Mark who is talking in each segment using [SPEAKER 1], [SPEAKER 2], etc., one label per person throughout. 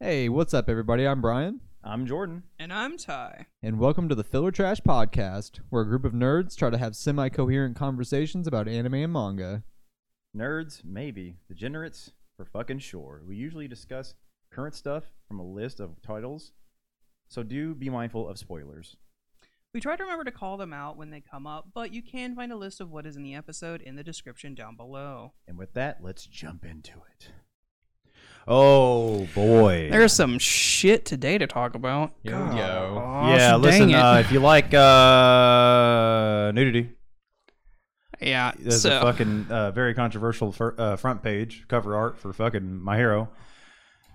[SPEAKER 1] Hey, what's up, everybody? I'm Brian,
[SPEAKER 2] I'm Jordan.
[SPEAKER 3] And I'm Ty.
[SPEAKER 1] and welcome to the Filler Trash Podcast, where a group of nerds try to have semi coherent conversations about anime and manga.
[SPEAKER 2] Nerds, maybe. Degenerates, for fucking sure. We usually discuss current stuff from a list of titles, so do be mindful of spoilers.
[SPEAKER 3] We try to remember to call them out when they come up, but you can find a list of what is in the episode in the description down below.
[SPEAKER 2] And with that, let's jump into it. Oh boy.
[SPEAKER 3] There's some shit today to talk about.
[SPEAKER 1] Yo,
[SPEAKER 3] Gosh,
[SPEAKER 1] yo.
[SPEAKER 4] yeah,
[SPEAKER 3] dang
[SPEAKER 4] listen.
[SPEAKER 3] it.
[SPEAKER 4] Uh, if you like uh, nudity,
[SPEAKER 3] yeah,
[SPEAKER 4] there's
[SPEAKER 3] so
[SPEAKER 4] a fucking uh, very controversial fir- uh, front page cover art for fucking My Hero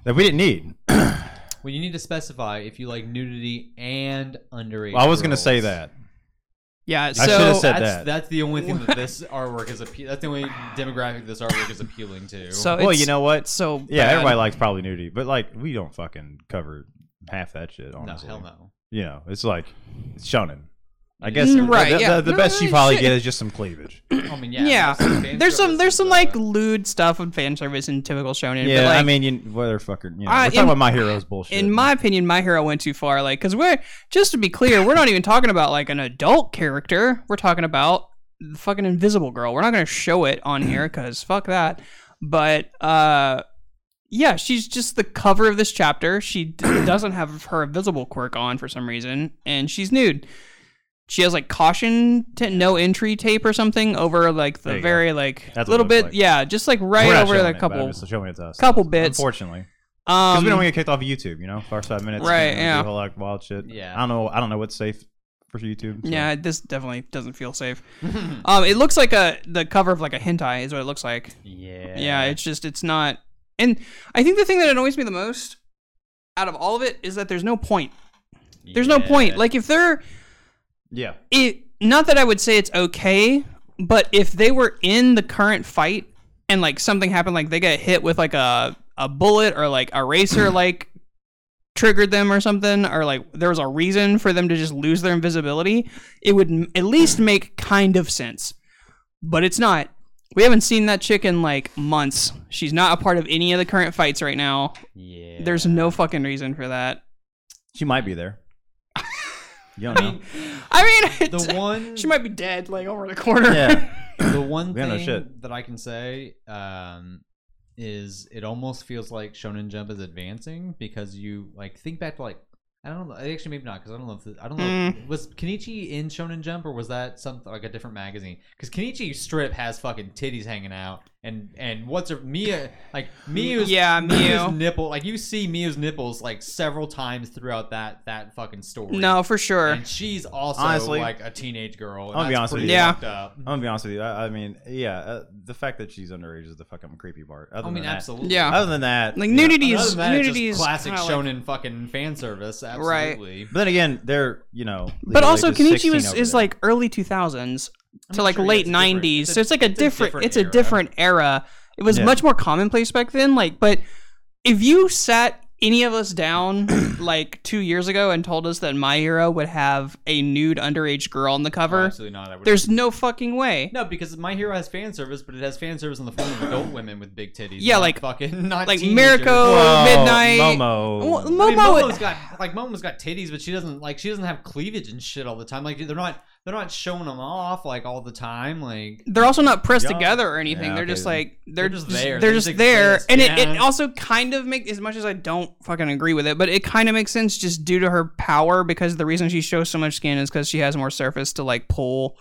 [SPEAKER 4] that we didn't need.
[SPEAKER 1] Well, you need to specify if you like nudity and underage.
[SPEAKER 4] I was gonna say
[SPEAKER 1] girls.
[SPEAKER 4] that.
[SPEAKER 3] yeah, so
[SPEAKER 4] I should've said
[SPEAKER 1] That's
[SPEAKER 4] that.
[SPEAKER 1] that's the only thing that this artwork is appeal. That's the only demographic this artwork is appealing to.
[SPEAKER 3] so
[SPEAKER 4] well,
[SPEAKER 3] Oh, it's-
[SPEAKER 4] you know what?
[SPEAKER 3] it's so
[SPEAKER 4] yeah,
[SPEAKER 3] bad.
[SPEAKER 4] everybody likes probably nudity, but like we don't fucking cover half that shit.
[SPEAKER 1] no,
[SPEAKER 4] Honestly,
[SPEAKER 1] hell no.
[SPEAKER 4] You know, it's like it's shonen. I guess
[SPEAKER 3] Mm,
[SPEAKER 4] the-
[SPEAKER 3] right,
[SPEAKER 4] the,
[SPEAKER 3] yeah.
[SPEAKER 4] the, the
[SPEAKER 3] No,
[SPEAKER 4] best
[SPEAKER 3] no,
[SPEAKER 4] you probably
[SPEAKER 3] shit.
[SPEAKER 4] get is just some cleavage. yeah,
[SPEAKER 1] I mean, yeah.
[SPEAKER 3] Yeah,
[SPEAKER 1] fan
[SPEAKER 3] there's some
[SPEAKER 1] service
[SPEAKER 3] there's
[SPEAKER 1] is,
[SPEAKER 3] some
[SPEAKER 1] uh,
[SPEAKER 3] like lewd stuff in fan service and typical shonen. but, like,
[SPEAKER 4] I mean, you, whether fucking, you know,
[SPEAKER 3] I-
[SPEAKER 4] we're talking
[SPEAKER 3] in-
[SPEAKER 4] about my hero's bullshit.
[SPEAKER 3] in my opinion, my hero went too far. Like, because we're just to be clear, we're not even talking about like an adult character. We're talking about the fucking Invisible Girl. We're not gonna show it on here because fuck that. But uh, yeah, she's just the cover of this chapter. She d- doesn't have her invisible quirk on for some reason, and she's nude. She has like caution, t- no entry tape or something over like
[SPEAKER 4] There
[SPEAKER 3] the
[SPEAKER 4] you go.
[SPEAKER 3] very like
[SPEAKER 4] That's what
[SPEAKER 3] little
[SPEAKER 4] it looks
[SPEAKER 3] bit,
[SPEAKER 4] like.
[SPEAKER 3] yeah, just like
[SPEAKER 4] We're
[SPEAKER 3] right
[SPEAKER 4] not
[SPEAKER 3] over
[SPEAKER 4] showing
[SPEAKER 3] the
[SPEAKER 4] it, but I'm
[SPEAKER 3] couple.
[SPEAKER 4] just showing it to us.
[SPEAKER 3] couple bits.
[SPEAKER 4] Unfortunately.
[SPEAKER 3] Um,
[SPEAKER 4] because we don't want to get kicked off of YouTube. You know, first five minutes,
[SPEAKER 3] Right,
[SPEAKER 4] you know,
[SPEAKER 3] yeah.
[SPEAKER 4] do a whole lot of wild shit.
[SPEAKER 1] Yeah.
[SPEAKER 4] I don't know. I don't know what's safe for YouTube. so-
[SPEAKER 3] Yeah, this definitely doesn't feel safe. um, it looks like a the cover of like a hentai is what it looks like.
[SPEAKER 1] Yeah.
[SPEAKER 3] Yeah. it's just it's not. And I think the thing that annoys me the most out of all of it is that there's no point. There's no
[SPEAKER 1] Yeah.
[SPEAKER 3] point. Like if they're
[SPEAKER 4] yeah.
[SPEAKER 3] it, not that I would say it's okay, but if they were in the current fight and like something happened, like they got hit with like a a bullet or like a racer like triggered them or something, or like there was a reason for them to just lose their invisibility, it would m- at least make kind of sense. But it's not. We haven't seen that chick in like months. She's not a part of any of the current fights right now.
[SPEAKER 1] Yeah.
[SPEAKER 3] There's no fucking reason for that.
[SPEAKER 4] She might be there. You don't know.
[SPEAKER 3] I mean,
[SPEAKER 1] the one
[SPEAKER 3] she might be dead, like over the corner.
[SPEAKER 4] yeah.
[SPEAKER 1] the one
[SPEAKER 4] We
[SPEAKER 1] thing
[SPEAKER 4] don't know shit.
[SPEAKER 1] that I can say um, is it almost feels like Shonen Jump is advancing because you like think back to like I don't know actually maybe not because I don't know if the, I don't know
[SPEAKER 3] Mm.
[SPEAKER 1] if- was Kenichi in Shonen Jump or was that something like a different magazine because Kenichi Strip has fucking titties hanging out and and what's her Mia like Mia's
[SPEAKER 3] Yeah,
[SPEAKER 1] Mia's
[SPEAKER 3] Miu.
[SPEAKER 1] nipple like you see Mia's nipples like several times throughout that that fucking story
[SPEAKER 3] No, for sure.
[SPEAKER 1] and she's also
[SPEAKER 4] Honestly-
[SPEAKER 1] like a teenage girl and
[SPEAKER 4] I'll be
[SPEAKER 1] that's
[SPEAKER 4] honest with
[SPEAKER 1] pretty
[SPEAKER 3] you. Yeah.
[SPEAKER 1] fucked up.
[SPEAKER 4] I'm gonna be honest with you. I, I mean, yeah, uh, the fact that she's underage is the fucking creepy part. Other
[SPEAKER 1] I mean,
[SPEAKER 4] than that-
[SPEAKER 1] absolutely.
[SPEAKER 3] Yeah.
[SPEAKER 4] Other than that,
[SPEAKER 3] Like
[SPEAKER 4] you know,
[SPEAKER 3] nudity
[SPEAKER 1] Other
[SPEAKER 3] is
[SPEAKER 1] than that, it's
[SPEAKER 3] nudity is
[SPEAKER 1] just classic
[SPEAKER 3] kinda like-
[SPEAKER 1] shonen fucking fan service. Absolutely.
[SPEAKER 4] But then again, they're you know.
[SPEAKER 3] but
[SPEAKER 4] legal
[SPEAKER 3] also,
[SPEAKER 4] age is
[SPEAKER 3] Kenichi
[SPEAKER 4] 16
[SPEAKER 3] was
[SPEAKER 4] over
[SPEAKER 3] is
[SPEAKER 4] there.
[SPEAKER 3] like early two thousands to
[SPEAKER 1] I'm
[SPEAKER 3] like
[SPEAKER 1] sure, yeah,
[SPEAKER 3] late
[SPEAKER 1] it's different.
[SPEAKER 3] nineties.
[SPEAKER 1] It's a-
[SPEAKER 3] So it's like a
[SPEAKER 1] it's a
[SPEAKER 3] different.
[SPEAKER 1] different
[SPEAKER 3] It's a
[SPEAKER 1] era.
[SPEAKER 3] different era. It was
[SPEAKER 4] Yeah.
[SPEAKER 3] much more commonplace back then. Like, but if you sat any of us down like two years ago and told us that My Hero would have a nude underage girl on the cover,
[SPEAKER 1] Absolutely not. I would-
[SPEAKER 3] there's no fucking way.
[SPEAKER 1] no because my hero has fan service, but it has fan service in the form of adult women with big titties.
[SPEAKER 3] Yeah,
[SPEAKER 1] not
[SPEAKER 3] like-
[SPEAKER 1] fucking not
[SPEAKER 3] like
[SPEAKER 1] teenagers.
[SPEAKER 3] Mirko-
[SPEAKER 4] Whoa,
[SPEAKER 3] oh, Midnight-
[SPEAKER 4] Momo.
[SPEAKER 3] Well,
[SPEAKER 1] I mean,
[SPEAKER 3] Momo,
[SPEAKER 1] Momo's got like Momo's got titties, but she doesn't like she doesn't have cleavage and shit all the time. Like they're not they're not showing them off like all the time. Like
[SPEAKER 3] they're also not pressed
[SPEAKER 4] Yeah.
[SPEAKER 3] together or anything.
[SPEAKER 4] Yeah,
[SPEAKER 3] they're
[SPEAKER 4] okay,
[SPEAKER 3] just
[SPEAKER 4] then.
[SPEAKER 3] like they're, just
[SPEAKER 1] They
[SPEAKER 3] there. They're just
[SPEAKER 1] just
[SPEAKER 3] there,
[SPEAKER 1] exist,
[SPEAKER 3] and it,
[SPEAKER 1] yeah.
[SPEAKER 3] it also kind of makes as much as I don't fucking agree with it, but it kind of makes sense just due to her power because the reason she shows so much skin is because she has more surface to like pull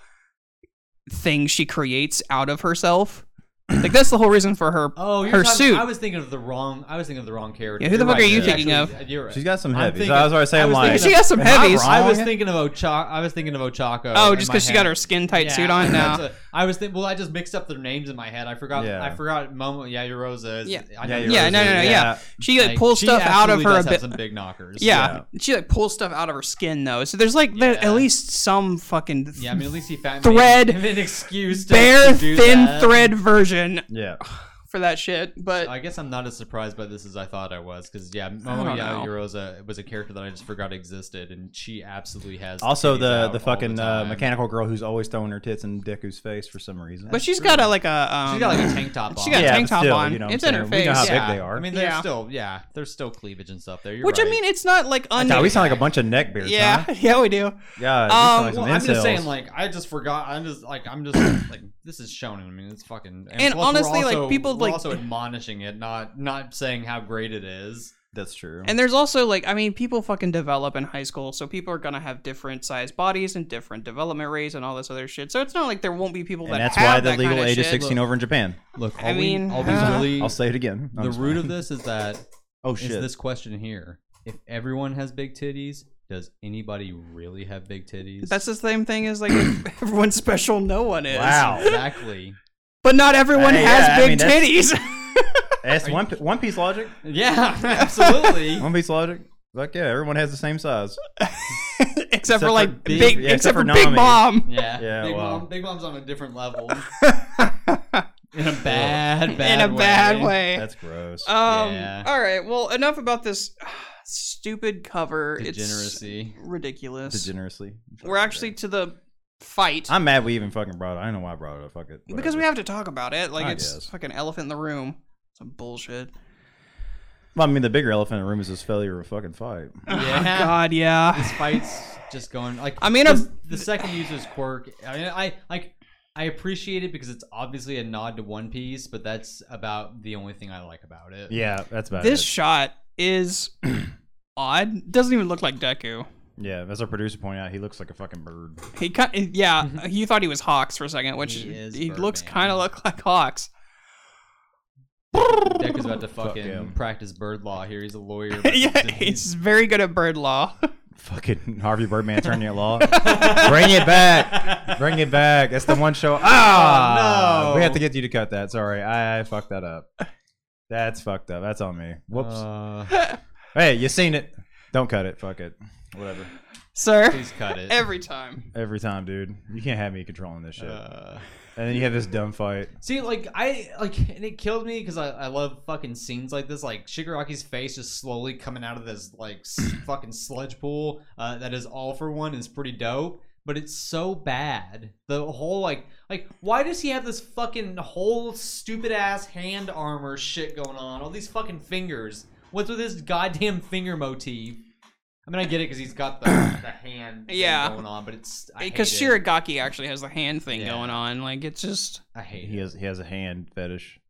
[SPEAKER 3] things she creates out of herself. like that's the whole reason for her
[SPEAKER 1] oh, you're
[SPEAKER 3] her
[SPEAKER 1] talking-
[SPEAKER 3] suit.
[SPEAKER 1] I was thinking of the wrong. I was thinking of the wrong character.
[SPEAKER 3] Yeah, who the
[SPEAKER 1] You're
[SPEAKER 3] fuck are
[SPEAKER 1] right,
[SPEAKER 3] you
[SPEAKER 1] yeah.
[SPEAKER 3] thinking of?
[SPEAKER 1] Actually, You're right.
[SPEAKER 4] She's got some
[SPEAKER 1] I'm
[SPEAKER 4] heavies.
[SPEAKER 1] thinking-
[SPEAKER 4] I was already
[SPEAKER 1] I
[SPEAKER 4] saying
[SPEAKER 1] was
[SPEAKER 4] like
[SPEAKER 1] thinking
[SPEAKER 3] she has some
[SPEAKER 4] Am I
[SPEAKER 3] heavies.
[SPEAKER 4] wrong?
[SPEAKER 1] I was thinking of Ochako. I was thinking of Ochako.
[SPEAKER 3] Oh,
[SPEAKER 1] in
[SPEAKER 3] just
[SPEAKER 1] my
[SPEAKER 3] because she got
[SPEAKER 1] head.
[SPEAKER 3] her skin tight
[SPEAKER 1] Yeah,
[SPEAKER 3] suit on.
[SPEAKER 1] that's
[SPEAKER 3] No.
[SPEAKER 1] a- I was thinking. Well, I just mixed up their names in my head. I forgot.
[SPEAKER 4] Yeah.
[SPEAKER 1] I forgot. Momo. Yeah, Yoroza. Is,
[SPEAKER 3] Yeah.
[SPEAKER 1] I know
[SPEAKER 4] Yeah,
[SPEAKER 3] Yeah, no, no, no,
[SPEAKER 1] Yoroza is-
[SPEAKER 3] yeah. She like,
[SPEAKER 1] like,
[SPEAKER 3] pulls
[SPEAKER 1] she
[SPEAKER 3] stuff out of
[SPEAKER 1] absolutely
[SPEAKER 3] her
[SPEAKER 1] Does have
[SPEAKER 3] a bit.
[SPEAKER 1] some big knockers.
[SPEAKER 3] Yeah, she like pulls stuff out of her skin though. So there's like there,
[SPEAKER 1] Yeah.
[SPEAKER 3] at least some fucking
[SPEAKER 1] Yeah, I mean, at least he found
[SPEAKER 3] Thread,
[SPEAKER 1] an excuse to
[SPEAKER 3] bare
[SPEAKER 1] to do
[SPEAKER 3] thin
[SPEAKER 1] that.
[SPEAKER 3] thread version.
[SPEAKER 4] Yeah.
[SPEAKER 3] for that shit. But
[SPEAKER 1] I guess I'm not as surprised by this as I thought I was because yeah,
[SPEAKER 3] don't
[SPEAKER 1] Momoya
[SPEAKER 3] know.
[SPEAKER 1] Yuroza was a character that I just forgot existed, and she absolutely has.
[SPEAKER 4] Also,
[SPEAKER 1] titties
[SPEAKER 4] the
[SPEAKER 1] out
[SPEAKER 4] the
[SPEAKER 1] all
[SPEAKER 4] fucking uh,
[SPEAKER 1] time.
[SPEAKER 4] mechanical girl who's always throwing her tits in Deku's face for some reason.
[SPEAKER 3] but she's got a like a um,
[SPEAKER 1] She's got like a tank top.
[SPEAKER 3] she
[SPEAKER 1] on.
[SPEAKER 3] got a
[SPEAKER 4] Yeah,
[SPEAKER 3] tank
[SPEAKER 4] but
[SPEAKER 3] top
[SPEAKER 4] still,
[SPEAKER 3] on.
[SPEAKER 4] you know what
[SPEAKER 3] it's
[SPEAKER 4] I'm
[SPEAKER 3] in her
[SPEAKER 4] saying? We
[SPEAKER 3] face.
[SPEAKER 4] know how
[SPEAKER 3] yeah.
[SPEAKER 4] big they are.
[SPEAKER 1] I mean, there's
[SPEAKER 3] Yeah.
[SPEAKER 1] still yeah, there's still cleavage and stuff there. You're
[SPEAKER 3] Which I
[SPEAKER 1] right.
[SPEAKER 3] mean, it's not like under.
[SPEAKER 4] God, we sound like a bunch of neckbeards.
[SPEAKER 3] yeah,
[SPEAKER 4] Huh?
[SPEAKER 3] yeah, we do.
[SPEAKER 4] Yeah. we sound
[SPEAKER 3] Um,
[SPEAKER 4] like some
[SPEAKER 1] Well, I'm just
[SPEAKER 4] incels.
[SPEAKER 1] saying, like, I just forgot. I'm just like, I'm just like, this is shonen. I mean, it's fucking.
[SPEAKER 3] And
[SPEAKER 1] plus, we're
[SPEAKER 3] honestly, like,
[SPEAKER 1] also-
[SPEAKER 3] people,
[SPEAKER 1] we're
[SPEAKER 3] like-
[SPEAKER 1] also admonishing it, not not saying how great it is.
[SPEAKER 4] that's true.
[SPEAKER 3] And there's also like, I mean, people fucking develop in high school, so people are gonna have different size bodies and different development rates and all this other shit. So it's not like there won't be people
[SPEAKER 4] And
[SPEAKER 3] that
[SPEAKER 4] that's
[SPEAKER 3] have
[SPEAKER 4] why the
[SPEAKER 3] that
[SPEAKER 4] legal
[SPEAKER 3] kind of
[SPEAKER 4] age is
[SPEAKER 3] shit.
[SPEAKER 4] 16 over in Japan.
[SPEAKER 1] Look,
[SPEAKER 3] I all we- mean, all
[SPEAKER 1] all
[SPEAKER 3] we
[SPEAKER 1] we
[SPEAKER 3] uh,
[SPEAKER 1] really,
[SPEAKER 4] I'll say it again. I'm
[SPEAKER 1] the
[SPEAKER 4] just-
[SPEAKER 1] root of this is that
[SPEAKER 4] Oh
[SPEAKER 1] is
[SPEAKER 4] shit.
[SPEAKER 1] this question here. If everyone has big titties, does anybody really have big titties?
[SPEAKER 3] That's the same thing as like if everyone's special, no one is.
[SPEAKER 4] wow.
[SPEAKER 1] exactly.
[SPEAKER 3] But not everyone
[SPEAKER 4] Hey,
[SPEAKER 3] has
[SPEAKER 4] yeah, I mean,
[SPEAKER 3] big
[SPEAKER 4] that's-
[SPEAKER 3] titties.
[SPEAKER 4] That's one, P- one Piece logic.
[SPEAKER 1] yeah, absolutely.
[SPEAKER 4] One Piece logic. Like yeah, everyone has the same size.
[SPEAKER 3] except, for like big,
[SPEAKER 4] big- yeah,
[SPEAKER 3] except,
[SPEAKER 4] except
[SPEAKER 3] for,
[SPEAKER 4] for
[SPEAKER 3] Big
[SPEAKER 4] Nami.
[SPEAKER 3] Mom.
[SPEAKER 1] Yeah,
[SPEAKER 4] Yeah,
[SPEAKER 1] Big
[SPEAKER 4] wow.
[SPEAKER 1] mom, big mom's on a different level. In a bad, bad,
[SPEAKER 3] in a bad way.
[SPEAKER 4] That's gross.
[SPEAKER 3] Um.
[SPEAKER 1] Yeah.
[SPEAKER 3] All right. Well, enough about this stupid cover. It's
[SPEAKER 1] Degeneracy.
[SPEAKER 3] ridiculous.
[SPEAKER 4] Degeneracy.
[SPEAKER 3] We're actually to the fight
[SPEAKER 4] I'm mad we even fucking brought it. I don't know why I brought it up. Fuck it.
[SPEAKER 3] because we have to talk about it. Like
[SPEAKER 4] I
[SPEAKER 3] it's
[SPEAKER 4] guess.
[SPEAKER 3] fucking elephant in the room. Some bullshit.
[SPEAKER 4] Well, I mean, the bigger elephant in the room is this failure of a fucking fight.
[SPEAKER 1] Yeah.
[SPEAKER 3] Oh, God, yeah.
[SPEAKER 1] This fight's just going like.
[SPEAKER 3] I mean,
[SPEAKER 1] the,
[SPEAKER 3] I'm-
[SPEAKER 1] the second user's quirk. I mean, I like. I appreciate it because it's obviously a nod to One Piece, but that's about the only thing I like about it.
[SPEAKER 4] Yeah, that's about
[SPEAKER 3] This shot is odd. Doesn't even look like Deku.
[SPEAKER 4] yeah, as our producer pointed out, he looks like a fucking bird.
[SPEAKER 3] He kind yeah, you thought he was Hawks for a second, which
[SPEAKER 1] Mm-hmm. He
[SPEAKER 3] he,
[SPEAKER 1] is
[SPEAKER 3] looks
[SPEAKER 1] Birdman.
[SPEAKER 3] kind of look like Hawks.
[SPEAKER 1] Deku's about to fucking
[SPEAKER 4] him.
[SPEAKER 1] practice bird law here. He's a lawyer.
[SPEAKER 3] yeah, he's very good at bird law.
[SPEAKER 4] Fucking Harvey Birdman attorney at law. Bring it back. Bring it back. That's the one show. Ah,
[SPEAKER 1] Oh, no.
[SPEAKER 4] We have to get you to cut that. Sorry, I, I fucked that up. That's fucked up. That's on me. Whoops.
[SPEAKER 1] Uh,
[SPEAKER 4] hey, you seen it? Don't cut it. Fuck it. Whatever.
[SPEAKER 3] Sir,
[SPEAKER 1] please cut it.
[SPEAKER 3] every time.
[SPEAKER 4] Every time, dude. You can't have me controlling this shit.
[SPEAKER 1] Uh,
[SPEAKER 4] and then you have this dumb fight.
[SPEAKER 1] see, like I like, and it killed me because I, I love fucking scenes like this, like Shigaraki's face just slowly coming out of this like s- fucking sludge pool. Uh, that is all for one is pretty dope, but it's so bad. The whole like, like why does he have this fucking whole stupid ass hand armor shit going on? All these fucking fingers. What's with this goddamn finger motif? I mean, I get it because he's got the, the hand thing
[SPEAKER 3] Yeah.
[SPEAKER 1] going on, but it's I hate
[SPEAKER 3] Because
[SPEAKER 1] it.
[SPEAKER 3] Shiragaki actually has the hand thing
[SPEAKER 1] Yeah.
[SPEAKER 3] going on. Like it's just
[SPEAKER 1] I hate
[SPEAKER 4] He
[SPEAKER 1] it.
[SPEAKER 4] has he has a hand fetish.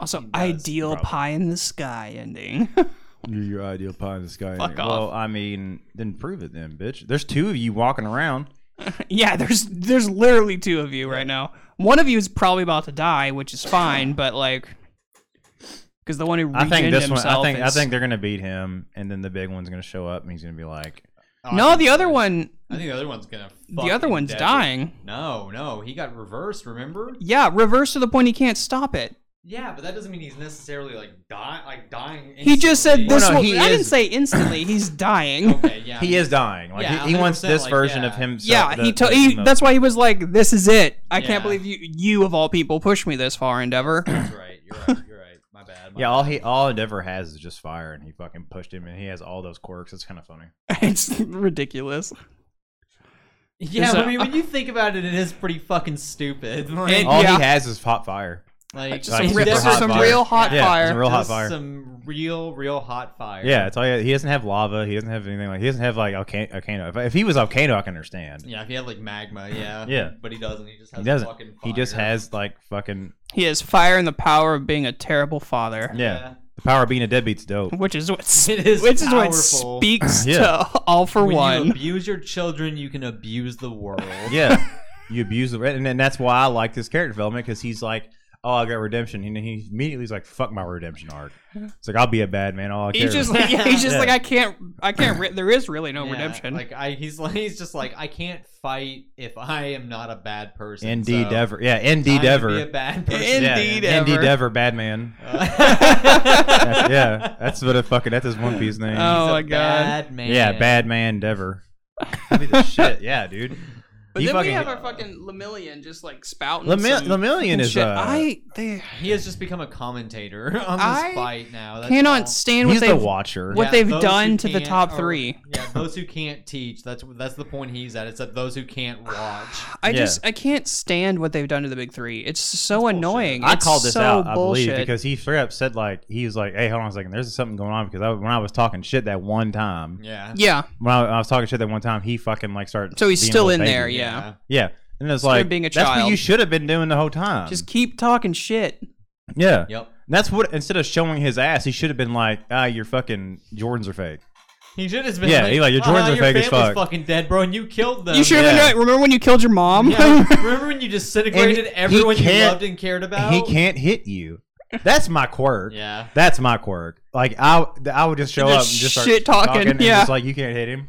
[SPEAKER 3] also
[SPEAKER 1] He does,
[SPEAKER 3] ideal
[SPEAKER 4] probably.
[SPEAKER 3] pie in the sky ending.
[SPEAKER 4] You're your ideal pie in the sky.
[SPEAKER 3] Fuck
[SPEAKER 4] Well, I mean, then prove it, then, bitch. There's two of you walking around.
[SPEAKER 3] yeah, there's there's literally two of you right now. One of you is probably about to die, which is fine, but like because the one who
[SPEAKER 4] I think
[SPEAKER 3] regened
[SPEAKER 4] this one.
[SPEAKER 3] himself
[SPEAKER 4] I think I
[SPEAKER 3] is-
[SPEAKER 4] think they're gonna beat him, and then the big one's gonna show up, and he's gonna be like,
[SPEAKER 1] Oh, I
[SPEAKER 3] No,
[SPEAKER 1] think
[SPEAKER 3] the
[SPEAKER 1] so.
[SPEAKER 3] other one
[SPEAKER 1] I think the other one's gonna.
[SPEAKER 3] the other
[SPEAKER 1] fucking
[SPEAKER 3] one's
[SPEAKER 1] dead.
[SPEAKER 3] dying.
[SPEAKER 1] No, no, he got reversed. Remember?
[SPEAKER 3] Yeah, reverse to the point he can't stop it.
[SPEAKER 1] Yeah, but that doesn't mean he's necessarily like die, like dying.
[SPEAKER 3] He just said
[SPEAKER 1] instantly.
[SPEAKER 3] this
[SPEAKER 4] no,
[SPEAKER 3] one.
[SPEAKER 4] he
[SPEAKER 3] I didn't
[SPEAKER 4] is-
[SPEAKER 3] say instantly. He's dying.
[SPEAKER 1] Okay, yeah,
[SPEAKER 4] he is dying. Like
[SPEAKER 1] Yeah,
[SPEAKER 4] he, he wants
[SPEAKER 1] 100%,
[SPEAKER 4] this
[SPEAKER 1] like,
[SPEAKER 4] version
[SPEAKER 1] yeah.
[SPEAKER 4] of himself.
[SPEAKER 3] yeah,
[SPEAKER 4] the-
[SPEAKER 3] he told.
[SPEAKER 4] the-
[SPEAKER 3] He,
[SPEAKER 4] the-
[SPEAKER 3] that's why he was like, "This is it. I can't
[SPEAKER 1] Yeah.
[SPEAKER 3] believe you, you of all people, pushed me this far, Endeavor."
[SPEAKER 1] That's right. You're right. You're right. My bad. my
[SPEAKER 4] Yeah, all he all Endeavor has is just fire, and he fucking pushed him, and he has all those quirks. It's kind of funny.
[SPEAKER 3] it's ridiculous.
[SPEAKER 1] bad. yeah.
[SPEAKER 3] So-
[SPEAKER 1] I mean, when you think about it, it is pretty fucking stupid. Like,
[SPEAKER 3] And-
[SPEAKER 4] All
[SPEAKER 3] Yeah.
[SPEAKER 4] he has is hot fire.
[SPEAKER 1] like
[SPEAKER 3] Just
[SPEAKER 4] Like,
[SPEAKER 3] some,
[SPEAKER 4] super
[SPEAKER 3] real-
[SPEAKER 4] hot
[SPEAKER 3] some
[SPEAKER 4] fire.
[SPEAKER 3] real hot
[SPEAKER 4] Yeah,
[SPEAKER 3] fire.
[SPEAKER 4] it's a real hot
[SPEAKER 1] just
[SPEAKER 4] fire.
[SPEAKER 1] Some real, real hot fire.
[SPEAKER 4] Yeah, it's all he, he doesn't have lava. He doesn't have anything like he doesn't have like Alcan- Alcano. If, if he was Alcano, I can understand.
[SPEAKER 1] Yeah. If he had like magma, yeah.
[SPEAKER 4] Yeah.
[SPEAKER 1] But he doesn't. He just has
[SPEAKER 4] He doesn't.
[SPEAKER 1] fucking.
[SPEAKER 4] He just
[SPEAKER 1] fire.
[SPEAKER 4] has like fucking
[SPEAKER 3] He has fire and the power of being a terrible father,
[SPEAKER 4] yeah. The power of being a deadbeat's dope.
[SPEAKER 3] which is what s-
[SPEAKER 1] It is
[SPEAKER 3] which is what
[SPEAKER 1] powerful.
[SPEAKER 3] speaks
[SPEAKER 4] Yeah.
[SPEAKER 3] to all for
[SPEAKER 1] When
[SPEAKER 3] one.
[SPEAKER 1] you abuse your children, you can abuse the world.
[SPEAKER 4] Yeah, you abuse the and, and that's why I like this character development because he's like, oh, I got redemption, and he immediately is like, fuck my redemption arc. It's like I'll be a bad man. All I care.
[SPEAKER 3] he's just
[SPEAKER 4] about-
[SPEAKER 3] like, yeah, he's just
[SPEAKER 4] Yeah.
[SPEAKER 3] like, I can't, I can't. Re- there is really no
[SPEAKER 1] Yeah,
[SPEAKER 3] redemption.
[SPEAKER 1] Like I, he's like he's just like I can't fight if I am not a bad person.
[SPEAKER 4] ND
[SPEAKER 1] so
[SPEAKER 4] Dever. Yeah, ND
[SPEAKER 1] time to Be a
[SPEAKER 4] Dever.
[SPEAKER 1] bad person.
[SPEAKER 4] Yeah,
[SPEAKER 3] ND
[SPEAKER 4] ND
[SPEAKER 3] Dever.
[SPEAKER 4] Dever, bad man.
[SPEAKER 1] Uh,
[SPEAKER 4] That's, yeah, that's what a fucking that's his One Piece name.
[SPEAKER 3] Oh
[SPEAKER 1] he's a
[SPEAKER 3] my God.
[SPEAKER 1] Bad man.
[SPEAKER 4] yeah, bad man Dever. That'd be the shit. Yeah, dude.
[SPEAKER 3] But
[SPEAKER 4] He
[SPEAKER 3] then we
[SPEAKER 4] fucking-
[SPEAKER 3] have our fucking Lemillion just like spouting.
[SPEAKER 4] Lame-
[SPEAKER 3] some
[SPEAKER 4] Lemillion is
[SPEAKER 3] shit.
[SPEAKER 4] uh,
[SPEAKER 3] I they
[SPEAKER 1] He has just become a commentator on this
[SPEAKER 3] I
[SPEAKER 1] fight now. That's all.
[SPEAKER 3] cannot stand
[SPEAKER 4] he's
[SPEAKER 3] what
[SPEAKER 4] the
[SPEAKER 3] they
[SPEAKER 4] watcher.
[SPEAKER 3] what- they've
[SPEAKER 1] those who
[SPEAKER 3] done to the
[SPEAKER 1] can't-
[SPEAKER 3] top
[SPEAKER 1] or-
[SPEAKER 3] three.
[SPEAKER 1] Yeah, those who can't teach. That's that's the point he's at. It's that those who can't watch.
[SPEAKER 3] I
[SPEAKER 4] Yeah.
[SPEAKER 3] just I can't stand what they've done to the big three. It's so annoying.
[SPEAKER 4] I
[SPEAKER 3] It's
[SPEAKER 4] called this
[SPEAKER 3] so
[SPEAKER 4] out, I
[SPEAKER 3] bullshit.
[SPEAKER 4] believe, because he straight up said like he was like, "Hey, hold on a second. There's something going on because I, when I was talking shit that one time,
[SPEAKER 1] Yeah.
[SPEAKER 3] yeah,
[SPEAKER 4] when I, I was talking shit that one time, he fucking like started.
[SPEAKER 3] So he's
[SPEAKER 4] being a
[SPEAKER 3] still
[SPEAKER 4] little
[SPEAKER 3] in
[SPEAKER 4] baby.
[SPEAKER 3] there, yeah.
[SPEAKER 4] Yeah, and it's
[SPEAKER 3] Still
[SPEAKER 4] like
[SPEAKER 3] being a
[SPEAKER 4] that's what
[SPEAKER 3] child.
[SPEAKER 4] you should have been doing the whole time.
[SPEAKER 3] just keep talking shit.
[SPEAKER 4] yeah,
[SPEAKER 1] Yep.
[SPEAKER 4] that's what instead of showing his ass, he should have been like, "Ah, your fucking Jordans are fake."
[SPEAKER 1] He should have been.
[SPEAKER 4] Yeah,
[SPEAKER 1] like,
[SPEAKER 4] he like, your
[SPEAKER 1] "Ah,
[SPEAKER 4] Jordans are
[SPEAKER 1] your
[SPEAKER 4] fake as
[SPEAKER 1] family's
[SPEAKER 4] fuck."
[SPEAKER 1] Fucking dead, bro, and you killed them.
[SPEAKER 3] You should have
[SPEAKER 4] Um, yeah.
[SPEAKER 3] been. Remember when you killed your mom?
[SPEAKER 1] Yeah, remember when you disintegrated
[SPEAKER 4] And he
[SPEAKER 1] everyone you
[SPEAKER 4] can't-
[SPEAKER 1] loved and cared about?
[SPEAKER 4] And he can't hit you. That's my quirk.
[SPEAKER 1] Yeah.
[SPEAKER 4] That's my quirk. Like I, I would just show
[SPEAKER 3] Just
[SPEAKER 4] up and just start
[SPEAKER 3] shit talking,
[SPEAKER 4] and
[SPEAKER 3] yeah.
[SPEAKER 4] just like you can't hit him.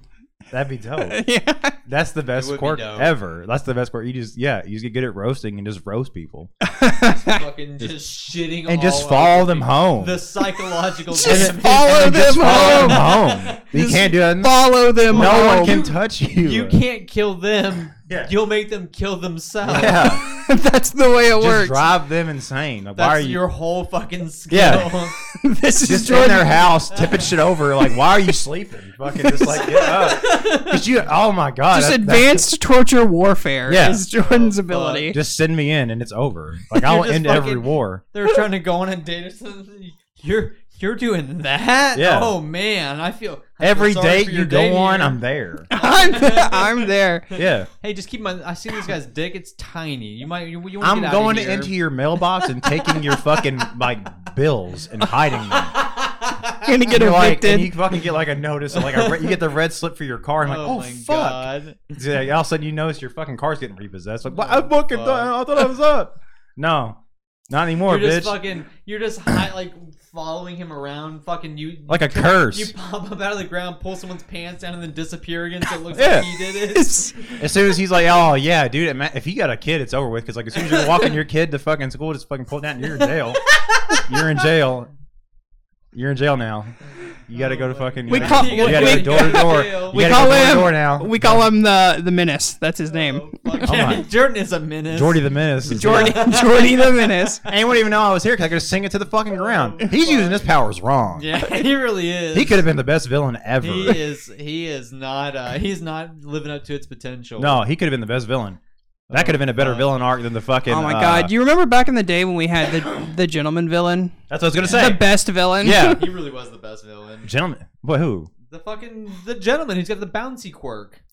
[SPEAKER 4] That'd be dope.
[SPEAKER 3] yeah.
[SPEAKER 4] That's the best
[SPEAKER 1] would be
[SPEAKER 4] quirk
[SPEAKER 1] dope.
[SPEAKER 4] ever. That's the best quirk. You just yeah, you just get good at roasting and just roast people
[SPEAKER 1] Fucking just, shitting
[SPEAKER 4] and just
[SPEAKER 1] all
[SPEAKER 4] follow
[SPEAKER 1] over
[SPEAKER 4] them
[SPEAKER 1] people.
[SPEAKER 4] home.
[SPEAKER 1] The psychological
[SPEAKER 3] Just
[SPEAKER 1] damage.
[SPEAKER 3] follow
[SPEAKER 4] And just
[SPEAKER 3] them
[SPEAKER 4] follow
[SPEAKER 3] home.
[SPEAKER 4] them home. You
[SPEAKER 3] Just
[SPEAKER 4] can't do that.
[SPEAKER 3] Follow them.
[SPEAKER 4] No
[SPEAKER 3] home.
[SPEAKER 4] one can touch you.
[SPEAKER 1] You can't kill them.
[SPEAKER 4] Yeah.
[SPEAKER 1] You'll make them kill themselves.
[SPEAKER 4] Yeah,
[SPEAKER 3] That's the way it
[SPEAKER 4] just
[SPEAKER 3] works.
[SPEAKER 4] drive them insane. Like,
[SPEAKER 1] That's
[SPEAKER 4] why are you?
[SPEAKER 1] your whole fucking skill.
[SPEAKER 4] Yeah.
[SPEAKER 3] this is
[SPEAKER 4] just
[SPEAKER 3] Jordan.
[SPEAKER 4] in their house, tipping shit over. Like, why are you sleeping? Fucking just like get up. 'Cause you, oh my god,
[SPEAKER 3] Just
[SPEAKER 4] that- that-
[SPEAKER 3] advanced torture warfare
[SPEAKER 4] Yeah.
[SPEAKER 3] is Jordan's ability.
[SPEAKER 4] just send me in and it's over. Like I'll
[SPEAKER 1] You're just
[SPEAKER 4] end every
[SPEAKER 1] fucking-
[SPEAKER 4] war.
[SPEAKER 1] They're trying to go on a date or something. You're you're doing that?
[SPEAKER 4] Yeah.
[SPEAKER 1] Oh man, I feel I feel
[SPEAKER 4] Every
[SPEAKER 1] sorry
[SPEAKER 4] date
[SPEAKER 1] for
[SPEAKER 4] you
[SPEAKER 1] your
[SPEAKER 4] go
[SPEAKER 1] date
[SPEAKER 4] on,
[SPEAKER 1] here.
[SPEAKER 4] I'm there.
[SPEAKER 3] I'm there. I'm there.
[SPEAKER 4] Yeah,
[SPEAKER 1] Hey, just keep my. I see this guy's dick. It's tiny. You might. You, you wanna
[SPEAKER 4] I'm
[SPEAKER 1] get outta
[SPEAKER 4] going
[SPEAKER 1] here.
[SPEAKER 4] into your mailbox and taking your fucking like bills and hiding them.
[SPEAKER 3] Gonna get
[SPEAKER 4] You're like,
[SPEAKER 3] evicted.
[SPEAKER 4] and you fucking get like a notice, like a re- you get the red slip for your car. I'm like, oh,
[SPEAKER 1] my
[SPEAKER 4] fuck.
[SPEAKER 1] god.
[SPEAKER 4] It's like, all of a sudden you notice your fucking car's getting repossessed. Like, what?
[SPEAKER 1] Oh,
[SPEAKER 4] I fucking
[SPEAKER 1] fuck.
[SPEAKER 4] thought I thought I was up. No, not anymore,
[SPEAKER 1] You're just
[SPEAKER 4] bitch.
[SPEAKER 1] fucking. You're just high, like following him around. Fucking you.
[SPEAKER 4] like a curse.
[SPEAKER 1] You pop up out of the ground, pull someone's pants down, and then disappear again. So it looks
[SPEAKER 4] Yeah.
[SPEAKER 1] like he did it.
[SPEAKER 3] It's-
[SPEAKER 4] As soon as he's like, "Oh yeah, dude, it ma- if you got a kid, it's over with." Because like, as soon as you're walking your kid to fucking school, just fucking pull it down. and You're in jail. You're in jail. You're in jail now. You got to go to fucking.
[SPEAKER 3] Oh We
[SPEAKER 4] you
[SPEAKER 3] call-
[SPEAKER 4] gotta, you gotta
[SPEAKER 3] we-
[SPEAKER 4] go door to door. You
[SPEAKER 1] we
[SPEAKER 4] gotta
[SPEAKER 3] call
[SPEAKER 4] go door
[SPEAKER 3] him-
[SPEAKER 4] to door now.
[SPEAKER 3] we call him the the menace. That's his name.
[SPEAKER 1] Fuck
[SPEAKER 4] Oh
[SPEAKER 1] yeah,
[SPEAKER 4] my-
[SPEAKER 1] Jordan is a menace.
[SPEAKER 4] Jordy the Menace. is-
[SPEAKER 3] Jordy Jordy the menace.
[SPEAKER 4] Anyone even know I was here? Cause I could just sing it to the fucking ground.
[SPEAKER 3] Oh
[SPEAKER 4] He's using his powers wrong.
[SPEAKER 1] Yeah, he really is.
[SPEAKER 4] He could have been the best villain ever.
[SPEAKER 1] He is. He is not. Uh, he's not living up to its potential.
[SPEAKER 4] No, he could have been the best villain. That could have been a better
[SPEAKER 1] fuck.
[SPEAKER 4] villain arc than the fucking.
[SPEAKER 3] Oh my
[SPEAKER 4] uh,
[SPEAKER 3] god! You remember back in the day when we had the the gentleman villain,
[SPEAKER 4] that's what I was gonna
[SPEAKER 3] the
[SPEAKER 4] say.
[SPEAKER 3] best villain?
[SPEAKER 4] Yeah,
[SPEAKER 1] He really was the best villain.
[SPEAKER 4] gentlemen. What? Who?
[SPEAKER 1] The fucking the gentleman who's got the bouncy quirk.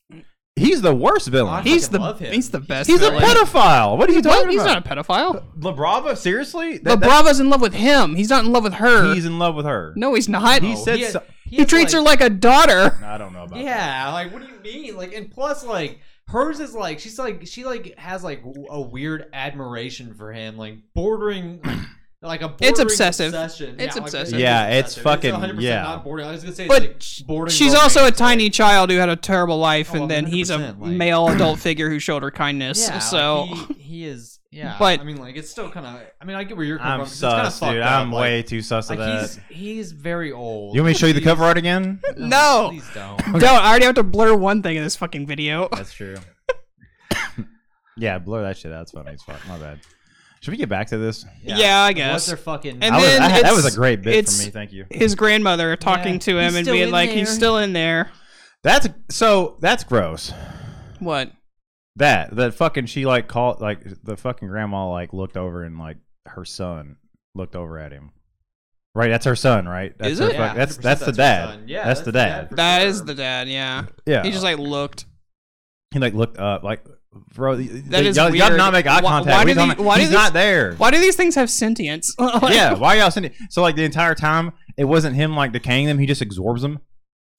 [SPEAKER 4] He's the worst villain.
[SPEAKER 1] I
[SPEAKER 3] he's
[SPEAKER 1] fucking
[SPEAKER 3] the
[SPEAKER 1] love him.
[SPEAKER 3] he's the best.
[SPEAKER 4] He's a
[SPEAKER 3] villain.
[SPEAKER 4] pedophile. What are you talking
[SPEAKER 3] What? He's
[SPEAKER 4] about?
[SPEAKER 3] not a pedophile.
[SPEAKER 4] LaBrava? Seriously?
[SPEAKER 3] But Bravo's in love with him. He's not in love with her.
[SPEAKER 4] he's in love with her.
[SPEAKER 3] no, he's not.
[SPEAKER 4] He said
[SPEAKER 1] He, had-
[SPEAKER 4] so-
[SPEAKER 1] he
[SPEAKER 3] he
[SPEAKER 1] had,
[SPEAKER 3] treats her like a daughter.
[SPEAKER 4] I don't know about that.
[SPEAKER 1] Yeah, like what do you mean? Like, and plus, like hers is like she's like she like has like w- a weird admiration for him, like bordering. Like a bordering
[SPEAKER 3] obsessive.
[SPEAKER 1] Obsession.
[SPEAKER 3] It's
[SPEAKER 1] yeah, like,
[SPEAKER 3] obsessive.
[SPEAKER 4] Yeah, it's fucking-
[SPEAKER 1] 100%
[SPEAKER 4] yeah.
[SPEAKER 1] Not bordering. I was gonna say,
[SPEAKER 3] But
[SPEAKER 1] it's like bordering.
[SPEAKER 3] She's also a
[SPEAKER 1] romantic.
[SPEAKER 3] tiny child who had a terrible life,
[SPEAKER 1] Oh,
[SPEAKER 3] and then he's a
[SPEAKER 1] 100%, like-
[SPEAKER 3] male adult figure who showed her kindness.
[SPEAKER 1] Yeah,
[SPEAKER 3] so
[SPEAKER 1] like, he, he is. Yeah,
[SPEAKER 3] But-
[SPEAKER 1] I mean, like it's still kind of. I mean, I get where you're coming from.
[SPEAKER 4] I'm
[SPEAKER 1] 'cause it's kinda
[SPEAKER 4] sus,
[SPEAKER 1] fucked
[SPEAKER 4] dude.
[SPEAKER 1] up,
[SPEAKER 4] I'm
[SPEAKER 1] like-
[SPEAKER 4] way too sus
[SPEAKER 1] Like
[SPEAKER 4] of that.
[SPEAKER 1] he's he's very old.
[SPEAKER 4] You want me to show you the cover art again?
[SPEAKER 3] No.
[SPEAKER 1] please don't.
[SPEAKER 3] don't. I already have to blur one thing in this fucking video.
[SPEAKER 4] That's true. yeah, blur that shit out. It's funny as fuck. My bad. Should we get back to this?
[SPEAKER 3] Yeah, I guess.
[SPEAKER 1] What's their fucking?
[SPEAKER 3] And
[SPEAKER 4] I was-
[SPEAKER 3] then
[SPEAKER 4] I had- that was
[SPEAKER 3] it's-
[SPEAKER 4] a great bit
[SPEAKER 3] it's-
[SPEAKER 4] for me. Thank you.
[SPEAKER 3] His grandmother talking
[SPEAKER 1] Yeah.
[SPEAKER 3] to him
[SPEAKER 1] He's
[SPEAKER 3] and
[SPEAKER 1] still
[SPEAKER 3] being
[SPEAKER 1] in
[SPEAKER 3] like, "He's
[SPEAKER 1] there.
[SPEAKER 3] still in there."
[SPEAKER 4] That's so. That's gross.
[SPEAKER 3] What?
[SPEAKER 4] That that fucking she like called like the fucking grandma like looked over and like her son looked over at him. Right, that's her son, right? That's
[SPEAKER 3] Is
[SPEAKER 4] her
[SPEAKER 3] it?
[SPEAKER 1] Yeah,
[SPEAKER 4] fuck- that's
[SPEAKER 1] 100%
[SPEAKER 4] that's the
[SPEAKER 1] that's her
[SPEAKER 4] dad.
[SPEAKER 1] son. Yeah,
[SPEAKER 4] that's,
[SPEAKER 1] that's
[SPEAKER 4] the
[SPEAKER 1] the
[SPEAKER 4] dad.
[SPEAKER 1] dad. For
[SPEAKER 3] That is
[SPEAKER 1] sure.
[SPEAKER 3] the dad. Yeah.
[SPEAKER 4] Yeah,
[SPEAKER 3] He just like looked.
[SPEAKER 4] He like looked up, like bro. That
[SPEAKER 3] That is
[SPEAKER 4] y'all, y'all did
[SPEAKER 3] weird.
[SPEAKER 4] not make eye
[SPEAKER 3] Why-
[SPEAKER 4] contact.
[SPEAKER 3] why
[SPEAKER 4] What are
[SPEAKER 3] do
[SPEAKER 4] you talking
[SPEAKER 3] the-
[SPEAKER 4] about?
[SPEAKER 3] why do
[SPEAKER 4] He's
[SPEAKER 3] these-
[SPEAKER 4] not there.
[SPEAKER 3] Why do these things have sentience? Like,
[SPEAKER 4] yeah, why y'all sending? So like the entire time, it wasn't him like decaying them. He just absorbs them.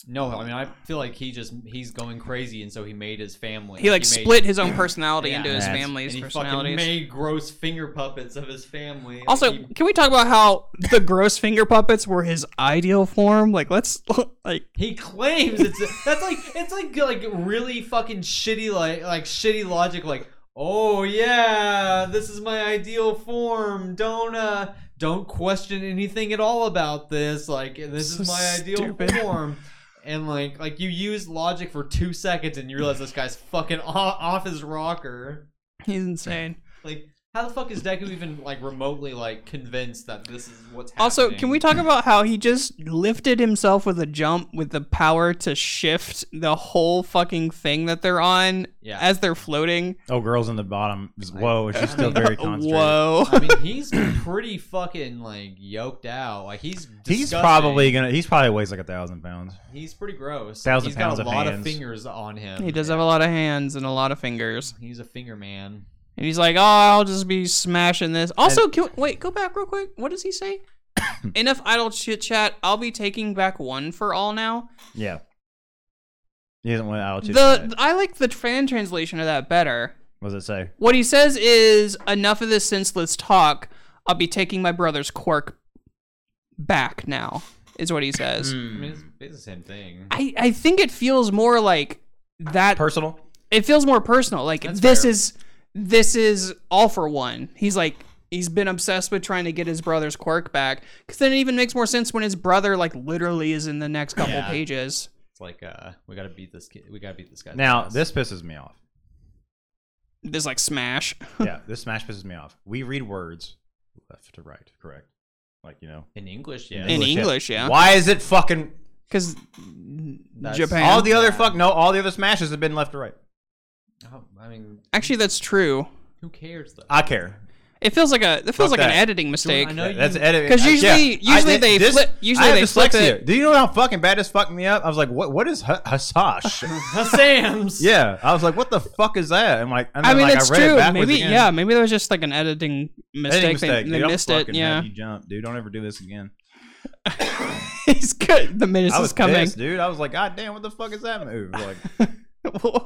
[SPEAKER 1] No, I mean I feel like he just he's going crazy, and so he made his family.
[SPEAKER 3] He like
[SPEAKER 1] made-
[SPEAKER 3] split his own personality
[SPEAKER 1] Yeah.
[SPEAKER 3] into his
[SPEAKER 4] That's-
[SPEAKER 1] and
[SPEAKER 3] family's
[SPEAKER 1] he fucking
[SPEAKER 3] personalities.
[SPEAKER 1] made gross finger puppets of his family. Like,
[SPEAKER 3] Also,
[SPEAKER 1] he,
[SPEAKER 3] can we talk about how the gross finger puppets were his ideal form? Like, let's like
[SPEAKER 1] he claims it's that's like it's like like really fucking shitty like like shitty logic like oh yeah this is my ideal form don't uh don't question anything at all about this like this
[SPEAKER 3] So
[SPEAKER 1] is my ideal
[SPEAKER 3] stupid.
[SPEAKER 1] form and like like you use logic for two seconds and you realize this guy's fucking off, off his rocker.
[SPEAKER 3] He's insane.
[SPEAKER 1] Like, how the fuck is Deku even like remotely like convinced that this is what's happening?
[SPEAKER 3] Also, can we talk about how he just lifted himself with a jump with the power to shift the whole fucking thing that they're on
[SPEAKER 1] Yeah.
[SPEAKER 3] as they're floating?
[SPEAKER 4] Oh, girls in the bottom. Just, whoa, she's still very concentrated.
[SPEAKER 3] Whoa.
[SPEAKER 1] I mean, he's pretty fucking like yoked out. Like he's
[SPEAKER 4] He's
[SPEAKER 1] disgusting.
[SPEAKER 4] probably gonna. He's probably weighs like a thousand pounds.
[SPEAKER 1] he's pretty gross.
[SPEAKER 4] Thousand
[SPEAKER 1] He's got
[SPEAKER 4] pounds
[SPEAKER 1] a
[SPEAKER 4] of
[SPEAKER 1] lot of
[SPEAKER 4] hands.
[SPEAKER 1] fingers on him.
[SPEAKER 3] He does have a lot of hands and a lot of fingers.
[SPEAKER 1] He's a finger man.
[SPEAKER 3] And he's like, oh, I'll just be smashing this. Also, can, wait, go back real quick. What does he say? Enough idle chit chat. I'll be taking back one for all now.
[SPEAKER 4] Yeah. He doesn't want out.
[SPEAKER 3] The I like the fan translation of that better.
[SPEAKER 4] What does it say?
[SPEAKER 3] What he says is, enough of this senseless talk. I'll be taking my brother's quirk back now, is what he says.
[SPEAKER 1] I mean,
[SPEAKER 4] Hmm.
[SPEAKER 1] it's, it's the same thing.
[SPEAKER 3] I, I think it feels more like that.
[SPEAKER 4] Personal.
[SPEAKER 3] it feels more personal. Like
[SPEAKER 1] That's
[SPEAKER 3] this
[SPEAKER 1] fair.
[SPEAKER 3] is this is all for one. He's like he's been obsessed with trying to get his brother's quirk back. Because then it even makes more sense when his brother like literally is in the next couple
[SPEAKER 1] Yeah.
[SPEAKER 3] pages.
[SPEAKER 1] It's like uh, we gotta beat this kid. We gotta beat this guy.
[SPEAKER 4] Now this pisses me off.
[SPEAKER 3] This like smash.
[SPEAKER 4] yeah, this smash pisses me off. We read words left to right, correct? Like you know,
[SPEAKER 1] in English, yeah.
[SPEAKER 3] In English, yeah.
[SPEAKER 4] Why is it fucking
[SPEAKER 3] Because
[SPEAKER 1] That's-
[SPEAKER 3] Japan.
[SPEAKER 4] all the other
[SPEAKER 1] Yeah.
[SPEAKER 4] fuck? No, all the other smashes have been left to right.
[SPEAKER 1] Oh, I mean,
[SPEAKER 3] Actually, that's true.
[SPEAKER 1] who cares though?
[SPEAKER 4] I care.
[SPEAKER 3] It feels like a it feels
[SPEAKER 4] Fuck
[SPEAKER 3] like an
[SPEAKER 4] that.
[SPEAKER 3] editing mistake.
[SPEAKER 1] I know you-
[SPEAKER 4] That's editing.
[SPEAKER 3] 'Cause
[SPEAKER 4] I-
[SPEAKER 3] usually- usually
[SPEAKER 4] I-
[SPEAKER 3] they
[SPEAKER 4] this-
[SPEAKER 3] flip- usually
[SPEAKER 4] I have
[SPEAKER 3] they flip
[SPEAKER 4] dyslexia.
[SPEAKER 3] it.
[SPEAKER 4] Do you know how fucking bad this fucked me up? I was like, what? What is ha- hasash?
[SPEAKER 1] Sam's.
[SPEAKER 4] yeah, I was like, what the fuck is that? And like, and
[SPEAKER 3] I
[SPEAKER 4] then,
[SPEAKER 3] mean,
[SPEAKER 4] like,
[SPEAKER 3] that's
[SPEAKER 4] I read It
[SPEAKER 3] true.
[SPEAKER 4] backwards
[SPEAKER 3] Maybe
[SPEAKER 4] again.
[SPEAKER 3] yeah. Maybe that was just like an editing mistake.
[SPEAKER 4] Editing
[SPEAKER 3] They-
[SPEAKER 4] mistake.
[SPEAKER 3] They,
[SPEAKER 4] dude, I'll
[SPEAKER 3] missed it.
[SPEAKER 4] fucking have
[SPEAKER 3] Yeah,
[SPEAKER 4] you jump, dude. Don't ever do this again.
[SPEAKER 3] he's good. The menace
[SPEAKER 4] I
[SPEAKER 3] is
[SPEAKER 4] was
[SPEAKER 3] coming.
[SPEAKER 4] pissed, dude. I was like, God damn, what the fuck is that move? Like,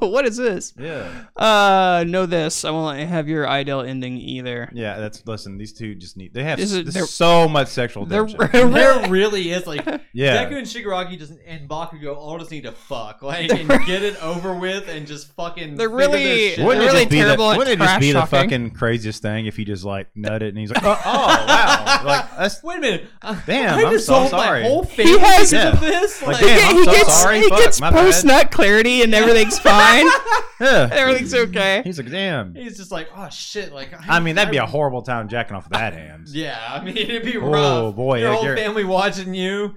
[SPEAKER 3] what is this?
[SPEAKER 4] yeah.
[SPEAKER 3] Uh, know this. I won't let you have your ideal ending either.
[SPEAKER 4] Yeah, that's listen. These two just need. They have
[SPEAKER 3] This is-
[SPEAKER 4] s-
[SPEAKER 3] they're-
[SPEAKER 4] so much sexual
[SPEAKER 3] They're
[SPEAKER 4] tension.
[SPEAKER 1] There really is like
[SPEAKER 4] Yeah.
[SPEAKER 1] Deku and Shigaraki just and Bakugo all just need to fuck like and get it over with and just fucking.
[SPEAKER 3] They're
[SPEAKER 1] figure
[SPEAKER 3] really-
[SPEAKER 1] this shit
[SPEAKER 3] Wouldn't
[SPEAKER 1] out.
[SPEAKER 3] it really
[SPEAKER 4] just be
[SPEAKER 3] terrible at
[SPEAKER 4] the, wouldn't it just be the
[SPEAKER 3] trash talking?
[SPEAKER 4] fucking craziest thing if you just like nut it and he's like, oh, oh wow, like that's
[SPEAKER 1] Wait a minute. I-
[SPEAKER 4] Damn,
[SPEAKER 1] I
[SPEAKER 4] I'm
[SPEAKER 1] just
[SPEAKER 4] so
[SPEAKER 1] sold
[SPEAKER 4] sorry.
[SPEAKER 1] my whole family he has,
[SPEAKER 3] has-
[SPEAKER 1] because of
[SPEAKER 4] Yeah.
[SPEAKER 1] this. Like,
[SPEAKER 4] Like, damn,
[SPEAKER 3] Yeah,
[SPEAKER 4] I'm
[SPEAKER 3] he
[SPEAKER 4] so
[SPEAKER 3] gets
[SPEAKER 4] sorry.
[SPEAKER 3] he
[SPEAKER 4] Fuck,
[SPEAKER 3] gets
[SPEAKER 4] my bad.
[SPEAKER 3] post nut clarity and everything's fine.
[SPEAKER 4] yeah.
[SPEAKER 3] everything's okay.
[SPEAKER 4] He's like, damn.
[SPEAKER 1] he's just like, oh shit. Like,
[SPEAKER 4] I mean, that'd be a horrible time jacking off that hand.
[SPEAKER 1] Yeah, I mean, it'd be
[SPEAKER 4] Oh,
[SPEAKER 1] rough.
[SPEAKER 4] boy,
[SPEAKER 1] your
[SPEAKER 4] like,
[SPEAKER 1] whole
[SPEAKER 4] you're-
[SPEAKER 1] family watching you,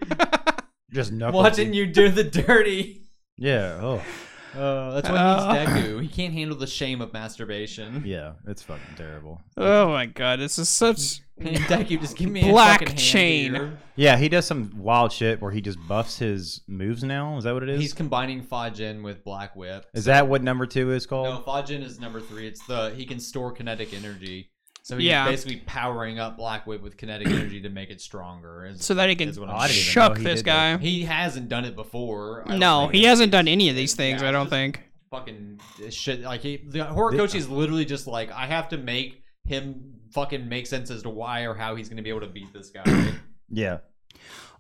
[SPEAKER 4] Just knuckles.
[SPEAKER 1] watching you do the dirty.
[SPEAKER 4] Yeah. Oh.
[SPEAKER 1] Uh, that's
[SPEAKER 3] Uh.
[SPEAKER 1] why he's Deku. He can't handle the shame of masturbation.
[SPEAKER 4] Yeah. It's fucking terrible.
[SPEAKER 3] Oh my god, this is such.
[SPEAKER 1] And Deku, just give me
[SPEAKER 3] Black
[SPEAKER 1] a fucking hand
[SPEAKER 3] chain.
[SPEAKER 1] here.
[SPEAKER 4] Yeah, he does some wild shit where he just buffs his moves now. Is that what it is?
[SPEAKER 1] He's combining Fajin with Black Whip.
[SPEAKER 4] is that what number two is called?
[SPEAKER 1] No, Fajin is number three. It's the he can store kinetic energy. So he's
[SPEAKER 3] Yeah.
[SPEAKER 1] basically powering up Black Whip with kinetic energy to make it stronger. is-
[SPEAKER 3] So that he can
[SPEAKER 1] is what
[SPEAKER 4] I
[SPEAKER 1] I'm
[SPEAKER 4] didn't even
[SPEAKER 3] chuck
[SPEAKER 4] know he
[SPEAKER 3] this
[SPEAKER 4] did that.
[SPEAKER 3] guy.
[SPEAKER 1] he hasn't done it before. I don't
[SPEAKER 3] No,
[SPEAKER 1] think.
[SPEAKER 3] he hasn't done any of these things.
[SPEAKER 1] Yeah,
[SPEAKER 3] I don't
[SPEAKER 1] just-
[SPEAKER 3] think.
[SPEAKER 1] fucking shit. Like he, the Horikoshi is literally just like, I have to make him fucking make sense as to why or how he's gonna be able to beat this guy.
[SPEAKER 4] Yeah.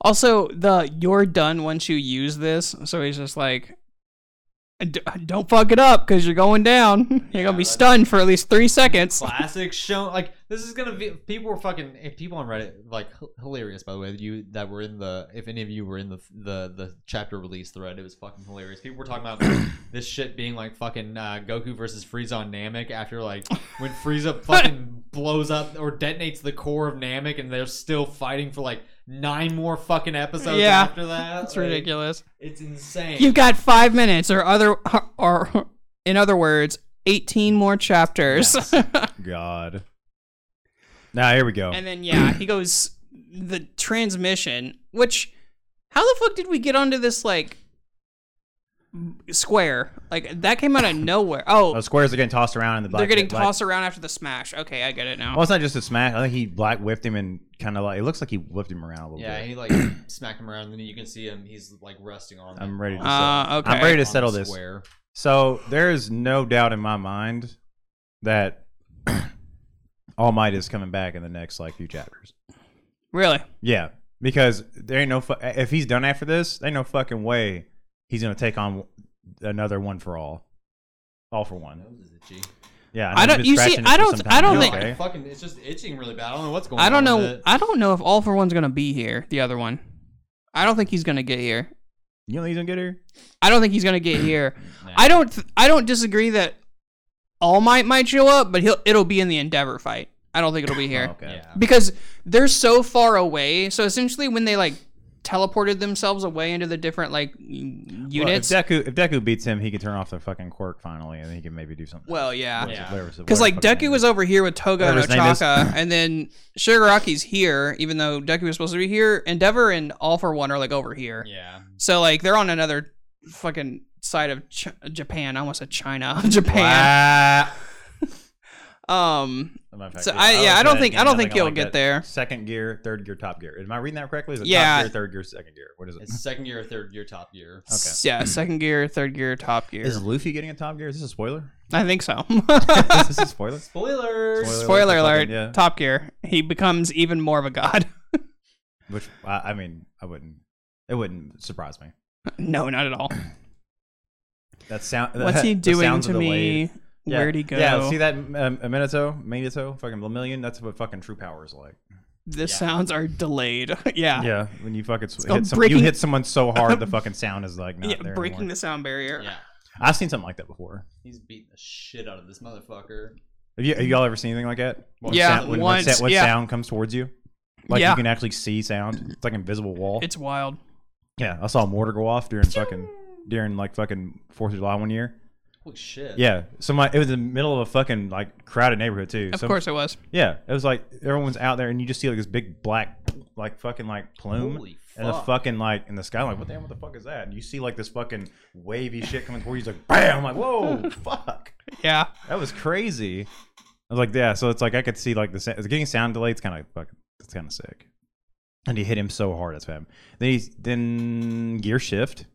[SPEAKER 3] Also, the you're done once you use this. So he's just like, "D- don't fuck it up because you're going down. You're
[SPEAKER 1] Yeah,
[SPEAKER 3] gonna be
[SPEAKER 1] that's-
[SPEAKER 3] stunned for at least three seconds.
[SPEAKER 1] Classic show. Like this is gonna be. People were fucking. eh, People on Reddit like h- hilarious. By the way, you that were in the. If any of you were in the the the chapter release thread, it was fucking hilarious. People were talking about this shit being like fucking uh, Goku versus Frieza on Namek after like when Frieza fucking blows up or detonates the core of Namek, and they're still fighting for like nine more fucking episodes
[SPEAKER 3] Yeah.
[SPEAKER 1] after that.
[SPEAKER 3] That's
[SPEAKER 1] Like,
[SPEAKER 3] ridiculous.
[SPEAKER 1] It's insane.
[SPEAKER 3] You've got five minutes, or other, or in other words, eighteen more chapters.
[SPEAKER 4] God. Now here we go.
[SPEAKER 3] and then yeah, he goes the transmission. Which, how the fuck did we get onto this like square? Like that came out of nowhere.
[SPEAKER 4] Oh,
[SPEAKER 3] Oh,
[SPEAKER 4] squares are getting tossed around in the black.
[SPEAKER 3] they're getting
[SPEAKER 4] like-
[SPEAKER 3] tossed around after the smash. Okay, I get it now.
[SPEAKER 4] Well, it's not just a smash. I think he black whipped him and kind of like it looks like he whipped him around a little
[SPEAKER 1] Yeah,
[SPEAKER 4] bit.
[SPEAKER 1] he like smacked him around, and then you can see him. He's like resting on.
[SPEAKER 4] I'm ready to
[SPEAKER 1] on-
[SPEAKER 3] Uh, okay.
[SPEAKER 4] I'm ready
[SPEAKER 1] on
[SPEAKER 4] to
[SPEAKER 1] the
[SPEAKER 4] settle this.
[SPEAKER 1] square.
[SPEAKER 4] So there is no doubt in my mind that All Might is coming back in the next like few chapters.
[SPEAKER 3] Really?
[SPEAKER 4] Yeah, because there ain't no fu- if he's done after this, there ain't no fucking way he's gonna take on another one for all, all for one.
[SPEAKER 1] Nose is itchy.
[SPEAKER 4] Yeah,
[SPEAKER 3] I
[SPEAKER 4] know you've been
[SPEAKER 3] don't- you see,
[SPEAKER 4] scratching it
[SPEAKER 3] I
[SPEAKER 4] for
[SPEAKER 3] don't-
[SPEAKER 4] some
[SPEAKER 3] I
[SPEAKER 4] time.
[SPEAKER 3] don't
[SPEAKER 4] You
[SPEAKER 1] No,
[SPEAKER 3] think-
[SPEAKER 1] I
[SPEAKER 4] okay?
[SPEAKER 1] fucking, it's just itching really bad. I don't know what's going on.
[SPEAKER 3] I don't
[SPEAKER 1] with
[SPEAKER 3] know.
[SPEAKER 1] it.
[SPEAKER 3] I don't know if all for one's gonna be here. The other one, I don't think he's gonna get here.
[SPEAKER 2] You know he's gonna get here.
[SPEAKER 3] I don't think he's gonna get here.
[SPEAKER 1] Nah.
[SPEAKER 3] I don't. th- I don't disagree that All Might might show up, but he'll. It'll be in the Endeavor fight. I don't think it'll be here
[SPEAKER 4] Oh,
[SPEAKER 2] Okay.
[SPEAKER 1] Yeah.
[SPEAKER 3] because they're so far away. So essentially, when they like teleported themselves away into the different like y- units. Well,
[SPEAKER 2] Well, if Deku if Deku beats him, he can turn off the fucking quirk finally, and he can maybe do something.
[SPEAKER 3] yeah.
[SPEAKER 1] Yeah.
[SPEAKER 3] Because like Deku was over here with Toga and
[SPEAKER 2] Whatever his name is.
[SPEAKER 3] Ochaka, and then Shigaraki's here, even though Deku was supposed to be here. Endeavor and All for One are like over here,
[SPEAKER 1] Yeah.
[SPEAKER 3] so like they're on another fucking side of Ch- Japan. I almost said China, Japan.
[SPEAKER 4] Wow.
[SPEAKER 3] Um, So I- yeah, I don't think- I don't think he'll get there.
[SPEAKER 4] Second gear, third gear, top gear. Am I reading that correctly? Is it
[SPEAKER 3] Yeah.
[SPEAKER 4] top gear, third gear, second gear? What is it?
[SPEAKER 1] It's second year, third year, top year.
[SPEAKER 3] s- yeah, second gear, third gear, top gear.
[SPEAKER 4] Is Luffy getting a top gear? Is this a spoiler?
[SPEAKER 3] I think so.
[SPEAKER 4] is this a spoiler?
[SPEAKER 1] Spoilers.
[SPEAKER 4] Spoiler.
[SPEAKER 3] Spoiler
[SPEAKER 4] for
[SPEAKER 3] alert:
[SPEAKER 4] fucking- yeah.
[SPEAKER 3] Top Gear. He becomes even more of a god.
[SPEAKER 4] Which I, I mean, I wouldn't. It wouldn't surprise me.
[SPEAKER 3] no, not at all.
[SPEAKER 4] That sound.
[SPEAKER 3] What's he
[SPEAKER 4] the
[SPEAKER 3] doing
[SPEAKER 4] sounds
[SPEAKER 3] to
[SPEAKER 4] are delayed.
[SPEAKER 3] me?
[SPEAKER 4] Yeah.
[SPEAKER 3] Where'd he go?
[SPEAKER 4] Yeah, see that um, Minato, Minato, fucking Lamillion. That's what fucking true power is like.
[SPEAKER 3] the sounds are delayed. yeah.
[SPEAKER 4] Yeah, when you fucking sw-
[SPEAKER 3] called
[SPEAKER 4] hit some,
[SPEAKER 3] breaking-
[SPEAKER 4] you hit someone so hard, the fucking sound is like not
[SPEAKER 3] Yeah,
[SPEAKER 4] there
[SPEAKER 3] breaking
[SPEAKER 4] anymore.
[SPEAKER 3] the sound barrier.
[SPEAKER 1] Yeah.
[SPEAKER 4] I've seen something like that before.
[SPEAKER 1] He's beating the shit out of this motherfucker.
[SPEAKER 4] Have, you, have y'all ever seen anything like that? When
[SPEAKER 3] Yeah,
[SPEAKER 4] sound, when,
[SPEAKER 3] once,
[SPEAKER 4] when, sa- when
[SPEAKER 3] yeah.
[SPEAKER 4] sound comes towards you, like
[SPEAKER 3] Yeah.
[SPEAKER 4] you can actually see sound. It's like an invisible wall.
[SPEAKER 3] It's wild.
[SPEAKER 4] yeah, I saw a mortar go off during fucking during like fucking Fourth of July one year.
[SPEAKER 1] Holy shit.
[SPEAKER 4] Yeah, somebody. It was in the middle of a fucking like crowded neighborhood too.
[SPEAKER 3] Of
[SPEAKER 4] Some-
[SPEAKER 3] course it was.
[SPEAKER 4] Yeah, it was like everyone's out there, and you just see like this big black, like fucking like plume,
[SPEAKER 1] Holy
[SPEAKER 4] and the
[SPEAKER 1] fuck.
[SPEAKER 4] fucking like in the sky, like what the hell, what the fuck is that? And you see like this fucking wavy shit coming towards you, it's like bam, I'm like whoa, fuck,
[SPEAKER 3] Yeah.
[SPEAKER 4] that was crazy. I was like, yeah, so it's like I could see like the sa- getting sound delayed. It's kind of fucking, it's kind of sick. And he hit him so hard, that's what happened. Then he's then gear shift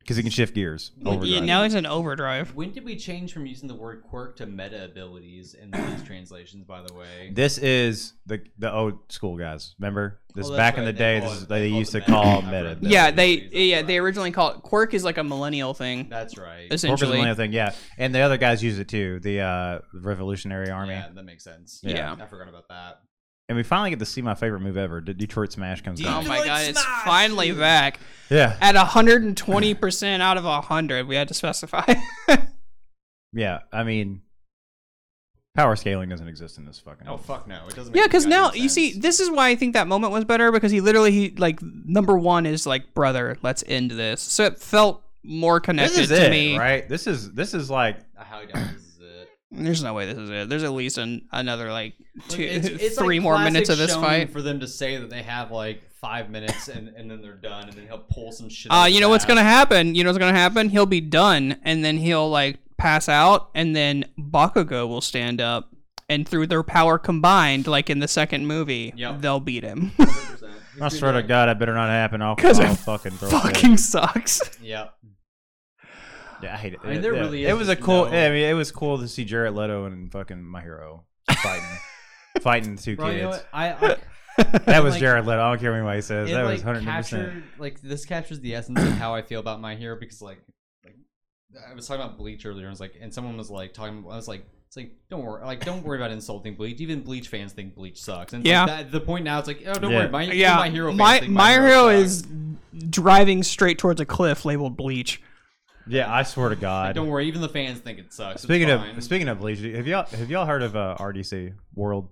[SPEAKER 4] because he can shift gears.
[SPEAKER 3] Yeah,
[SPEAKER 4] Overdrive.
[SPEAKER 3] now he's in overdrive.
[SPEAKER 1] When did we change from using the word quirk to meta abilities in these translations, by the way?
[SPEAKER 4] This is the the old school guys. Remember this
[SPEAKER 1] Well, Oh, that's
[SPEAKER 4] back in
[SPEAKER 1] what they
[SPEAKER 4] the day.
[SPEAKER 1] call
[SPEAKER 4] This
[SPEAKER 1] it.
[SPEAKER 4] is,
[SPEAKER 1] They
[SPEAKER 4] they
[SPEAKER 1] call it
[SPEAKER 4] used
[SPEAKER 1] the
[SPEAKER 4] to call
[SPEAKER 1] meta.
[SPEAKER 4] meta.
[SPEAKER 1] I've read
[SPEAKER 4] Yeah,
[SPEAKER 1] that.
[SPEAKER 3] Yeah,
[SPEAKER 1] That's
[SPEAKER 3] they
[SPEAKER 1] right.
[SPEAKER 3] yeah, they originally called it quirk is like a millennial thing.
[SPEAKER 1] That's right.
[SPEAKER 4] Orca's
[SPEAKER 3] Essentially.
[SPEAKER 4] another thing. Yeah, and the other guys use it too. The uh, Revolutionary Army.
[SPEAKER 1] Yeah, that makes sense.
[SPEAKER 3] Yeah.
[SPEAKER 1] I forgot about that.
[SPEAKER 4] And we finally get to see my favorite move ever. The Detroit Smash comes
[SPEAKER 3] Oh
[SPEAKER 4] down.
[SPEAKER 3] my god, it's finally back.
[SPEAKER 4] Yeah,
[SPEAKER 3] At 120% out of 100, we had to specify.
[SPEAKER 4] yeah. I mean, power scaling doesn't exist in this fucking.
[SPEAKER 1] Oh fuck no, it doesn't. Make
[SPEAKER 3] Yeah,
[SPEAKER 1] any
[SPEAKER 3] because now
[SPEAKER 1] goddamn
[SPEAKER 3] you see,
[SPEAKER 1] sense.
[SPEAKER 3] this is why I think that moment was better because he literally he like number one is like brother, let's end this. So it felt more
[SPEAKER 4] This
[SPEAKER 3] connected
[SPEAKER 4] is
[SPEAKER 3] to
[SPEAKER 4] it,
[SPEAKER 3] me.
[SPEAKER 4] right? This is this is like
[SPEAKER 1] I highly doubt this is it.
[SPEAKER 3] There's no way this is it. There's at least an, another like two,
[SPEAKER 1] It's- it's
[SPEAKER 3] three
[SPEAKER 1] like
[SPEAKER 3] more
[SPEAKER 1] classic
[SPEAKER 3] minutes of this
[SPEAKER 1] Shonen
[SPEAKER 3] fight.
[SPEAKER 1] for them to say that they have like five minutes and, and then they're done, and then he'll pull some shit. out
[SPEAKER 3] Uh,
[SPEAKER 1] of
[SPEAKER 3] you
[SPEAKER 1] his
[SPEAKER 3] know what's
[SPEAKER 1] ass.
[SPEAKER 3] gonna happen? You know what's gonna happen? He'll be done, and then he'll like pass out, and then Bakugo will stand up, and through their power combined, like in the second movie,
[SPEAKER 1] Yep.
[SPEAKER 3] they'll beat him.
[SPEAKER 1] 100%. He's
[SPEAKER 4] I swear to
[SPEAKER 1] gonna be
[SPEAKER 4] God, that better not happen. I'll,
[SPEAKER 3] 'Cause
[SPEAKER 4] I'll
[SPEAKER 3] it
[SPEAKER 4] fucking throw a fit.
[SPEAKER 3] Fucking sucks.
[SPEAKER 1] like, Yep.
[SPEAKER 4] Yeah, I hate it.
[SPEAKER 1] I mean,
[SPEAKER 4] It-
[SPEAKER 1] there
[SPEAKER 4] yeah.
[SPEAKER 1] really
[SPEAKER 4] It
[SPEAKER 1] is
[SPEAKER 4] was a
[SPEAKER 1] just
[SPEAKER 4] cool.
[SPEAKER 1] no-
[SPEAKER 4] yeah, I mean, it was cool to see Jared Leto and fucking my hero fighting, fighting the two
[SPEAKER 1] Bro,
[SPEAKER 4] kids.
[SPEAKER 1] you know what? I, I
[SPEAKER 4] that was
[SPEAKER 1] Like-
[SPEAKER 4] Jared Leto. I don't care what anybody says.
[SPEAKER 1] it
[SPEAKER 4] That
[SPEAKER 1] like
[SPEAKER 4] was hundred percent.
[SPEAKER 1] captured like this captures the essence of how I feel about my hero because like like I was talking about Bleach earlier and I was like and someone was like talking I was like it's like don't worry like don't worry about insulting Bleach even Bleach fans think Bleach sucks and it's
[SPEAKER 3] Yeah.
[SPEAKER 1] like that, the point now it's like oh don't
[SPEAKER 4] Yeah.
[SPEAKER 1] worry my even
[SPEAKER 3] yeah,
[SPEAKER 1] my hero fans
[SPEAKER 3] my,
[SPEAKER 1] think
[SPEAKER 3] my
[SPEAKER 1] my
[SPEAKER 3] hero
[SPEAKER 1] sucks.
[SPEAKER 3] is driving straight towards a cliff labeled bleach.
[SPEAKER 4] Yeah, I swear to
[SPEAKER 1] Like,
[SPEAKER 4] God.
[SPEAKER 1] don't worry even the fans think it sucks
[SPEAKER 4] Speaking
[SPEAKER 1] it's
[SPEAKER 4] of
[SPEAKER 1] fine.
[SPEAKER 4] speaking of Bleach, have y'all have y'all heard of uh, RDC World?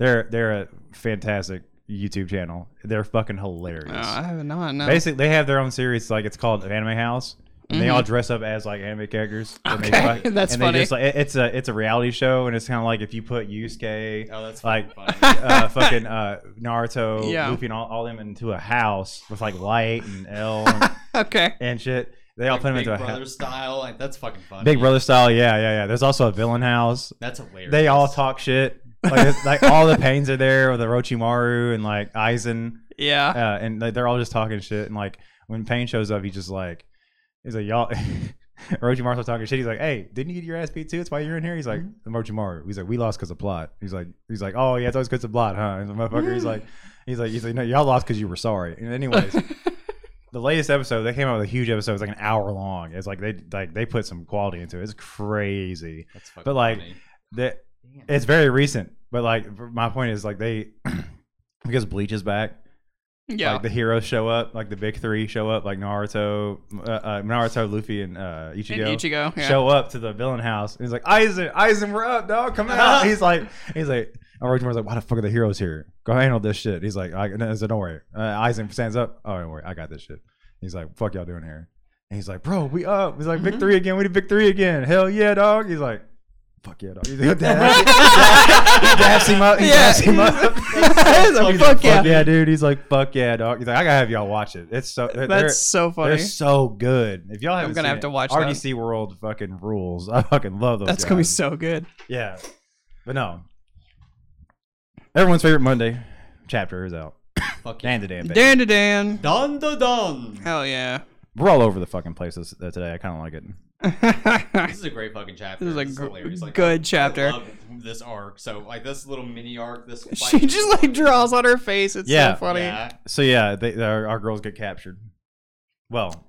[SPEAKER 4] They're they're a fantastic YouTube channel. They're fucking hilarious.
[SPEAKER 3] Uh, I have not. No.
[SPEAKER 4] Basically, they have their own series. Like it's called Anime House. And they all dress up as like anime characters. and they
[SPEAKER 3] Okay, that's
[SPEAKER 4] and
[SPEAKER 3] funny.
[SPEAKER 4] They just, like, it- it's a it's a reality show, and it's kind of like if you put Yusuke,
[SPEAKER 1] oh that's
[SPEAKER 4] like
[SPEAKER 1] fucking funny.
[SPEAKER 4] uh, fucking uh, Naruto,
[SPEAKER 3] Yeah.
[SPEAKER 4] Luffy, and all, all them into a house with like Light and L and,
[SPEAKER 3] okay.
[SPEAKER 4] and shit. They all
[SPEAKER 1] Like,
[SPEAKER 4] put them
[SPEAKER 1] Big
[SPEAKER 4] into a
[SPEAKER 1] Brother
[SPEAKER 4] house.
[SPEAKER 1] style like that's fucking funny
[SPEAKER 4] Big Brother style, yeah, yeah, yeah. There's also a villain house.
[SPEAKER 1] that's hilarious
[SPEAKER 4] They all talk shit. Like, it's- like all the pains are there with Orochimaru and like Aizen,
[SPEAKER 3] Yeah.
[SPEAKER 4] uh, and like, they're all just talking shit. And like when Pain shows up, he's just like, he's like y'all. Orochimaru's talking shit. He's like, hey, didn't you get your ass beat too? That's why you're in here. He's like, Orochimaru. He's like, we lost because of plot. He's like, he's like, oh yeah, it's always because of plot, huh? And the motherfucker. He's like, he's like, he's like, no, y'all lost because you were sorry. And anyways. The latest episode, they came out with a huge episode. It was like an hour long. It's like they like they put some quality into it. It's crazy
[SPEAKER 1] that's fucking
[SPEAKER 4] but, like,
[SPEAKER 1] funny.
[SPEAKER 4] that it's very recent but like my point is like they because bleach is back
[SPEAKER 3] Yeah.
[SPEAKER 4] Like the heroes show up, like the big three show up, like Naruto, uh, uh, Naruto, Luffy, and uh, Ichigo.
[SPEAKER 3] And Ichigo, yeah.
[SPEAKER 4] show up to the villain house. And he's like, Aizen, Aizen, we're up, dog, come out. he's like, he's like, Orochimaru's like, why the fuck are the heroes here? Go handle this shit. He's like, I, no, so don't worry. Uh, Aizen stands up. Oh, don't worry, I got this shit. He's like, fuck y'all doing here? And he's like, bro, we up. He's
[SPEAKER 3] Mm-hmm.
[SPEAKER 4] like, victory again. We did victory again. Hell yeah, dog. He's like. Fuck yeah, dog. He's like, dab, he dabs him up. He
[SPEAKER 3] Yeah.
[SPEAKER 4] dabs him up.
[SPEAKER 3] He's like,
[SPEAKER 4] He's
[SPEAKER 3] fuck
[SPEAKER 4] like,
[SPEAKER 3] yeah.
[SPEAKER 4] dude. He's like, fuck yeah, dog. He's like, I gotta have y'all watch it. It's so they're, they're-
[SPEAKER 3] That's so funny.
[SPEAKER 4] they're so good. If y'all haven't
[SPEAKER 3] gonna
[SPEAKER 4] seen
[SPEAKER 3] have
[SPEAKER 4] it,
[SPEAKER 3] to watch that.
[SPEAKER 4] RDC World fucking rules. I fucking love those.
[SPEAKER 3] That's gonna be
[SPEAKER 4] guys.
[SPEAKER 3] so good.
[SPEAKER 4] yeah, but no. Everyone's favorite Monday chapter is out.
[SPEAKER 1] Fuck yeah.
[SPEAKER 4] Dan to Dan, baby.
[SPEAKER 3] Dan to Dan.
[SPEAKER 1] Dun da dun.
[SPEAKER 3] Hell yeah.
[SPEAKER 4] We're all over the fucking place this, uh, today. I kind of like it.
[SPEAKER 3] this
[SPEAKER 1] This is a great fucking chapter.
[SPEAKER 3] is a
[SPEAKER 1] This
[SPEAKER 3] gr-
[SPEAKER 1] hilarious. Like,
[SPEAKER 3] good
[SPEAKER 1] I
[SPEAKER 3] chapter.
[SPEAKER 1] love this arc. So like this little mini arc. This
[SPEAKER 3] She
[SPEAKER 1] fight-
[SPEAKER 3] just like draws on her face. It's
[SPEAKER 4] Yeah.
[SPEAKER 3] so funny.
[SPEAKER 1] Yeah.
[SPEAKER 4] So yeah, they, our, our girls get captured. Well,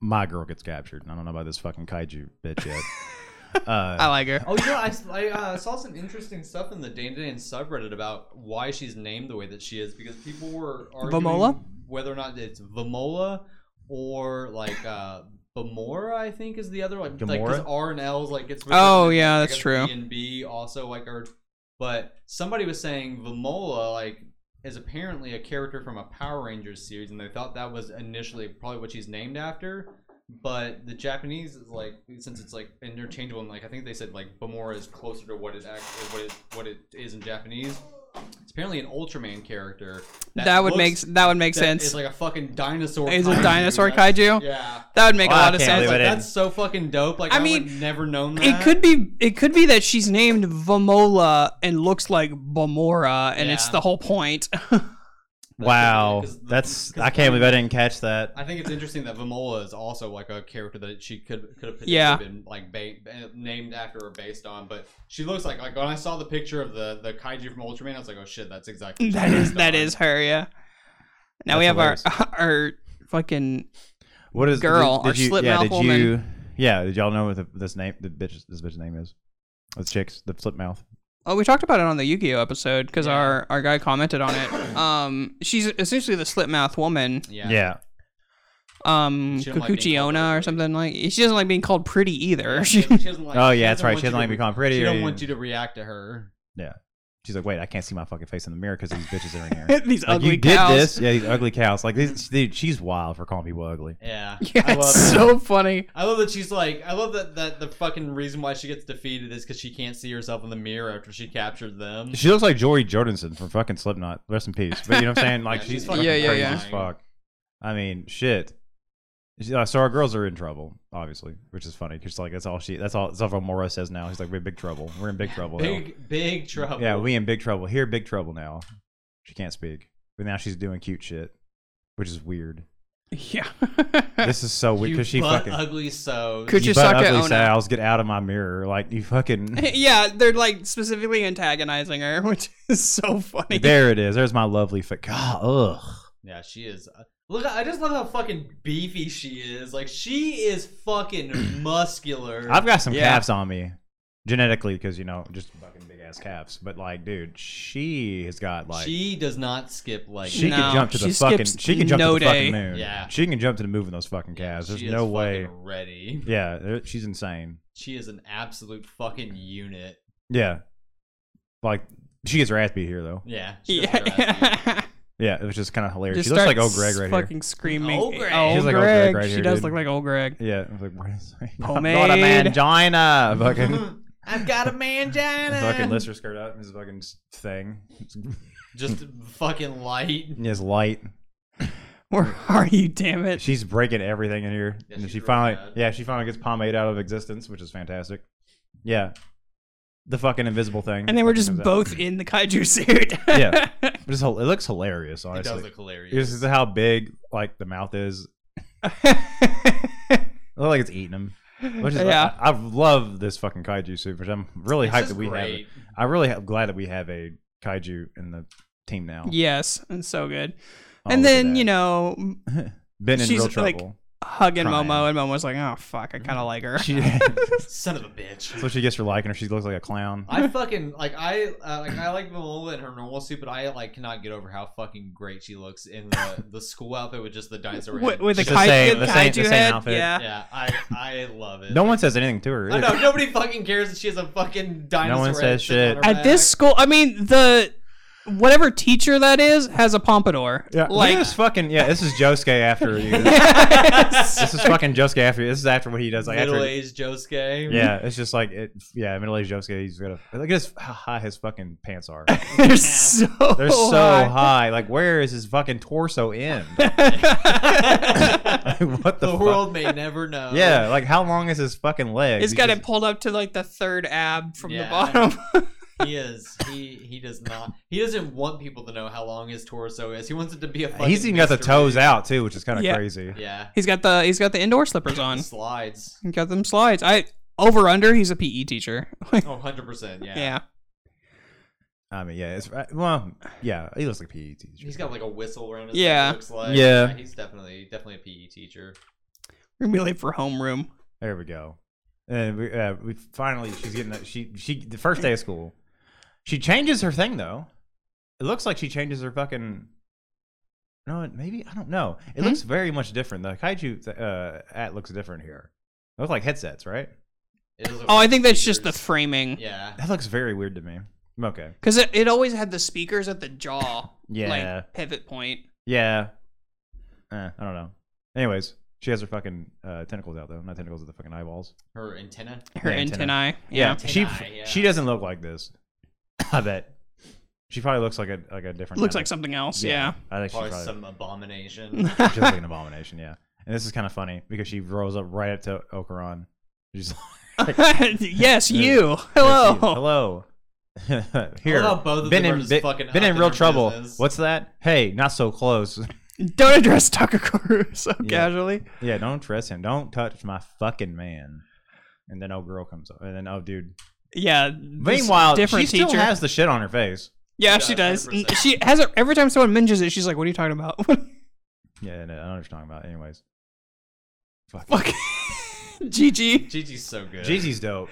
[SPEAKER 4] my girl gets captured. I don't know about this fucking kaiju bitch yet. uh,
[SPEAKER 3] I like her.
[SPEAKER 1] Oh, you know, I, I uh, saw some interesting stuff in the Dan Dan subreddit about why she's named the way that she is because people were arguing
[SPEAKER 3] Vamola?
[SPEAKER 1] whether or not it's Vamola or like uh, Bamora, I think is the other one. Like, because
[SPEAKER 4] Gamora?
[SPEAKER 1] R and L's like it's.
[SPEAKER 3] Oh, yeah, that's true.
[SPEAKER 1] B and B also like are, but somebody was saying Vamola like is apparently a character from a Power Rangers series, and they thought that was initially probably what she's named after. But the Japanese is like since it's like interchangeable, and like I think they said like Bamora is closer to what it actually what it what it is in Japanese. It's apparently an Ultraman character.
[SPEAKER 3] That, would make
[SPEAKER 1] looks-
[SPEAKER 3] that would make
[SPEAKER 1] that
[SPEAKER 3] sense.
[SPEAKER 1] Is like a fucking dinosaur.
[SPEAKER 3] Is a
[SPEAKER 1] kaiju.
[SPEAKER 3] dinosaur
[SPEAKER 1] That's-
[SPEAKER 3] kaiju?
[SPEAKER 1] Yeah.
[SPEAKER 3] that would make
[SPEAKER 4] Oh,
[SPEAKER 3] a
[SPEAKER 4] I
[SPEAKER 3] lot
[SPEAKER 4] can't
[SPEAKER 3] of
[SPEAKER 1] That's,
[SPEAKER 3] sense.
[SPEAKER 4] believe
[SPEAKER 1] like,
[SPEAKER 4] it in.
[SPEAKER 1] that's so fucking dope. Like
[SPEAKER 3] I
[SPEAKER 1] I,
[SPEAKER 3] mean,
[SPEAKER 1] would never known that.
[SPEAKER 3] It could be it could be that she's named Vamola and looks like Bomora, and it's
[SPEAKER 1] Yeah.
[SPEAKER 3] the whole point.
[SPEAKER 4] wow,
[SPEAKER 1] Because the-
[SPEAKER 4] that's
[SPEAKER 1] because
[SPEAKER 4] I can't
[SPEAKER 1] the-
[SPEAKER 4] believe I didn't catch that.
[SPEAKER 1] I think it's interesting that Vamola is also like a character that she could could have potentially
[SPEAKER 3] Yeah.
[SPEAKER 1] been like ba- named after or based on, but she looks like like when I saw the picture of the the kaiju from Ultraman, I was like, oh shit, that's exactly what
[SPEAKER 3] that
[SPEAKER 1] she's
[SPEAKER 3] is
[SPEAKER 1] based
[SPEAKER 3] that
[SPEAKER 1] on.
[SPEAKER 3] is her, yeah. Now we have
[SPEAKER 4] That's
[SPEAKER 3] our our fucking
[SPEAKER 4] What is
[SPEAKER 3] girl, our Slipknot
[SPEAKER 4] did
[SPEAKER 3] woman.
[SPEAKER 4] you? Yeah, did y'all know what the, this name, the bitch, this bitch's name is? This chick's the slip mouth.
[SPEAKER 3] Oh, we talked about it on the Yu-Gi-Oh episode because our, our guy commented on it. Um, she's essentially the slit mouth woman,
[SPEAKER 1] yeah.
[SPEAKER 4] Yeah.
[SPEAKER 3] um,
[SPEAKER 1] She don't like being called
[SPEAKER 3] Kikuchiona or
[SPEAKER 1] ugly.
[SPEAKER 3] something like. She doesn't like being called pretty either.
[SPEAKER 1] She,
[SPEAKER 3] She,
[SPEAKER 1] she doesn't like.
[SPEAKER 4] oh
[SPEAKER 1] she
[SPEAKER 4] yeah, that's
[SPEAKER 1] doesn't want
[SPEAKER 4] right. She
[SPEAKER 1] you to
[SPEAKER 4] doesn't like me
[SPEAKER 1] re-
[SPEAKER 4] calling pretty.
[SPEAKER 1] She
[SPEAKER 4] or-
[SPEAKER 1] don't want you to react to her.
[SPEAKER 4] She's like, wait, I can't see my fucking face in the mirror because these bitches are in here.
[SPEAKER 3] These
[SPEAKER 4] like,
[SPEAKER 3] ugly
[SPEAKER 4] you did
[SPEAKER 3] cows.
[SPEAKER 4] this, yeah, these ugly cows. Like, these, dude, she's wild for calling people ugly.
[SPEAKER 1] Yeah.
[SPEAKER 3] Yeah,
[SPEAKER 1] I love
[SPEAKER 3] it's
[SPEAKER 1] that.
[SPEAKER 3] so funny.
[SPEAKER 1] I love that she's like. I love that that the fucking reason why she gets defeated is because she can't see herself in the mirror after she captured them.
[SPEAKER 4] She looks like Jory Jordanson from fucking Slipknot. Rest in peace. But you know what I'm saying? Like,
[SPEAKER 1] Yeah,
[SPEAKER 4] she's
[SPEAKER 1] she's
[SPEAKER 4] fucking
[SPEAKER 3] Yeah, yeah,
[SPEAKER 4] crazy
[SPEAKER 3] yeah.
[SPEAKER 4] as fuck. I mean, shit. She- uh, So our girls are in trouble, obviously, which is funny because like that's all she, that's all, that's all Mora says now. He's like, we're in big trouble. We're in big trouble. now."
[SPEAKER 1] Big big trouble.
[SPEAKER 4] Yeah, we in big trouble. Here, big trouble now. She can't speak, but now she's doing cute shit, which is weird.
[SPEAKER 3] Yeah.
[SPEAKER 4] This is so weird
[SPEAKER 1] You
[SPEAKER 4] because she
[SPEAKER 1] butt
[SPEAKER 4] fucking.
[SPEAKER 1] ugly so.
[SPEAKER 3] Could-
[SPEAKER 4] you butt
[SPEAKER 3] Kuchisaka
[SPEAKER 4] ugly
[SPEAKER 3] Ono.
[SPEAKER 4] Sal's get out of my mirror. Like you fucking.
[SPEAKER 3] yeah, they're like specifically antagonizing her, which is so funny.
[SPEAKER 4] there it is. There's my lovely fa God, ah, ugh.
[SPEAKER 1] Yeah, she is. uh, Look, I just love how fucking beefy she is. Like she is fucking muscular.
[SPEAKER 4] I've got some
[SPEAKER 3] Yeah.
[SPEAKER 4] calves on me, genetically, because you know, just fucking big ass calves. But like, dude, she has got like. She-
[SPEAKER 1] she does not skip like
[SPEAKER 3] She-
[SPEAKER 4] can
[SPEAKER 3] No,
[SPEAKER 4] jump to the
[SPEAKER 3] she
[SPEAKER 4] fucking.
[SPEAKER 3] skips
[SPEAKER 4] She can jump to
[SPEAKER 3] no
[SPEAKER 4] the fucking
[SPEAKER 3] day.
[SPEAKER 4] moon.
[SPEAKER 1] Yeah.
[SPEAKER 4] She can jump to the moon in those fucking calves. There's
[SPEAKER 1] She is
[SPEAKER 4] no
[SPEAKER 1] fucking
[SPEAKER 4] way.
[SPEAKER 1] Ready.
[SPEAKER 4] Yeah, there- she's insane.
[SPEAKER 1] She is an absolute fucking unit.
[SPEAKER 4] Yeah. Like she gets her ass beat here though.
[SPEAKER 1] Yeah. She does her ass beat.
[SPEAKER 3] Yeah.
[SPEAKER 4] Yeah, which is kind of hilarious.
[SPEAKER 3] Just
[SPEAKER 4] she looks like old
[SPEAKER 3] starts
[SPEAKER 4] Greg right
[SPEAKER 3] fucking screaming.
[SPEAKER 1] Old Greg.
[SPEAKER 3] Oh,
[SPEAKER 4] She's like old Greg
[SPEAKER 3] Greg.
[SPEAKER 4] right
[SPEAKER 3] she
[SPEAKER 4] here,
[SPEAKER 3] does
[SPEAKER 4] dude.
[SPEAKER 3] look like old Greg.
[SPEAKER 4] here. Yeah, I was like, what is that?
[SPEAKER 3] Homemade.
[SPEAKER 4] Not a mangina. Fucking,
[SPEAKER 1] I've got a mangina.
[SPEAKER 4] fucking lifts her skirt up and his fucking thing.
[SPEAKER 1] Just fucking light.
[SPEAKER 4] His light.
[SPEAKER 3] Where are you, damn it?
[SPEAKER 4] She's breaking everything in here,
[SPEAKER 1] Yeah,
[SPEAKER 4] and
[SPEAKER 1] she's
[SPEAKER 4] she
[SPEAKER 1] really
[SPEAKER 4] finally,
[SPEAKER 1] bad.
[SPEAKER 4] yeah, she finally gets pomade out of existence, which is fantastic. Yeah, the fucking invisible thing.
[SPEAKER 3] And they were
[SPEAKER 4] fucking
[SPEAKER 3] just
[SPEAKER 4] comes out.
[SPEAKER 3] both in the kaiju suit.
[SPEAKER 4] Yeah. But it's hil- it looks hilarious,
[SPEAKER 1] It does
[SPEAKER 4] honestly.
[SPEAKER 1] look hilarious.
[SPEAKER 4] This is how big like the mouth is. It looks like it's eating him. Which is, uh,
[SPEAKER 3] Yeah.
[SPEAKER 4] I, I love this fucking kaiju suit, which I'm really
[SPEAKER 1] It's
[SPEAKER 4] hyped
[SPEAKER 1] just
[SPEAKER 4] that we have. It.
[SPEAKER 1] great.
[SPEAKER 4] I really am glad that we have a kaiju in the team now.
[SPEAKER 3] yes, and so good.
[SPEAKER 4] Oh,
[SPEAKER 3] and
[SPEAKER 4] look at
[SPEAKER 3] then
[SPEAKER 4] that.
[SPEAKER 3] you know,
[SPEAKER 4] been in
[SPEAKER 3] she's
[SPEAKER 4] real
[SPEAKER 3] like-
[SPEAKER 4] trouble.
[SPEAKER 3] hugging
[SPEAKER 4] Crying. Mm-hmm.
[SPEAKER 3] Momo, and Momo's like, "Oh fuck, I kind of like her."
[SPEAKER 4] She,
[SPEAKER 1] Son of a bitch.
[SPEAKER 4] so she gets her liking her. She looks like a clown.
[SPEAKER 1] I fucking like I uh, like I like Viola in her normal suit, but I like cannot get over how fucking great she looks in the the school outfit with just the dinosaur
[SPEAKER 3] with,
[SPEAKER 1] head.
[SPEAKER 3] with the,
[SPEAKER 4] It's the
[SPEAKER 3] kai-
[SPEAKER 4] same-
[SPEAKER 3] the
[SPEAKER 4] the same-
[SPEAKER 3] kaiju
[SPEAKER 4] the same
[SPEAKER 3] head.
[SPEAKER 4] outfit.
[SPEAKER 3] Yeah.
[SPEAKER 1] yeah, I I love it.
[SPEAKER 4] No one says anything to her.
[SPEAKER 1] I
[SPEAKER 4] either.
[SPEAKER 1] know nobody fucking cares that she has a fucking dinosaur.
[SPEAKER 4] one
[SPEAKER 1] head
[SPEAKER 4] says
[SPEAKER 1] sitting on
[SPEAKER 4] shit.
[SPEAKER 1] her
[SPEAKER 3] At this
[SPEAKER 1] back.
[SPEAKER 3] school, I mean the whatever teacher that is has a pompadour.
[SPEAKER 4] Yeah,
[SPEAKER 3] Like
[SPEAKER 4] this is fucking yeah. This is Josuke after you. this is fucking Josuke after you. This is after what he does. Like after,
[SPEAKER 1] middle-aged Josuke.
[SPEAKER 4] yeah, it's just like it. Yeah, middle aged Josuke. He's gonna look at his, how high his fucking pants are.
[SPEAKER 3] they're so
[SPEAKER 4] They're
[SPEAKER 1] Oh,
[SPEAKER 4] so
[SPEAKER 3] high.
[SPEAKER 4] high. Like where is his fucking torso end? Like, what the,
[SPEAKER 1] the
[SPEAKER 4] fuck?
[SPEAKER 1] world may never know.
[SPEAKER 4] Yeah, like how long is his fucking leg?
[SPEAKER 3] He's
[SPEAKER 4] He
[SPEAKER 3] got
[SPEAKER 4] just-
[SPEAKER 3] it pulled up to like the third ab from
[SPEAKER 1] Yeah.
[SPEAKER 3] the bottom.
[SPEAKER 1] he is. He he does not. He doesn't want people to know how long his torso is. He wants it to be a. Fucking
[SPEAKER 4] He's even got the
[SPEAKER 1] mystery.
[SPEAKER 4] toes out too, which is kind of
[SPEAKER 3] Yeah.
[SPEAKER 4] crazy.
[SPEAKER 1] Yeah,
[SPEAKER 3] he's got the he's got the indoor slippers on.
[SPEAKER 1] slides.
[SPEAKER 3] He got them slides. I over under. He's a PE teacher. yeah.
[SPEAKER 1] Oh, 100 percent. Yeah.
[SPEAKER 4] I mean, yeah, it's uh, well, yeah, he looks like a E PE teacher.
[SPEAKER 1] he's got like a whistle around his.
[SPEAKER 3] Yeah.
[SPEAKER 1] neck, it looks like.
[SPEAKER 4] Yeah.
[SPEAKER 1] he's definitely definitely a PE teacher.
[SPEAKER 3] we're gonna be late for homeroom.
[SPEAKER 4] There we go. And we, uh, we finally, she's getting that. She she the first day of school, she changes her thing though. It looks like she changes her fucking. No, it- maybe I don't know. It
[SPEAKER 3] Hmm?
[SPEAKER 4] looks very much different. The kaiju th- uh, at looks different here. It looks like headsets, right?
[SPEAKER 1] It doesn't
[SPEAKER 3] Oh, I
[SPEAKER 1] look
[SPEAKER 3] think
[SPEAKER 1] like
[SPEAKER 3] that's just the
[SPEAKER 1] teachers.
[SPEAKER 3] framing.
[SPEAKER 1] Yeah.
[SPEAKER 4] That looks very weird to me. I'm okay.
[SPEAKER 3] Because it, it always had the speakers at the jaw.
[SPEAKER 4] Yeah.
[SPEAKER 3] Like pivot point.
[SPEAKER 4] Yeah. Eh, I don't know. Anyways, she has her fucking uh, tentacles out though. Not tentacles, the fucking eyeballs.
[SPEAKER 1] Her antenna.
[SPEAKER 3] Her
[SPEAKER 4] Yeah, antenna.
[SPEAKER 3] antennae. Yeah.
[SPEAKER 4] she
[SPEAKER 1] Antennae, yeah.
[SPEAKER 4] she doesn't look like this. I bet. She probably looks like a like a different.
[SPEAKER 3] Looks
[SPEAKER 4] kind
[SPEAKER 3] like
[SPEAKER 4] of-
[SPEAKER 3] something else. Yeah.
[SPEAKER 4] I think she
[SPEAKER 1] Probably
[SPEAKER 4] probably
[SPEAKER 1] some abomination.
[SPEAKER 4] she looks like an abomination. Yeah, and this is kind of funny because she rolls up right up to Ocaron. She's like,
[SPEAKER 3] yes,
[SPEAKER 4] Yeah.
[SPEAKER 3] you.
[SPEAKER 4] "Yes,
[SPEAKER 3] Hello.
[SPEAKER 4] you. hello. Here,
[SPEAKER 1] how both of
[SPEAKER 4] been
[SPEAKER 1] them are
[SPEAKER 4] in
[SPEAKER 1] just
[SPEAKER 4] bi-
[SPEAKER 1] fucking
[SPEAKER 4] been
[SPEAKER 1] up
[SPEAKER 4] in
[SPEAKER 1] in
[SPEAKER 4] real
[SPEAKER 1] her
[SPEAKER 4] trouble.
[SPEAKER 1] business.
[SPEAKER 4] What's that? Hey, not so close.
[SPEAKER 3] Don't address Takakuru so
[SPEAKER 4] Yeah.
[SPEAKER 3] casually.
[SPEAKER 4] yeah, don't trust him. Don't touch my fucking man. And then old girl comes up, and then oh dude.
[SPEAKER 3] Yeah. this
[SPEAKER 4] Meanwhile,
[SPEAKER 3] different
[SPEAKER 4] she still
[SPEAKER 3] teacher.
[SPEAKER 4] has the shit on her face.
[SPEAKER 3] yeah,
[SPEAKER 1] She
[SPEAKER 3] she
[SPEAKER 1] does,
[SPEAKER 3] does.
[SPEAKER 1] 100%.
[SPEAKER 3] She has it every time someone mentions it. She's like, "What are you talking about?"
[SPEAKER 4] Yeah, no, I don't know what you're talking about. Anyways, fuck.
[SPEAKER 3] Fuck. Gigi.
[SPEAKER 1] Gigi's so good.
[SPEAKER 4] Jeezy's dope.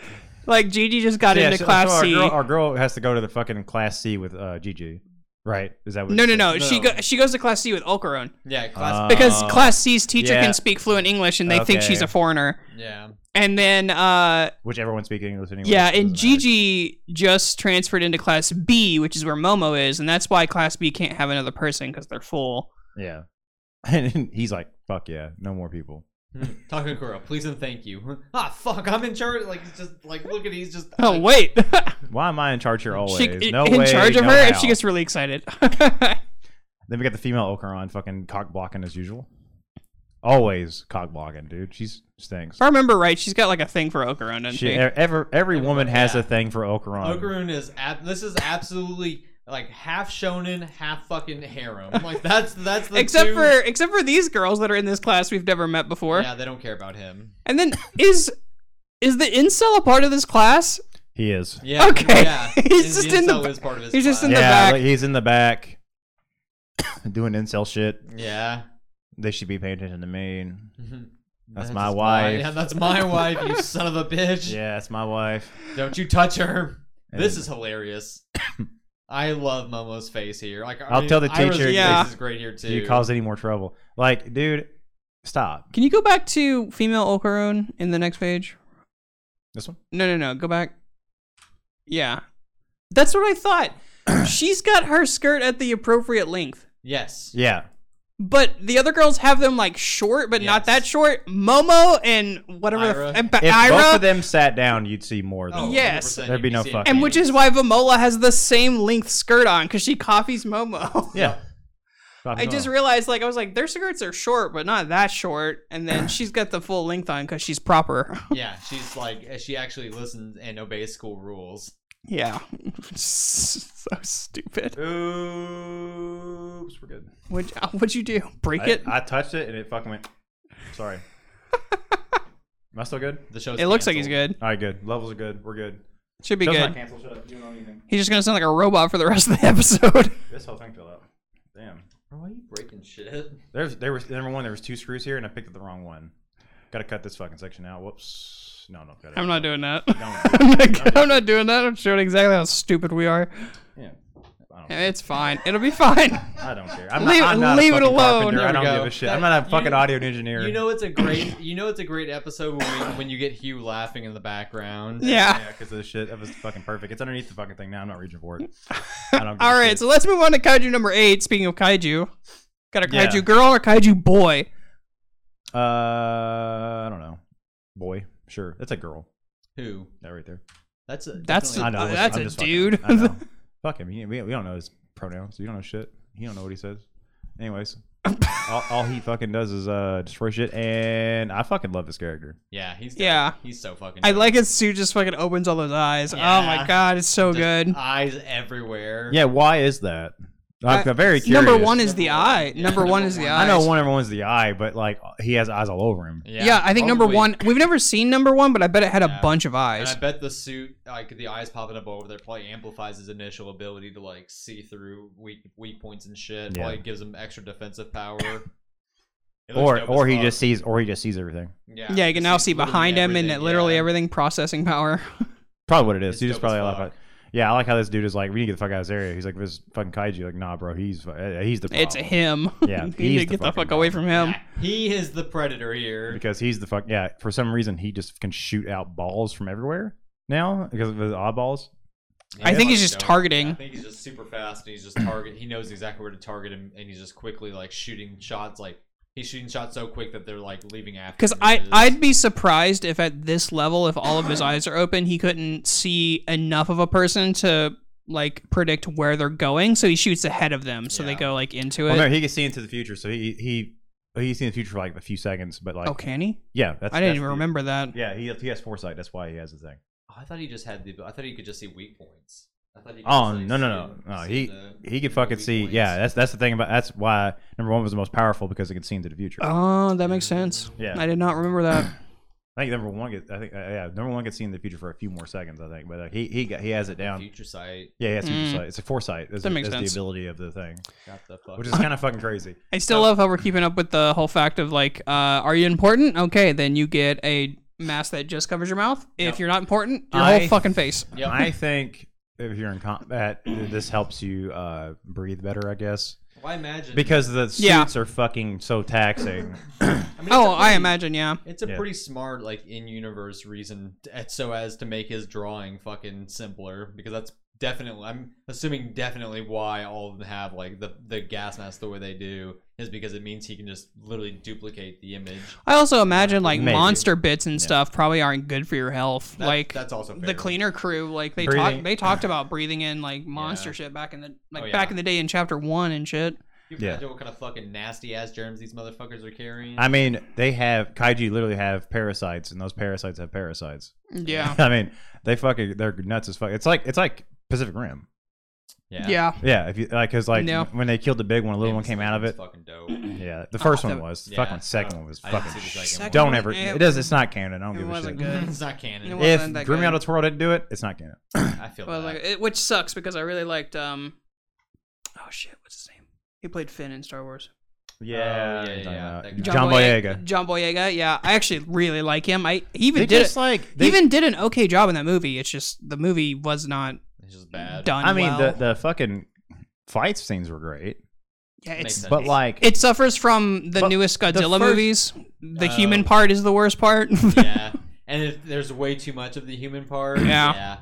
[SPEAKER 3] Like Gigi just got
[SPEAKER 4] Yeah,
[SPEAKER 3] into
[SPEAKER 4] so- so
[SPEAKER 3] class
[SPEAKER 4] our
[SPEAKER 3] C.
[SPEAKER 4] Girl, our girl has to go to the fucking class C with uh, Gigi, right? Is that what?
[SPEAKER 3] no,
[SPEAKER 4] it
[SPEAKER 3] no,
[SPEAKER 4] says?
[SPEAKER 3] no, She
[SPEAKER 1] No.
[SPEAKER 3] go- she goes to class C with Ocaron
[SPEAKER 1] Yeah, class.
[SPEAKER 4] Uh,
[SPEAKER 3] because
[SPEAKER 4] Oh,
[SPEAKER 3] class C's teacher
[SPEAKER 4] yeah.
[SPEAKER 3] can speak fluent English and they think she's
[SPEAKER 4] Okay.
[SPEAKER 3] a foreigner.
[SPEAKER 1] yeah.
[SPEAKER 3] And then uh
[SPEAKER 4] Which everyone's speaking English anyway.
[SPEAKER 3] yeah,
[SPEAKER 4] so it
[SPEAKER 3] and
[SPEAKER 4] doesn't matter.
[SPEAKER 3] Gigi just transferred into class B, which is where Momo is, and that's why class B can't have another person cuz they're full.
[SPEAKER 4] Yeah, and he's like, "Fuck yeah, no more people."
[SPEAKER 1] Takakura, Hmm. please and thank you. Ah, fuck, I'm in charge. Like, it's just like, look at he's just.
[SPEAKER 3] Oh, wait.
[SPEAKER 4] Why am I in charge here always?
[SPEAKER 3] she
[SPEAKER 4] no
[SPEAKER 3] in
[SPEAKER 4] way,
[SPEAKER 3] charge of
[SPEAKER 4] no
[SPEAKER 3] her
[SPEAKER 4] how.
[SPEAKER 3] and she gets really excited.
[SPEAKER 4] Then we got the female Ocaron fucking cock blocking as usual. Always cock blocking, dude. She's stinks.
[SPEAKER 3] if I remember right, she's got like a thing for Ocaron, doesn't
[SPEAKER 4] She,
[SPEAKER 3] she?
[SPEAKER 4] e- ever, every woman has
[SPEAKER 1] Yeah.
[SPEAKER 4] a thing for Ocaron.
[SPEAKER 1] Okarun is ab- this is absolutely like half shonen, half fucking harem. Like that's that's the
[SPEAKER 3] Except
[SPEAKER 1] two-
[SPEAKER 3] for except for these girls that are in this class we've never met before.
[SPEAKER 1] yeah, they don't care about him.
[SPEAKER 3] And then is is the incel a part of this class?
[SPEAKER 4] He is.
[SPEAKER 1] Yeah,
[SPEAKER 3] Okay.
[SPEAKER 1] yeah.
[SPEAKER 3] He's
[SPEAKER 1] and
[SPEAKER 3] just in the
[SPEAKER 1] incel
[SPEAKER 3] ba-
[SPEAKER 1] is part of his
[SPEAKER 3] he's just in
[SPEAKER 1] class.
[SPEAKER 3] the
[SPEAKER 4] yeah,
[SPEAKER 3] back.
[SPEAKER 4] like, he's in the back doing incel shit.
[SPEAKER 1] yeah.
[SPEAKER 4] They should be paying attention to me.
[SPEAKER 1] Mhm.
[SPEAKER 4] That's
[SPEAKER 1] just
[SPEAKER 4] my
[SPEAKER 1] mine.
[SPEAKER 4] wife.
[SPEAKER 1] Yeah, that's my wife. You son of a bitch.
[SPEAKER 4] Yeah, that's my wife.
[SPEAKER 1] Don't you touch her.
[SPEAKER 4] And-
[SPEAKER 1] This is hilarious. I love Momo's face here. Like I
[SPEAKER 4] I'll
[SPEAKER 1] mean,
[SPEAKER 4] tell the
[SPEAKER 1] Ira's
[SPEAKER 4] teacher-
[SPEAKER 1] face
[SPEAKER 3] Yeah.
[SPEAKER 1] is great here too.
[SPEAKER 4] Do you cause any more trouble? Like, dude, stop.
[SPEAKER 3] Can you go back to female Ocaron in the next page?
[SPEAKER 4] This one?
[SPEAKER 3] No, no, no. Go back. Yeah. That's what I thought. She's got her skirt at the appropriate length.
[SPEAKER 1] yes.
[SPEAKER 4] Yeah.
[SPEAKER 3] But the other girls have them like short, but not
[SPEAKER 1] Yes.
[SPEAKER 3] that short. Momo and whatever
[SPEAKER 1] Ira.
[SPEAKER 3] the f- and Ba-
[SPEAKER 4] If both of
[SPEAKER 3] Ira,
[SPEAKER 4] them sat down, you'd see more. Though.
[SPEAKER 1] Oh,
[SPEAKER 3] Yes.
[SPEAKER 1] 100%,
[SPEAKER 4] There'd be
[SPEAKER 1] you
[SPEAKER 4] no
[SPEAKER 1] see it.
[SPEAKER 4] fucking-
[SPEAKER 3] and which is why Vamola has the same length skirt on because she copies Momo.
[SPEAKER 4] Yeah.
[SPEAKER 3] I just realized, like, I was like, their skirts are short, but not that short. And then she's got the full length on because she's proper.
[SPEAKER 1] Yeah, she's like uh, she actually listens and obeys school rules.
[SPEAKER 3] yeah. so stupid.
[SPEAKER 4] Oops, we're good.
[SPEAKER 3] What'd, what'd you do? Break
[SPEAKER 4] I,
[SPEAKER 3] it?
[SPEAKER 4] I touched it and it fucking went. Sorry. Am I still good?
[SPEAKER 1] The show's
[SPEAKER 3] it looks like he's
[SPEAKER 1] canceled.
[SPEAKER 3] good.
[SPEAKER 4] All right, good. Levels are good. We're good.
[SPEAKER 3] Should be
[SPEAKER 4] Show's
[SPEAKER 3] good.
[SPEAKER 4] not canceled. Shut up. You don't know anything.
[SPEAKER 3] He's just gonna sound like a robot for the rest of the episode.
[SPEAKER 4] This whole thing fell out. Damn.
[SPEAKER 1] Bro, why are you breaking shit?
[SPEAKER 4] There's there was number one. There was two screws here, and I picked up the wrong one. Got to cut this fucking section out. Whoops. No, no, cut it.
[SPEAKER 3] I'm not doing that.
[SPEAKER 4] Don't.
[SPEAKER 3] I'm not, I'm not doing that. I'm showing exactly how stupid we are.
[SPEAKER 4] yeah. I don't,
[SPEAKER 3] It's fine. It'll be fine.
[SPEAKER 4] I don't care. I'm
[SPEAKER 3] Leave-
[SPEAKER 4] not, I'm not
[SPEAKER 3] leave
[SPEAKER 4] a
[SPEAKER 3] it
[SPEAKER 4] fucking
[SPEAKER 3] alone.
[SPEAKER 4] carpenter.
[SPEAKER 3] There
[SPEAKER 4] I
[SPEAKER 3] we
[SPEAKER 4] don't
[SPEAKER 3] go.
[SPEAKER 4] give a shit. I'm not a
[SPEAKER 1] You-
[SPEAKER 4] fucking audio engineer.
[SPEAKER 1] You know it's a great. You know it's a great episode when we, when you get Hugh laughing in the background.
[SPEAKER 3] Yeah.
[SPEAKER 4] Yeah, because this shit that was fucking perfect. It's underneath the fucking thing now. I'm not reaching for it. I don't give a
[SPEAKER 3] All right,
[SPEAKER 4] shit.
[SPEAKER 3] so let's move on to kaiju number eight. Speaking of kaiju, got a
[SPEAKER 4] Yeah.
[SPEAKER 3] kaiju girl or kaiju boy?
[SPEAKER 4] uh, I don't know. Boy, sure. That's a girl.
[SPEAKER 1] Who?
[SPEAKER 4] That right there.
[SPEAKER 1] That's a.
[SPEAKER 3] That's
[SPEAKER 1] definitely-
[SPEAKER 4] I know.
[SPEAKER 3] Uh,
[SPEAKER 4] listen,
[SPEAKER 3] that's
[SPEAKER 4] I'm
[SPEAKER 3] a
[SPEAKER 4] just fucking-
[SPEAKER 3] dude.
[SPEAKER 4] I know. Fuck him. He, we, we don't know his pronouns. You don't know shit. He don't know what he says. Anyways, all, all he fucking does is uh destroy shit, and I fucking love this character.
[SPEAKER 1] yeah. He's dope.
[SPEAKER 3] Yeah.
[SPEAKER 1] He's so fucking.
[SPEAKER 3] I
[SPEAKER 1] dope.
[SPEAKER 3] like it. Sue just fucking opens all those eyes. Oh my
[SPEAKER 1] Yeah.
[SPEAKER 3] god, it's so
[SPEAKER 1] Just uh,
[SPEAKER 3] good.
[SPEAKER 1] Eyes everywhere.
[SPEAKER 4] Yeah, why is that? I'm
[SPEAKER 3] I-
[SPEAKER 4] very curious.
[SPEAKER 3] Uh, Number one is the
[SPEAKER 1] Number one.
[SPEAKER 3] eye.
[SPEAKER 1] Yeah,
[SPEAKER 3] number
[SPEAKER 1] number
[SPEAKER 3] one is the
[SPEAKER 1] one.
[SPEAKER 3] eye.
[SPEAKER 4] I know one number one's the eye, but like he has eyes all over him.
[SPEAKER 3] Yeah, I think number
[SPEAKER 1] probably.
[SPEAKER 3] one. We've never seen number one, but I bet it had a
[SPEAKER 1] Yeah.
[SPEAKER 3] bunch of
[SPEAKER 1] And I
[SPEAKER 3] eyes.
[SPEAKER 1] bet the suit, like the eyes popping up over there, probably amplifies his initial ability to like see through weak weak points and shit.
[SPEAKER 4] Yeah.
[SPEAKER 1] Probably gives him extra defensive power. It looks
[SPEAKER 4] Or
[SPEAKER 1] dope
[SPEAKER 4] or
[SPEAKER 1] as
[SPEAKER 4] he
[SPEAKER 1] fuck.
[SPEAKER 4] just sees or he just sees everything.
[SPEAKER 1] yeah.
[SPEAKER 3] Yeah, you can now
[SPEAKER 1] He's
[SPEAKER 3] see
[SPEAKER 1] literally
[SPEAKER 3] behind him and
[SPEAKER 1] everything,
[SPEAKER 3] literally
[SPEAKER 1] yeah.
[SPEAKER 3] everything processing power.
[SPEAKER 4] Probably what it is.
[SPEAKER 1] It's
[SPEAKER 4] he just
[SPEAKER 1] dope as
[SPEAKER 4] probably like,
[SPEAKER 1] fuck.
[SPEAKER 4] yeah, I like how this dude is like, we need to get the fuck out of this area. He's like, this fucking kaiju. Like, nah, bro, he's fu- eh, he's the problem.
[SPEAKER 3] It's him.
[SPEAKER 4] Yeah,
[SPEAKER 3] You need
[SPEAKER 4] he's
[SPEAKER 3] to
[SPEAKER 4] the
[SPEAKER 3] get the
[SPEAKER 4] fucking
[SPEAKER 3] fuck away from him.
[SPEAKER 1] He is the predator here.
[SPEAKER 4] because he's the fuck yeah for some reason he just can shoot out balls from everywhere now because of his oddballs
[SPEAKER 3] I think he's just
[SPEAKER 1] Dope.
[SPEAKER 3] targeting.
[SPEAKER 1] I think he's just super fast and he's just target. He knows exactly where to target him and he's just quickly like shooting shots. Like he's shooting shots so quick that they're like leaving after.
[SPEAKER 3] Because
[SPEAKER 1] him.
[SPEAKER 3] I
[SPEAKER 1] It's-
[SPEAKER 3] I'd be surprised if at this level, if all of his eyes are open, he couldn't see enough of a person to like predict where they're going. So he shoots ahead of them, so they
[SPEAKER 1] Yeah.
[SPEAKER 3] go like into it.
[SPEAKER 4] well, no, he can see into the future so he he he's seen the future for like a few seconds but like
[SPEAKER 3] oh, can he?
[SPEAKER 4] yeah that's
[SPEAKER 3] I didn't
[SPEAKER 4] that's
[SPEAKER 3] even
[SPEAKER 4] the-
[SPEAKER 3] remember that.
[SPEAKER 4] yeah he, he has foresight that's why he has the thing
[SPEAKER 1] Oh, I thought he just had the. I thought he could just see weak points. I thought he could
[SPEAKER 4] oh
[SPEAKER 1] just, like,
[SPEAKER 4] no no no
[SPEAKER 1] see-
[SPEAKER 4] no
[SPEAKER 1] see
[SPEAKER 4] he
[SPEAKER 1] the-
[SPEAKER 4] he can
[SPEAKER 1] the
[SPEAKER 4] fucking
[SPEAKER 1] weak
[SPEAKER 4] see
[SPEAKER 1] points.
[SPEAKER 4] yeah that's that's the thing about that's why number one was the most powerful because it can see into the future
[SPEAKER 3] Oh, that makes sense.
[SPEAKER 4] yeah
[SPEAKER 3] I did not remember that.
[SPEAKER 4] I think number one gets I think uh, yeah number one gets see in the future for a few more seconds I think but uh, he he got, he has it down
[SPEAKER 1] Future sight
[SPEAKER 4] yeah he has
[SPEAKER 3] Mm.
[SPEAKER 4] future sight it's a foresight is,
[SPEAKER 3] That makes
[SPEAKER 4] is
[SPEAKER 3] sense.
[SPEAKER 4] the ability of the thing
[SPEAKER 1] got the fuck.
[SPEAKER 4] which is kind of fucking crazy
[SPEAKER 3] I still love how we're keeping up with the whole fact of like, uh, are you important? Okay, then you get a mask that just covers your mouth. If
[SPEAKER 1] Yep.
[SPEAKER 3] you're not important, your
[SPEAKER 4] I-
[SPEAKER 3] whole fucking face.
[SPEAKER 1] Yep.
[SPEAKER 4] I think if you're in combat, this helps you uh, breathe better, I guess,
[SPEAKER 1] well, I imagine
[SPEAKER 4] because the suits
[SPEAKER 3] Yeah.
[SPEAKER 4] are fucking so taxing.
[SPEAKER 1] I mean, it's
[SPEAKER 3] Oh,
[SPEAKER 1] a
[SPEAKER 3] I
[SPEAKER 1] pretty-
[SPEAKER 3] imagine, yeah.
[SPEAKER 1] It's a
[SPEAKER 4] Yeah.
[SPEAKER 1] pretty smart, like in-universe reason, t- at- so as to make his drawing fucking simpler, because that's definitely. I'm assuming definitely why all of them have like the the gas mask the way they do is because it means he can just literally duplicate the image.
[SPEAKER 3] I also imagine like
[SPEAKER 4] Maybe.
[SPEAKER 3] monster bits and stuff probably aren't good for your health.
[SPEAKER 1] That-
[SPEAKER 3] like
[SPEAKER 1] that's also fair.
[SPEAKER 3] the cleaner crew, like they
[SPEAKER 4] Breathing-
[SPEAKER 3] talked they talked about breathing in like monster shit back in the like
[SPEAKER 1] Oh, yeah.
[SPEAKER 3] back in the day in chapter one and shit.
[SPEAKER 1] You
[SPEAKER 4] Yeah.
[SPEAKER 1] imagine what kind of fucking nasty ass germs these motherfuckers are carrying.
[SPEAKER 4] I mean, they have kaiju literally have parasites, and those parasites have parasites.
[SPEAKER 3] Yeah.
[SPEAKER 4] I mean, they fucking they're nuts as fuck. It's like it's like Pacific Rim.
[SPEAKER 1] yeah,
[SPEAKER 3] yeah.
[SPEAKER 4] Yeah, if you like, because like
[SPEAKER 3] Yeah.
[SPEAKER 4] when they killed the big one, a little
[SPEAKER 1] Damn,
[SPEAKER 4] one came out of
[SPEAKER 1] it's
[SPEAKER 4] it.
[SPEAKER 1] Fucking dope.
[SPEAKER 4] Yeah, the first
[SPEAKER 3] Oh,
[SPEAKER 4] one
[SPEAKER 3] that-
[SPEAKER 4] was. The
[SPEAKER 1] yeah.
[SPEAKER 4] fucking second one was
[SPEAKER 1] I didn't
[SPEAKER 4] fucking.
[SPEAKER 1] see the
[SPEAKER 4] shit.
[SPEAKER 1] second one.
[SPEAKER 4] Don't
[SPEAKER 3] one, eh,
[SPEAKER 4] ever.
[SPEAKER 3] it-
[SPEAKER 4] It does. It's not canon. I don't
[SPEAKER 3] it
[SPEAKER 4] give a shit.
[SPEAKER 3] wasn't good.
[SPEAKER 1] it's not canon.
[SPEAKER 3] It wasn't
[SPEAKER 4] If
[SPEAKER 3] that
[SPEAKER 4] Grim
[SPEAKER 3] good.
[SPEAKER 4] Out Toro didn't do it, it's not canon.
[SPEAKER 1] I feel
[SPEAKER 3] Well,
[SPEAKER 1] bad.
[SPEAKER 3] like, it, which sucks because I really liked um oh shit, what's his name? He played Finn in Star Wars.
[SPEAKER 1] Yeah,
[SPEAKER 4] You're
[SPEAKER 1] yeah,
[SPEAKER 4] talking
[SPEAKER 1] yeah,
[SPEAKER 4] about
[SPEAKER 1] that guy.
[SPEAKER 4] John Boyega.
[SPEAKER 3] John Boyega, yeah. I actually really like him. I he even
[SPEAKER 4] They
[SPEAKER 3] did
[SPEAKER 4] just
[SPEAKER 3] it,
[SPEAKER 4] like
[SPEAKER 3] he
[SPEAKER 4] they,
[SPEAKER 3] even did an okay job in that movie. It's just the movie was not
[SPEAKER 1] it's just bad.
[SPEAKER 3] done.
[SPEAKER 4] I mean,
[SPEAKER 3] well.
[SPEAKER 4] the the fucking fight scenes were great,
[SPEAKER 3] yeah,
[SPEAKER 1] Makes
[SPEAKER 3] it's
[SPEAKER 1] sense.
[SPEAKER 4] but like
[SPEAKER 3] It suffers from the
[SPEAKER 4] But
[SPEAKER 3] newest
[SPEAKER 4] the
[SPEAKER 3] Godzilla
[SPEAKER 4] first-
[SPEAKER 3] movies. The
[SPEAKER 1] Oh.
[SPEAKER 3] human part is the worst part.
[SPEAKER 1] yeah, and if there's way too much of the human part.
[SPEAKER 3] Yeah.
[SPEAKER 1] yeah.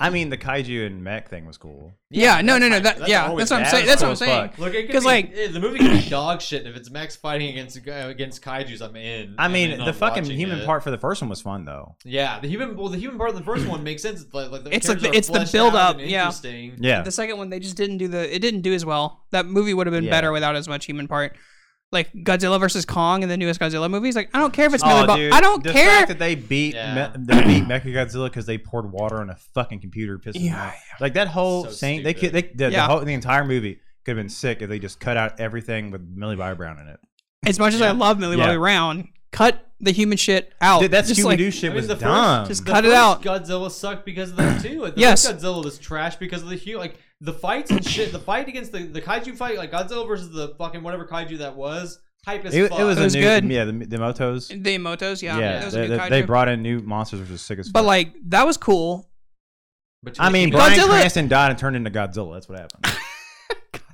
[SPEAKER 4] I mean, the kaiju and mech thing was cool.
[SPEAKER 3] yeah, no, no, no.
[SPEAKER 1] that's
[SPEAKER 3] That,
[SPEAKER 1] fine.
[SPEAKER 3] yeah,
[SPEAKER 1] That's
[SPEAKER 3] that's what I'm
[SPEAKER 4] always
[SPEAKER 3] saying.
[SPEAKER 4] bad.
[SPEAKER 3] That's what I'm
[SPEAKER 4] That's
[SPEAKER 3] saying.
[SPEAKER 4] fuck.
[SPEAKER 1] Look, because
[SPEAKER 3] Because,
[SPEAKER 1] like
[SPEAKER 3] like-
[SPEAKER 1] eh, the movie can be dog shit. If it's Max fighting against against kaiju's, I'm in.
[SPEAKER 4] I
[SPEAKER 1] I'm
[SPEAKER 4] mean,
[SPEAKER 1] in
[SPEAKER 4] the
[SPEAKER 1] on
[SPEAKER 4] fucking
[SPEAKER 1] watching
[SPEAKER 4] human
[SPEAKER 1] it.
[SPEAKER 4] part for the first one was fun though.
[SPEAKER 1] Yeah, the human. Well, the human part of the first one makes sense. It's like, like the
[SPEAKER 3] It's like
[SPEAKER 1] characters
[SPEAKER 3] the-
[SPEAKER 1] are
[SPEAKER 3] it's the
[SPEAKER 1] fleshed
[SPEAKER 3] build
[SPEAKER 1] out
[SPEAKER 3] up,
[SPEAKER 1] and
[SPEAKER 3] yeah.
[SPEAKER 1] Interesting.
[SPEAKER 4] Yeah,
[SPEAKER 3] The second one, they just didn't do the. It didn't do as well. That movie would have been
[SPEAKER 4] Yeah.
[SPEAKER 3] better without as much human part. Like Godzilla versus Kong in the newest Godzilla movies. Like I don't care if it's
[SPEAKER 4] Oh,
[SPEAKER 3] oh,
[SPEAKER 4] dude,
[SPEAKER 3] I don't
[SPEAKER 4] the
[SPEAKER 3] care.
[SPEAKER 4] fact that they beat
[SPEAKER 1] Yeah.
[SPEAKER 4] me- they beat Mechagodzilla because they poured water on a fucking computer. Pissed me
[SPEAKER 3] Yeah,
[SPEAKER 4] off. Like that whole
[SPEAKER 1] So
[SPEAKER 4] thing. They could. They,
[SPEAKER 1] stupid.
[SPEAKER 4] the, the
[SPEAKER 3] Yeah.
[SPEAKER 4] whole the entire movie could have been sick if they just cut out everything with Millie Bobby Brown in it.
[SPEAKER 3] as much as I
[SPEAKER 1] Yeah.
[SPEAKER 3] love Millie
[SPEAKER 4] Yeah.
[SPEAKER 3] Bobby Brown, cut the human shit out.
[SPEAKER 4] Dude, that
[SPEAKER 3] Oh, Just
[SPEAKER 4] Scooby
[SPEAKER 3] like-
[SPEAKER 4] Doo shit
[SPEAKER 1] I mean,
[SPEAKER 4] was
[SPEAKER 1] the first-
[SPEAKER 4] dumb.
[SPEAKER 3] just
[SPEAKER 1] The
[SPEAKER 3] cut it
[SPEAKER 1] first
[SPEAKER 3] out.
[SPEAKER 1] Godzilla sucked because of that too. The
[SPEAKER 3] Yes.
[SPEAKER 1] first Godzilla was trash because of the human. Like the fights and shit. The fight against the the kaiju fight, like Godzilla versus the fucking whatever kaiju that was, hype as
[SPEAKER 4] It, it
[SPEAKER 1] fuck.
[SPEAKER 4] was,
[SPEAKER 3] It was
[SPEAKER 4] a new,
[SPEAKER 3] good.
[SPEAKER 4] Yeah, the, the motos.
[SPEAKER 3] The Motos, yeah, that was a
[SPEAKER 4] they,
[SPEAKER 3] good
[SPEAKER 4] they-
[SPEAKER 3] kaiju.
[SPEAKER 4] they brought in new monsters, which is sick as
[SPEAKER 3] but
[SPEAKER 4] fuck.
[SPEAKER 3] like that was cool.
[SPEAKER 1] Between-
[SPEAKER 4] I mean, Brian
[SPEAKER 3] Godzilla-
[SPEAKER 4] Cranston died and turned into Godzilla. That's what happened.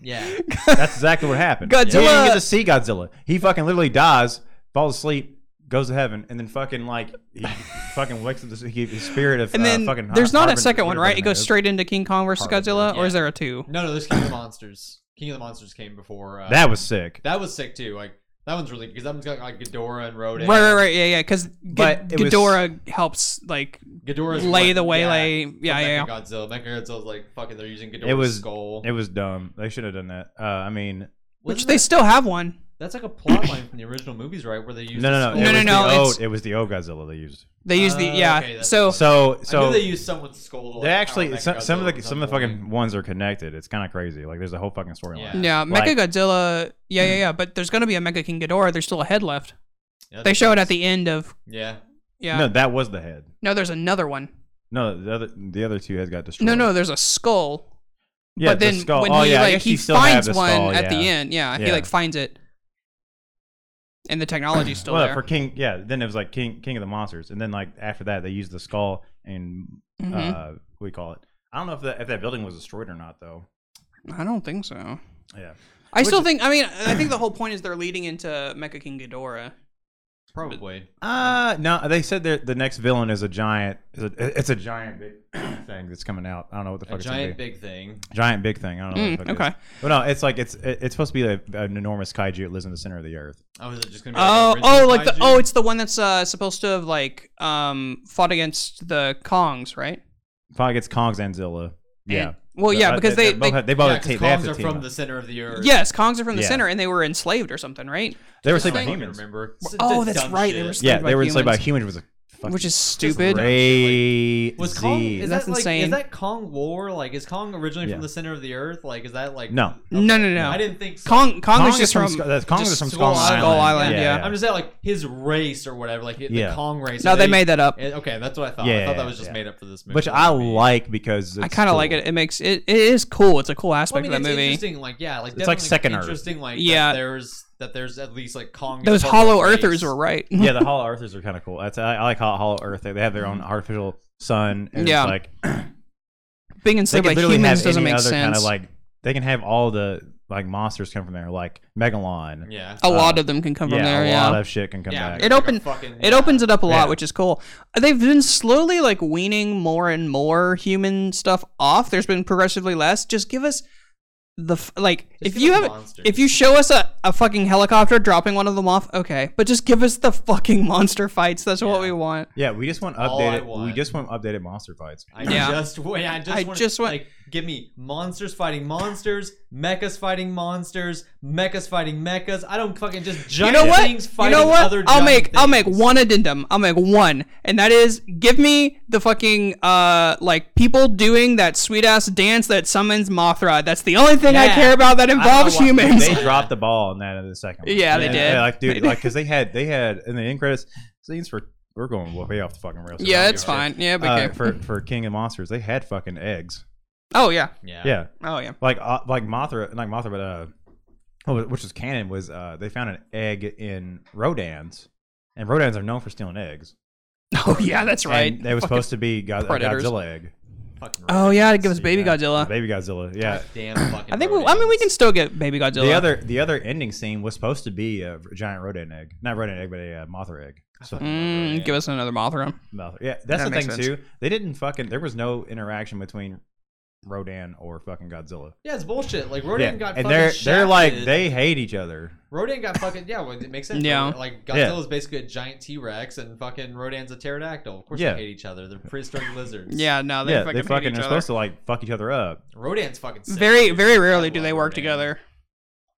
[SPEAKER 1] yeah,
[SPEAKER 4] That's exactly what happened.
[SPEAKER 3] Godzilla-
[SPEAKER 4] He didn't even get to see Godzilla. He fucking literally dies, falls asleep, goes to heaven, and then fucking like he fucking wakes up the he- his spirit of
[SPEAKER 3] And
[SPEAKER 4] uh,
[SPEAKER 3] then
[SPEAKER 4] fucking. Har-
[SPEAKER 3] there's not a
[SPEAKER 4] Harbinger-
[SPEAKER 3] second one,
[SPEAKER 4] whatever
[SPEAKER 3] right?
[SPEAKER 4] his
[SPEAKER 3] It
[SPEAKER 4] name
[SPEAKER 3] goes
[SPEAKER 4] is.
[SPEAKER 3] straight into King Kong versus
[SPEAKER 4] Harbinger,
[SPEAKER 3] Godzilla, or
[SPEAKER 1] yeah.
[SPEAKER 3] is there a two?
[SPEAKER 1] no, no, this King of the Monsters, King of the Monsters came before. Uh,
[SPEAKER 4] That was sick.
[SPEAKER 1] that was sick too. Like that one's really because that one's got like Ghidorah and
[SPEAKER 3] Right,
[SPEAKER 1] Rodan.
[SPEAKER 3] right, right, yeah, yeah. Because
[SPEAKER 4] But it was-
[SPEAKER 3] Ghidorah helps like
[SPEAKER 1] Ghidorah's
[SPEAKER 3] lay
[SPEAKER 1] one-
[SPEAKER 3] the way,
[SPEAKER 1] yeah.
[SPEAKER 3] lay, yeah, yeah, yeah.
[SPEAKER 1] Godzilla. Mechagodzilla's like fucking. They're using Ghidorah's
[SPEAKER 4] It was-
[SPEAKER 1] skull.
[SPEAKER 4] It was dumb. They should have done that. Uh, I mean,
[SPEAKER 3] Which
[SPEAKER 1] Wasn't
[SPEAKER 3] they
[SPEAKER 1] that-
[SPEAKER 3] still have one.
[SPEAKER 1] That's like a plot line from the original movies, right? Where they used
[SPEAKER 4] no, no, no.
[SPEAKER 1] the
[SPEAKER 4] It
[SPEAKER 3] No, no,
[SPEAKER 4] was
[SPEAKER 3] no,
[SPEAKER 4] The
[SPEAKER 3] it's-
[SPEAKER 4] old, it was the old Godzilla they used.
[SPEAKER 3] They use the
[SPEAKER 1] Oh,
[SPEAKER 3] yeah.
[SPEAKER 1] okay, that's
[SPEAKER 3] so
[SPEAKER 4] So,
[SPEAKER 1] I
[SPEAKER 4] so
[SPEAKER 1] knew they used someone's skull. To, like,
[SPEAKER 4] they actually
[SPEAKER 1] power
[SPEAKER 4] some, some of
[SPEAKER 1] Mechagodzilla
[SPEAKER 4] the
[SPEAKER 1] at
[SPEAKER 4] some of the
[SPEAKER 1] point.
[SPEAKER 4] fucking ones are connected. It's kind of crazy. Like there's a whole fucking storyline.
[SPEAKER 1] Yeah.
[SPEAKER 3] yeah,
[SPEAKER 4] Like-
[SPEAKER 3] Mecha Godzilla, yeah, yeah, yeah. But there's gonna be a Mecha King Ghidorah. There's still a head left.
[SPEAKER 1] Yeah,
[SPEAKER 3] They show it at the end of
[SPEAKER 1] Yeah,
[SPEAKER 3] yeah.
[SPEAKER 4] No,
[SPEAKER 3] No,
[SPEAKER 4] that was the head.
[SPEAKER 3] there's another one.
[SPEAKER 4] No, the other the other two heads got destroyed.
[SPEAKER 3] No, no, there's a skull.
[SPEAKER 4] Yeah,
[SPEAKER 3] but then
[SPEAKER 4] the skull.
[SPEAKER 3] when
[SPEAKER 4] oh,
[SPEAKER 3] he
[SPEAKER 4] yeah, I
[SPEAKER 3] like
[SPEAKER 4] guess
[SPEAKER 3] he
[SPEAKER 4] you still have
[SPEAKER 3] finds
[SPEAKER 4] the
[SPEAKER 3] one
[SPEAKER 4] skull,
[SPEAKER 3] at the
[SPEAKER 4] yeah.
[SPEAKER 3] end, yeah, he
[SPEAKER 4] Yeah.
[SPEAKER 3] like finds it, and the technology's still
[SPEAKER 4] well,
[SPEAKER 3] there.
[SPEAKER 4] for King, yeah. Then it was like King, King of the Monsters, and then like after that, they used the skull and
[SPEAKER 3] Mhm.
[SPEAKER 4] uh, what do you call it? I don't know if that if that building was destroyed or not, though.
[SPEAKER 3] I don't think so.
[SPEAKER 4] Yeah,
[SPEAKER 3] I still think. I mean, I think the whole point is they're leading into Mecha King Ghidorah.
[SPEAKER 1] probably.
[SPEAKER 4] uh, no, they said that the next villain is a giant. Is a, it's a giant big thing that's coming out. I don't know what the fuck
[SPEAKER 1] A
[SPEAKER 4] it's gonna
[SPEAKER 1] giant
[SPEAKER 4] be.
[SPEAKER 1] big thing.
[SPEAKER 4] giant big thing. I don't know.
[SPEAKER 3] Mm,
[SPEAKER 4] what the fuck It
[SPEAKER 3] okay.
[SPEAKER 4] is. But no, it's like it's it- it's supposed to be a, an enormous kaiju that lives in the center of the earth.
[SPEAKER 1] Oh, is it just gonna be?
[SPEAKER 3] Oh,
[SPEAKER 1] like an
[SPEAKER 3] oh,
[SPEAKER 1] original
[SPEAKER 3] like the
[SPEAKER 1] kaiju?
[SPEAKER 3] oh, it's the one that's uh, supposed to have like um fought against the Kongs, right?
[SPEAKER 4] Probably gets Kongs and Zilla. Yeah.
[SPEAKER 3] And- well, yeah,
[SPEAKER 4] Uh,
[SPEAKER 3] because
[SPEAKER 4] they,
[SPEAKER 3] they,
[SPEAKER 4] both
[SPEAKER 3] they-
[SPEAKER 4] have, they both
[SPEAKER 1] yeah,
[SPEAKER 4] have,
[SPEAKER 1] 'cause
[SPEAKER 4] to ta- they have
[SPEAKER 1] Kongs
[SPEAKER 4] to
[SPEAKER 1] are
[SPEAKER 4] team
[SPEAKER 1] from
[SPEAKER 4] up.
[SPEAKER 1] the center of the earth.
[SPEAKER 3] yes, Kongs are from the
[SPEAKER 4] Yeah.
[SPEAKER 3] center, and they were enslaved or something, right?
[SPEAKER 4] They were
[SPEAKER 1] I
[SPEAKER 4] sleeping
[SPEAKER 1] fucking
[SPEAKER 4] humans.
[SPEAKER 1] Remember?
[SPEAKER 3] Oh,
[SPEAKER 1] It's
[SPEAKER 3] that's
[SPEAKER 1] dumb
[SPEAKER 3] right, they
[SPEAKER 1] shit.
[SPEAKER 3] were sleeping.
[SPEAKER 4] Yeah,
[SPEAKER 3] by
[SPEAKER 4] they were enslaved by
[SPEAKER 3] humans.
[SPEAKER 4] humans. Was a fucking
[SPEAKER 3] Which is stupid.
[SPEAKER 4] crazy.
[SPEAKER 1] Was Kong? Is
[SPEAKER 3] That's
[SPEAKER 1] that like,
[SPEAKER 3] insane.
[SPEAKER 1] Is that Kong War? Like, is Kong originally
[SPEAKER 4] Yeah.
[SPEAKER 1] from the center of the earth? Like, is that like?
[SPEAKER 4] No.
[SPEAKER 3] No, no, no.
[SPEAKER 1] I didn't think so.
[SPEAKER 3] Kong, Kong, is just
[SPEAKER 4] from
[SPEAKER 3] from,
[SPEAKER 4] Sk- that's- Kong
[SPEAKER 3] just
[SPEAKER 4] is from
[SPEAKER 1] Skull
[SPEAKER 4] Skull Island.
[SPEAKER 1] Island.
[SPEAKER 3] Yeah,
[SPEAKER 4] Yeah,
[SPEAKER 1] I'm just saying, like his race or whatever, like
[SPEAKER 4] Yeah.
[SPEAKER 1] the Kong race.
[SPEAKER 3] no, they made that up.
[SPEAKER 1] Eh, Okay, that's what I thought. I
[SPEAKER 4] Yeah,
[SPEAKER 1] thought that was just
[SPEAKER 4] yeah.
[SPEAKER 1] made up for this movie.
[SPEAKER 4] Which I like because
[SPEAKER 3] I
[SPEAKER 4] it's
[SPEAKER 3] kind of
[SPEAKER 4] cool.
[SPEAKER 3] like it. It makes it, it is cool. It's a cool
[SPEAKER 1] Well, I
[SPEAKER 3] aspect
[SPEAKER 1] mean,
[SPEAKER 3] of
[SPEAKER 1] it's
[SPEAKER 3] that movie.
[SPEAKER 1] interesting, like yeah, like
[SPEAKER 4] It's like
[SPEAKER 1] definitely
[SPEAKER 4] Second Earth.
[SPEAKER 1] Interesting, like
[SPEAKER 3] Yeah.
[SPEAKER 1] yeah, that there's that there's at least like Kong. is
[SPEAKER 3] Those
[SPEAKER 1] part of the
[SPEAKER 3] Hollow
[SPEAKER 1] race.
[SPEAKER 3] Earthers were right.
[SPEAKER 4] yeah, the Hollow Earthers are kind of cool. That's, I, I like how Hollow Earth. They have their own
[SPEAKER 1] Mm-hmm.
[SPEAKER 4] artificial sun. And
[SPEAKER 3] Yeah.
[SPEAKER 4] it's like
[SPEAKER 3] Being
[SPEAKER 4] they
[SPEAKER 3] enslaved
[SPEAKER 4] can
[SPEAKER 3] by
[SPEAKER 4] literally
[SPEAKER 3] humans
[SPEAKER 4] have
[SPEAKER 3] doesn't
[SPEAKER 4] any
[SPEAKER 3] make
[SPEAKER 4] other kind
[SPEAKER 3] sense.
[SPEAKER 4] of like they can have all the like monsters come from there, like Megalon.
[SPEAKER 1] Yeah.
[SPEAKER 3] a lot
[SPEAKER 4] uh,
[SPEAKER 3] of them can come
[SPEAKER 4] yeah,
[SPEAKER 3] from there.
[SPEAKER 4] a
[SPEAKER 3] yeah,
[SPEAKER 4] lot of shit can come
[SPEAKER 1] yeah,
[SPEAKER 4] back.
[SPEAKER 1] it's like
[SPEAKER 3] It
[SPEAKER 1] a
[SPEAKER 3] opened-
[SPEAKER 1] Fucking,
[SPEAKER 3] It opens it up a lot,
[SPEAKER 4] Yeah.
[SPEAKER 3] which is cool. They've been slowly like weaning more and more human stuff off. There's been progressively less. Just give us the f- like if
[SPEAKER 1] give
[SPEAKER 3] you
[SPEAKER 1] us
[SPEAKER 3] have
[SPEAKER 1] monsters.
[SPEAKER 3] if you show us a, a fucking helicopter dropping one of them off, okay. But just give us the fucking monster fights. That's what
[SPEAKER 1] Yeah.
[SPEAKER 3] we want.
[SPEAKER 4] yeah, we just want
[SPEAKER 1] All I
[SPEAKER 4] updated. We
[SPEAKER 1] want.
[SPEAKER 4] just want updated monster fights.
[SPEAKER 1] I
[SPEAKER 3] Yeah.
[SPEAKER 1] just wait. I just,
[SPEAKER 3] I
[SPEAKER 1] wanna,
[SPEAKER 3] just want-
[SPEAKER 1] like give me monsters fighting monsters, mechas fighting monsters, mechas fighting mechas. I don't fucking just
[SPEAKER 3] You
[SPEAKER 1] giant
[SPEAKER 3] know what?
[SPEAKER 1] things
[SPEAKER 3] You
[SPEAKER 1] fighting
[SPEAKER 3] know what?
[SPEAKER 1] other giant
[SPEAKER 3] I'll make I'll make
[SPEAKER 1] things.
[SPEAKER 3] one addendum. I'll make one, and that is give me the fucking uh like people doing that sweet ass dance that summons Mothra. That's the only thing I
[SPEAKER 1] Yeah.
[SPEAKER 3] care about that
[SPEAKER 1] don't know
[SPEAKER 3] involves
[SPEAKER 1] why-
[SPEAKER 3] humans.
[SPEAKER 4] they dropped the ball on that in the second. one.
[SPEAKER 3] Yeah, they did.
[SPEAKER 4] like,
[SPEAKER 3] They
[SPEAKER 4] dude,
[SPEAKER 3] did.
[SPEAKER 4] like, because they had they had in the end credits scenes for we're going way off the fucking rails. here.
[SPEAKER 3] Yeah,
[SPEAKER 4] Don't
[SPEAKER 3] it's
[SPEAKER 4] give a shit.
[SPEAKER 3] fine. Yeah, we
[SPEAKER 4] Uh,
[SPEAKER 3] can-
[SPEAKER 4] for for King of Monsters, they had fucking eggs.
[SPEAKER 3] oh yeah,
[SPEAKER 1] Yeah.
[SPEAKER 4] Yeah,
[SPEAKER 3] oh yeah.
[SPEAKER 4] like uh, like Mothra, not Mothra, but uh, oh, which was canon was uh, they found an egg in Rodan's, and Rodan's are known for stealing eggs.
[SPEAKER 3] Oh yeah, that's right.
[SPEAKER 4] And they were
[SPEAKER 3] Fucking-
[SPEAKER 4] supposed to be God, a
[SPEAKER 3] predators.
[SPEAKER 4] Godzilla egg,
[SPEAKER 1] Fucking
[SPEAKER 3] Oh yeah, it gives
[SPEAKER 1] See,
[SPEAKER 3] baby
[SPEAKER 1] yeah.
[SPEAKER 4] A
[SPEAKER 3] Godzilla.
[SPEAKER 4] baby Godzilla. Yeah.
[SPEAKER 1] Damn fucking.
[SPEAKER 3] I think we. I mean, we can still get baby Godzilla.
[SPEAKER 4] The other the other ending scene was supposed to be a giant Rodan egg, not Rodan egg, but a uh, Mothra egg. So-
[SPEAKER 3] Mm, give us another Mothra.
[SPEAKER 4] Mouth. Yeah, that's
[SPEAKER 3] That
[SPEAKER 4] the
[SPEAKER 3] makes
[SPEAKER 4] thing
[SPEAKER 3] sense.
[SPEAKER 4] too. They didn't fucking. There was no interaction between Rodan or fucking Godzilla.
[SPEAKER 1] Yeah, it's bullshit. Like Rodan
[SPEAKER 4] yeah,
[SPEAKER 1] got fucking
[SPEAKER 4] and they're they're like
[SPEAKER 1] shafted.
[SPEAKER 4] they hate each other.
[SPEAKER 1] Rodan got fucking yeah. Well, it makes sense.
[SPEAKER 3] Yeah.
[SPEAKER 1] Rodan- Like Godzilla's basically a giant T Rex, and fucking Rodan's a pterodactyl. Of course
[SPEAKER 4] Yeah.
[SPEAKER 1] they hate each other. They're prehistoric lizards.
[SPEAKER 3] Yeah, no, they
[SPEAKER 4] yeah,
[SPEAKER 3] fucking,
[SPEAKER 4] they
[SPEAKER 3] hate
[SPEAKER 4] fucking
[SPEAKER 3] each
[SPEAKER 4] are
[SPEAKER 3] other.
[SPEAKER 4] supposed to like fuck each other up.
[SPEAKER 1] Rodan's fucking. Sick,
[SPEAKER 3] Very,
[SPEAKER 1] dude.
[SPEAKER 3] very
[SPEAKER 1] I
[SPEAKER 3] rarely do
[SPEAKER 1] love
[SPEAKER 3] they work
[SPEAKER 1] Rodan.
[SPEAKER 3] together.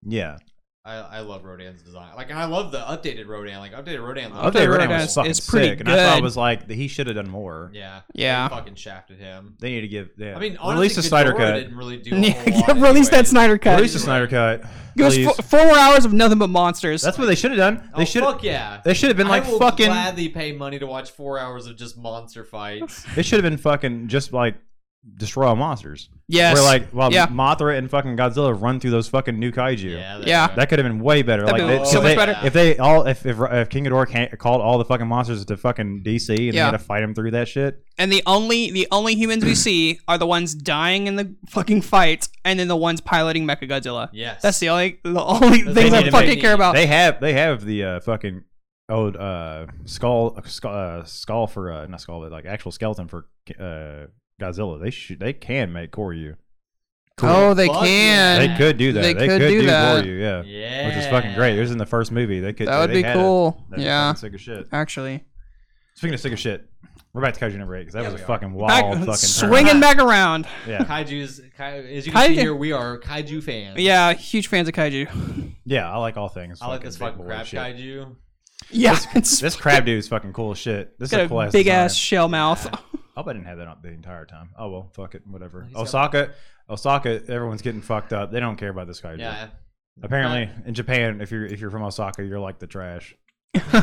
[SPEAKER 4] Yeah,
[SPEAKER 1] I, I love Rodan's design. Like, and I love the updated Rodan. Like updated Rodan.
[SPEAKER 3] I
[SPEAKER 4] I
[SPEAKER 1] Like,
[SPEAKER 3] thought
[SPEAKER 4] thought Rodan
[SPEAKER 3] Rodan
[SPEAKER 4] was fucking
[SPEAKER 3] is pretty
[SPEAKER 4] sick, and I thought
[SPEAKER 3] good.
[SPEAKER 4] it was like he should have done more.
[SPEAKER 1] yeah.
[SPEAKER 3] Yeah.
[SPEAKER 1] They fucking shafted him.
[SPEAKER 4] They need to give. Yeah.
[SPEAKER 1] I mean, honestly,
[SPEAKER 4] release a Snyder
[SPEAKER 1] Ghidorah
[SPEAKER 4] cut.
[SPEAKER 1] Didn't really do. A
[SPEAKER 3] Yeah,
[SPEAKER 1] whole lot
[SPEAKER 3] release that
[SPEAKER 1] anyways.
[SPEAKER 3] Snyder cut.
[SPEAKER 4] Release a Snyder cut.
[SPEAKER 3] Give us
[SPEAKER 4] please.
[SPEAKER 3] four, four more hours of nothing but monsters.
[SPEAKER 4] That's what they should have done. They
[SPEAKER 1] oh,
[SPEAKER 4] should.
[SPEAKER 1] Fuck yeah.
[SPEAKER 4] They should have been like
[SPEAKER 1] I will
[SPEAKER 4] fucking.
[SPEAKER 1] gladly pay money to watch four hours of just monster fights.
[SPEAKER 4] They should have been fucking just like destroy all monsters.
[SPEAKER 3] Yes.
[SPEAKER 4] Where like while
[SPEAKER 3] Yeah.
[SPEAKER 4] Mothra and fucking Godzilla run through those fucking new kaiju.
[SPEAKER 1] that's
[SPEAKER 3] Yeah.
[SPEAKER 1] right.
[SPEAKER 4] That could have been way better.
[SPEAKER 3] That'd
[SPEAKER 4] like
[SPEAKER 3] been
[SPEAKER 4] they,
[SPEAKER 3] so
[SPEAKER 4] if
[SPEAKER 3] much
[SPEAKER 4] they-
[SPEAKER 1] better.
[SPEAKER 4] If they all, if if, if King Ghidorah can't, called all the fucking monsters to fucking DC and they
[SPEAKER 3] Yeah.
[SPEAKER 4] had to fight him through that shit,
[SPEAKER 3] and the only the only humans we see are the ones dying in the fucking fights, and then the ones piloting Mechagodzilla.
[SPEAKER 1] Yes.
[SPEAKER 3] That's the only the only
[SPEAKER 1] They
[SPEAKER 3] things
[SPEAKER 4] need
[SPEAKER 3] I
[SPEAKER 4] to
[SPEAKER 3] fucking
[SPEAKER 1] make-
[SPEAKER 3] care about.
[SPEAKER 4] they have they have the uh, fucking old uh, skull skull, uh, skull for uh, not skull but like actual skeleton for uh, Godzilla. They should they can make Koryu.
[SPEAKER 3] Oh, they
[SPEAKER 1] Fuck
[SPEAKER 3] can.
[SPEAKER 1] yeah.
[SPEAKER 4] They could do that.
[SPEAKER 3] They
[SPEAKER 4] They,
[SPEAKER 3] could
[SPEAKER 4] could,
[SPEAKER 3] do
[SPEAKER 4] do,
[SPEAKER 3] that.
[SPEAKER 4] Koryu, yeah.
[SPEAKER 1] yeah.
[SPEAKER 4] Which is fucking great. It was in the first movie. They could
[SPEAKER 3] That would
[SPEAKER 4] they
[SPEAKER 3] be
[SPEAKER 4] had it.
[SPEAKER 3] cool.
[SPEAKER 4] That'd be
[SPEAKER 3] Yeah,
[SPEAKER 4] fucking sick as shit.
[SPEAKER 3] actually.
[SPEAKER 4] Speaking of sick as shit, we're back to Kaiju number eight because that was a fucking wild
[SPEAKER 3] Back,
[SPEAKER 4] fucking turn.
[SPEAKER 3] swinging back around.
[SPEAKER 4] Yeah,
[SPEAKER 1] Kaiju's, kai, as you can see
[SPEAKER 3] Kaiju-
[SPEAKER 1] here, we are kaiju fans.
[SPEAKER 3] Yeah, huge fans of kaiju.
[SPEAKER 4] yeah, I like all things.
[SPEAKER 1] I like this
[SPEAKER 4] big
[SPEAKER 1] fucking
[SPEAKER 4] boy
[SPEAKER 1] crab
[SPEAKER 4] shit.
[SPEAKER 1] kaiju.
[SPEAKER 3] Yeah, it's
[SPEAKER 4] This crab dude is fucking cool as shit. This
[SPEAKER 3] got
[SPEAKER 4] is
[SPEAKER 3] a
[SPEAKER 4] a cool ass
[SPEAKER 3] big
[SPEAKER 4] design.
[SPEAKER 3] ass shell mouth.
[SPEAKER 4] I hope I didn't have that up the entire time. Oh well, fuck it, whatever.
[SPEAKER 1] He's got-
[SPEAKER 4] Osaka, Osaka, everyone's getting fucked up. They don't care about this kaiju.
[SPEAKER 1] Yeah.
[SPEAKER 4] Apparently, in Japan, if you're if you're from Osaka, you're like the trash.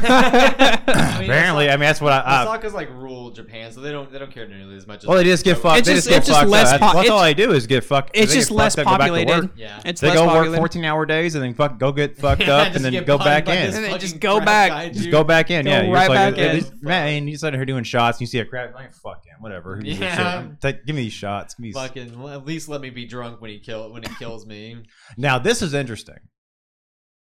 [SPEAKER 1] I mean,
[SPEAKER 4] Apparently, I mean that's what I. I
[SPEAKER 1] Osaka's like rural Japan, so they don't they don't care nearly as much. as
[SPEAKER 4] well, they just get fucked.
[SPEAKER 3] It's
[SPEAKER 4] they
[SPEAKER 3] just-
[SPEAKER 4] just, get
[SPEAKER 3] it's just
[SPEAKER 4] fucked
[SPEAKER 3] less
[SPEAKER 4] up.
[SPEAKER 3] po-
[SPEAKER 4] That's all
[SPEAKER 3] it's-
[SPEAKER 4] they do is get fucked.
[SPEAKER 3] it's
[SPEAKER 4] they get
[SPEAKER 3] just less
[SPEAKER 4] fucked up, go back to
[SPEAKER 3] populated.
[SPEAKER 4] work.
[SPEAKER 1] Yeah.
[SPEAKER 3] It's
[SPEAKER 4] They
[SPEAKER 3] less
[SPEAKER 4] go work
[SPEAKER 3] populated.
[SPEAKER 4] 14 hour days and then fuck, go get fucked up and
[SPEAKER 1] Just
[SPEAKER 4] then
[SPEAKER 1] get
[SPEAKER 4] go
[SPEAKER 1] bodied
[SPEAKER 4] back
[SPEAKER 1] by
[SPEAKER 4] in.
[SPEAKER 1] this
[SPEAKER 3] And then just
[SPEAKER 1] fucking
[SPEAKER 3] go
[SPEAKER 1] crab
[SPEAKER 3] back.
[SPEAKER 1] kaiju.
[SPEAKER 4] Just go back in,
[SPEAKER 3] Go
[SPEAKER 4] yeah. you're
[SPEAKER 3] right
[SPEAKER 4] just like,
[SPEAKER 3] back
[SPEAKER 4] at
[SPEAKER 3] in.
[SPEAKER 4] least- Man, you sitting here doing shots, and you see a crab. Like, fuck him, whatever. Who gives a shit?
[SPEAKER 1] Yeah.
[SPEAKER 4] Take, give me these shots. Give me these-
[SPEAKER 1] Fucking well, at least let me be drunk when he kill when he kills me.
[SPEAKER 4] Now this is interesting.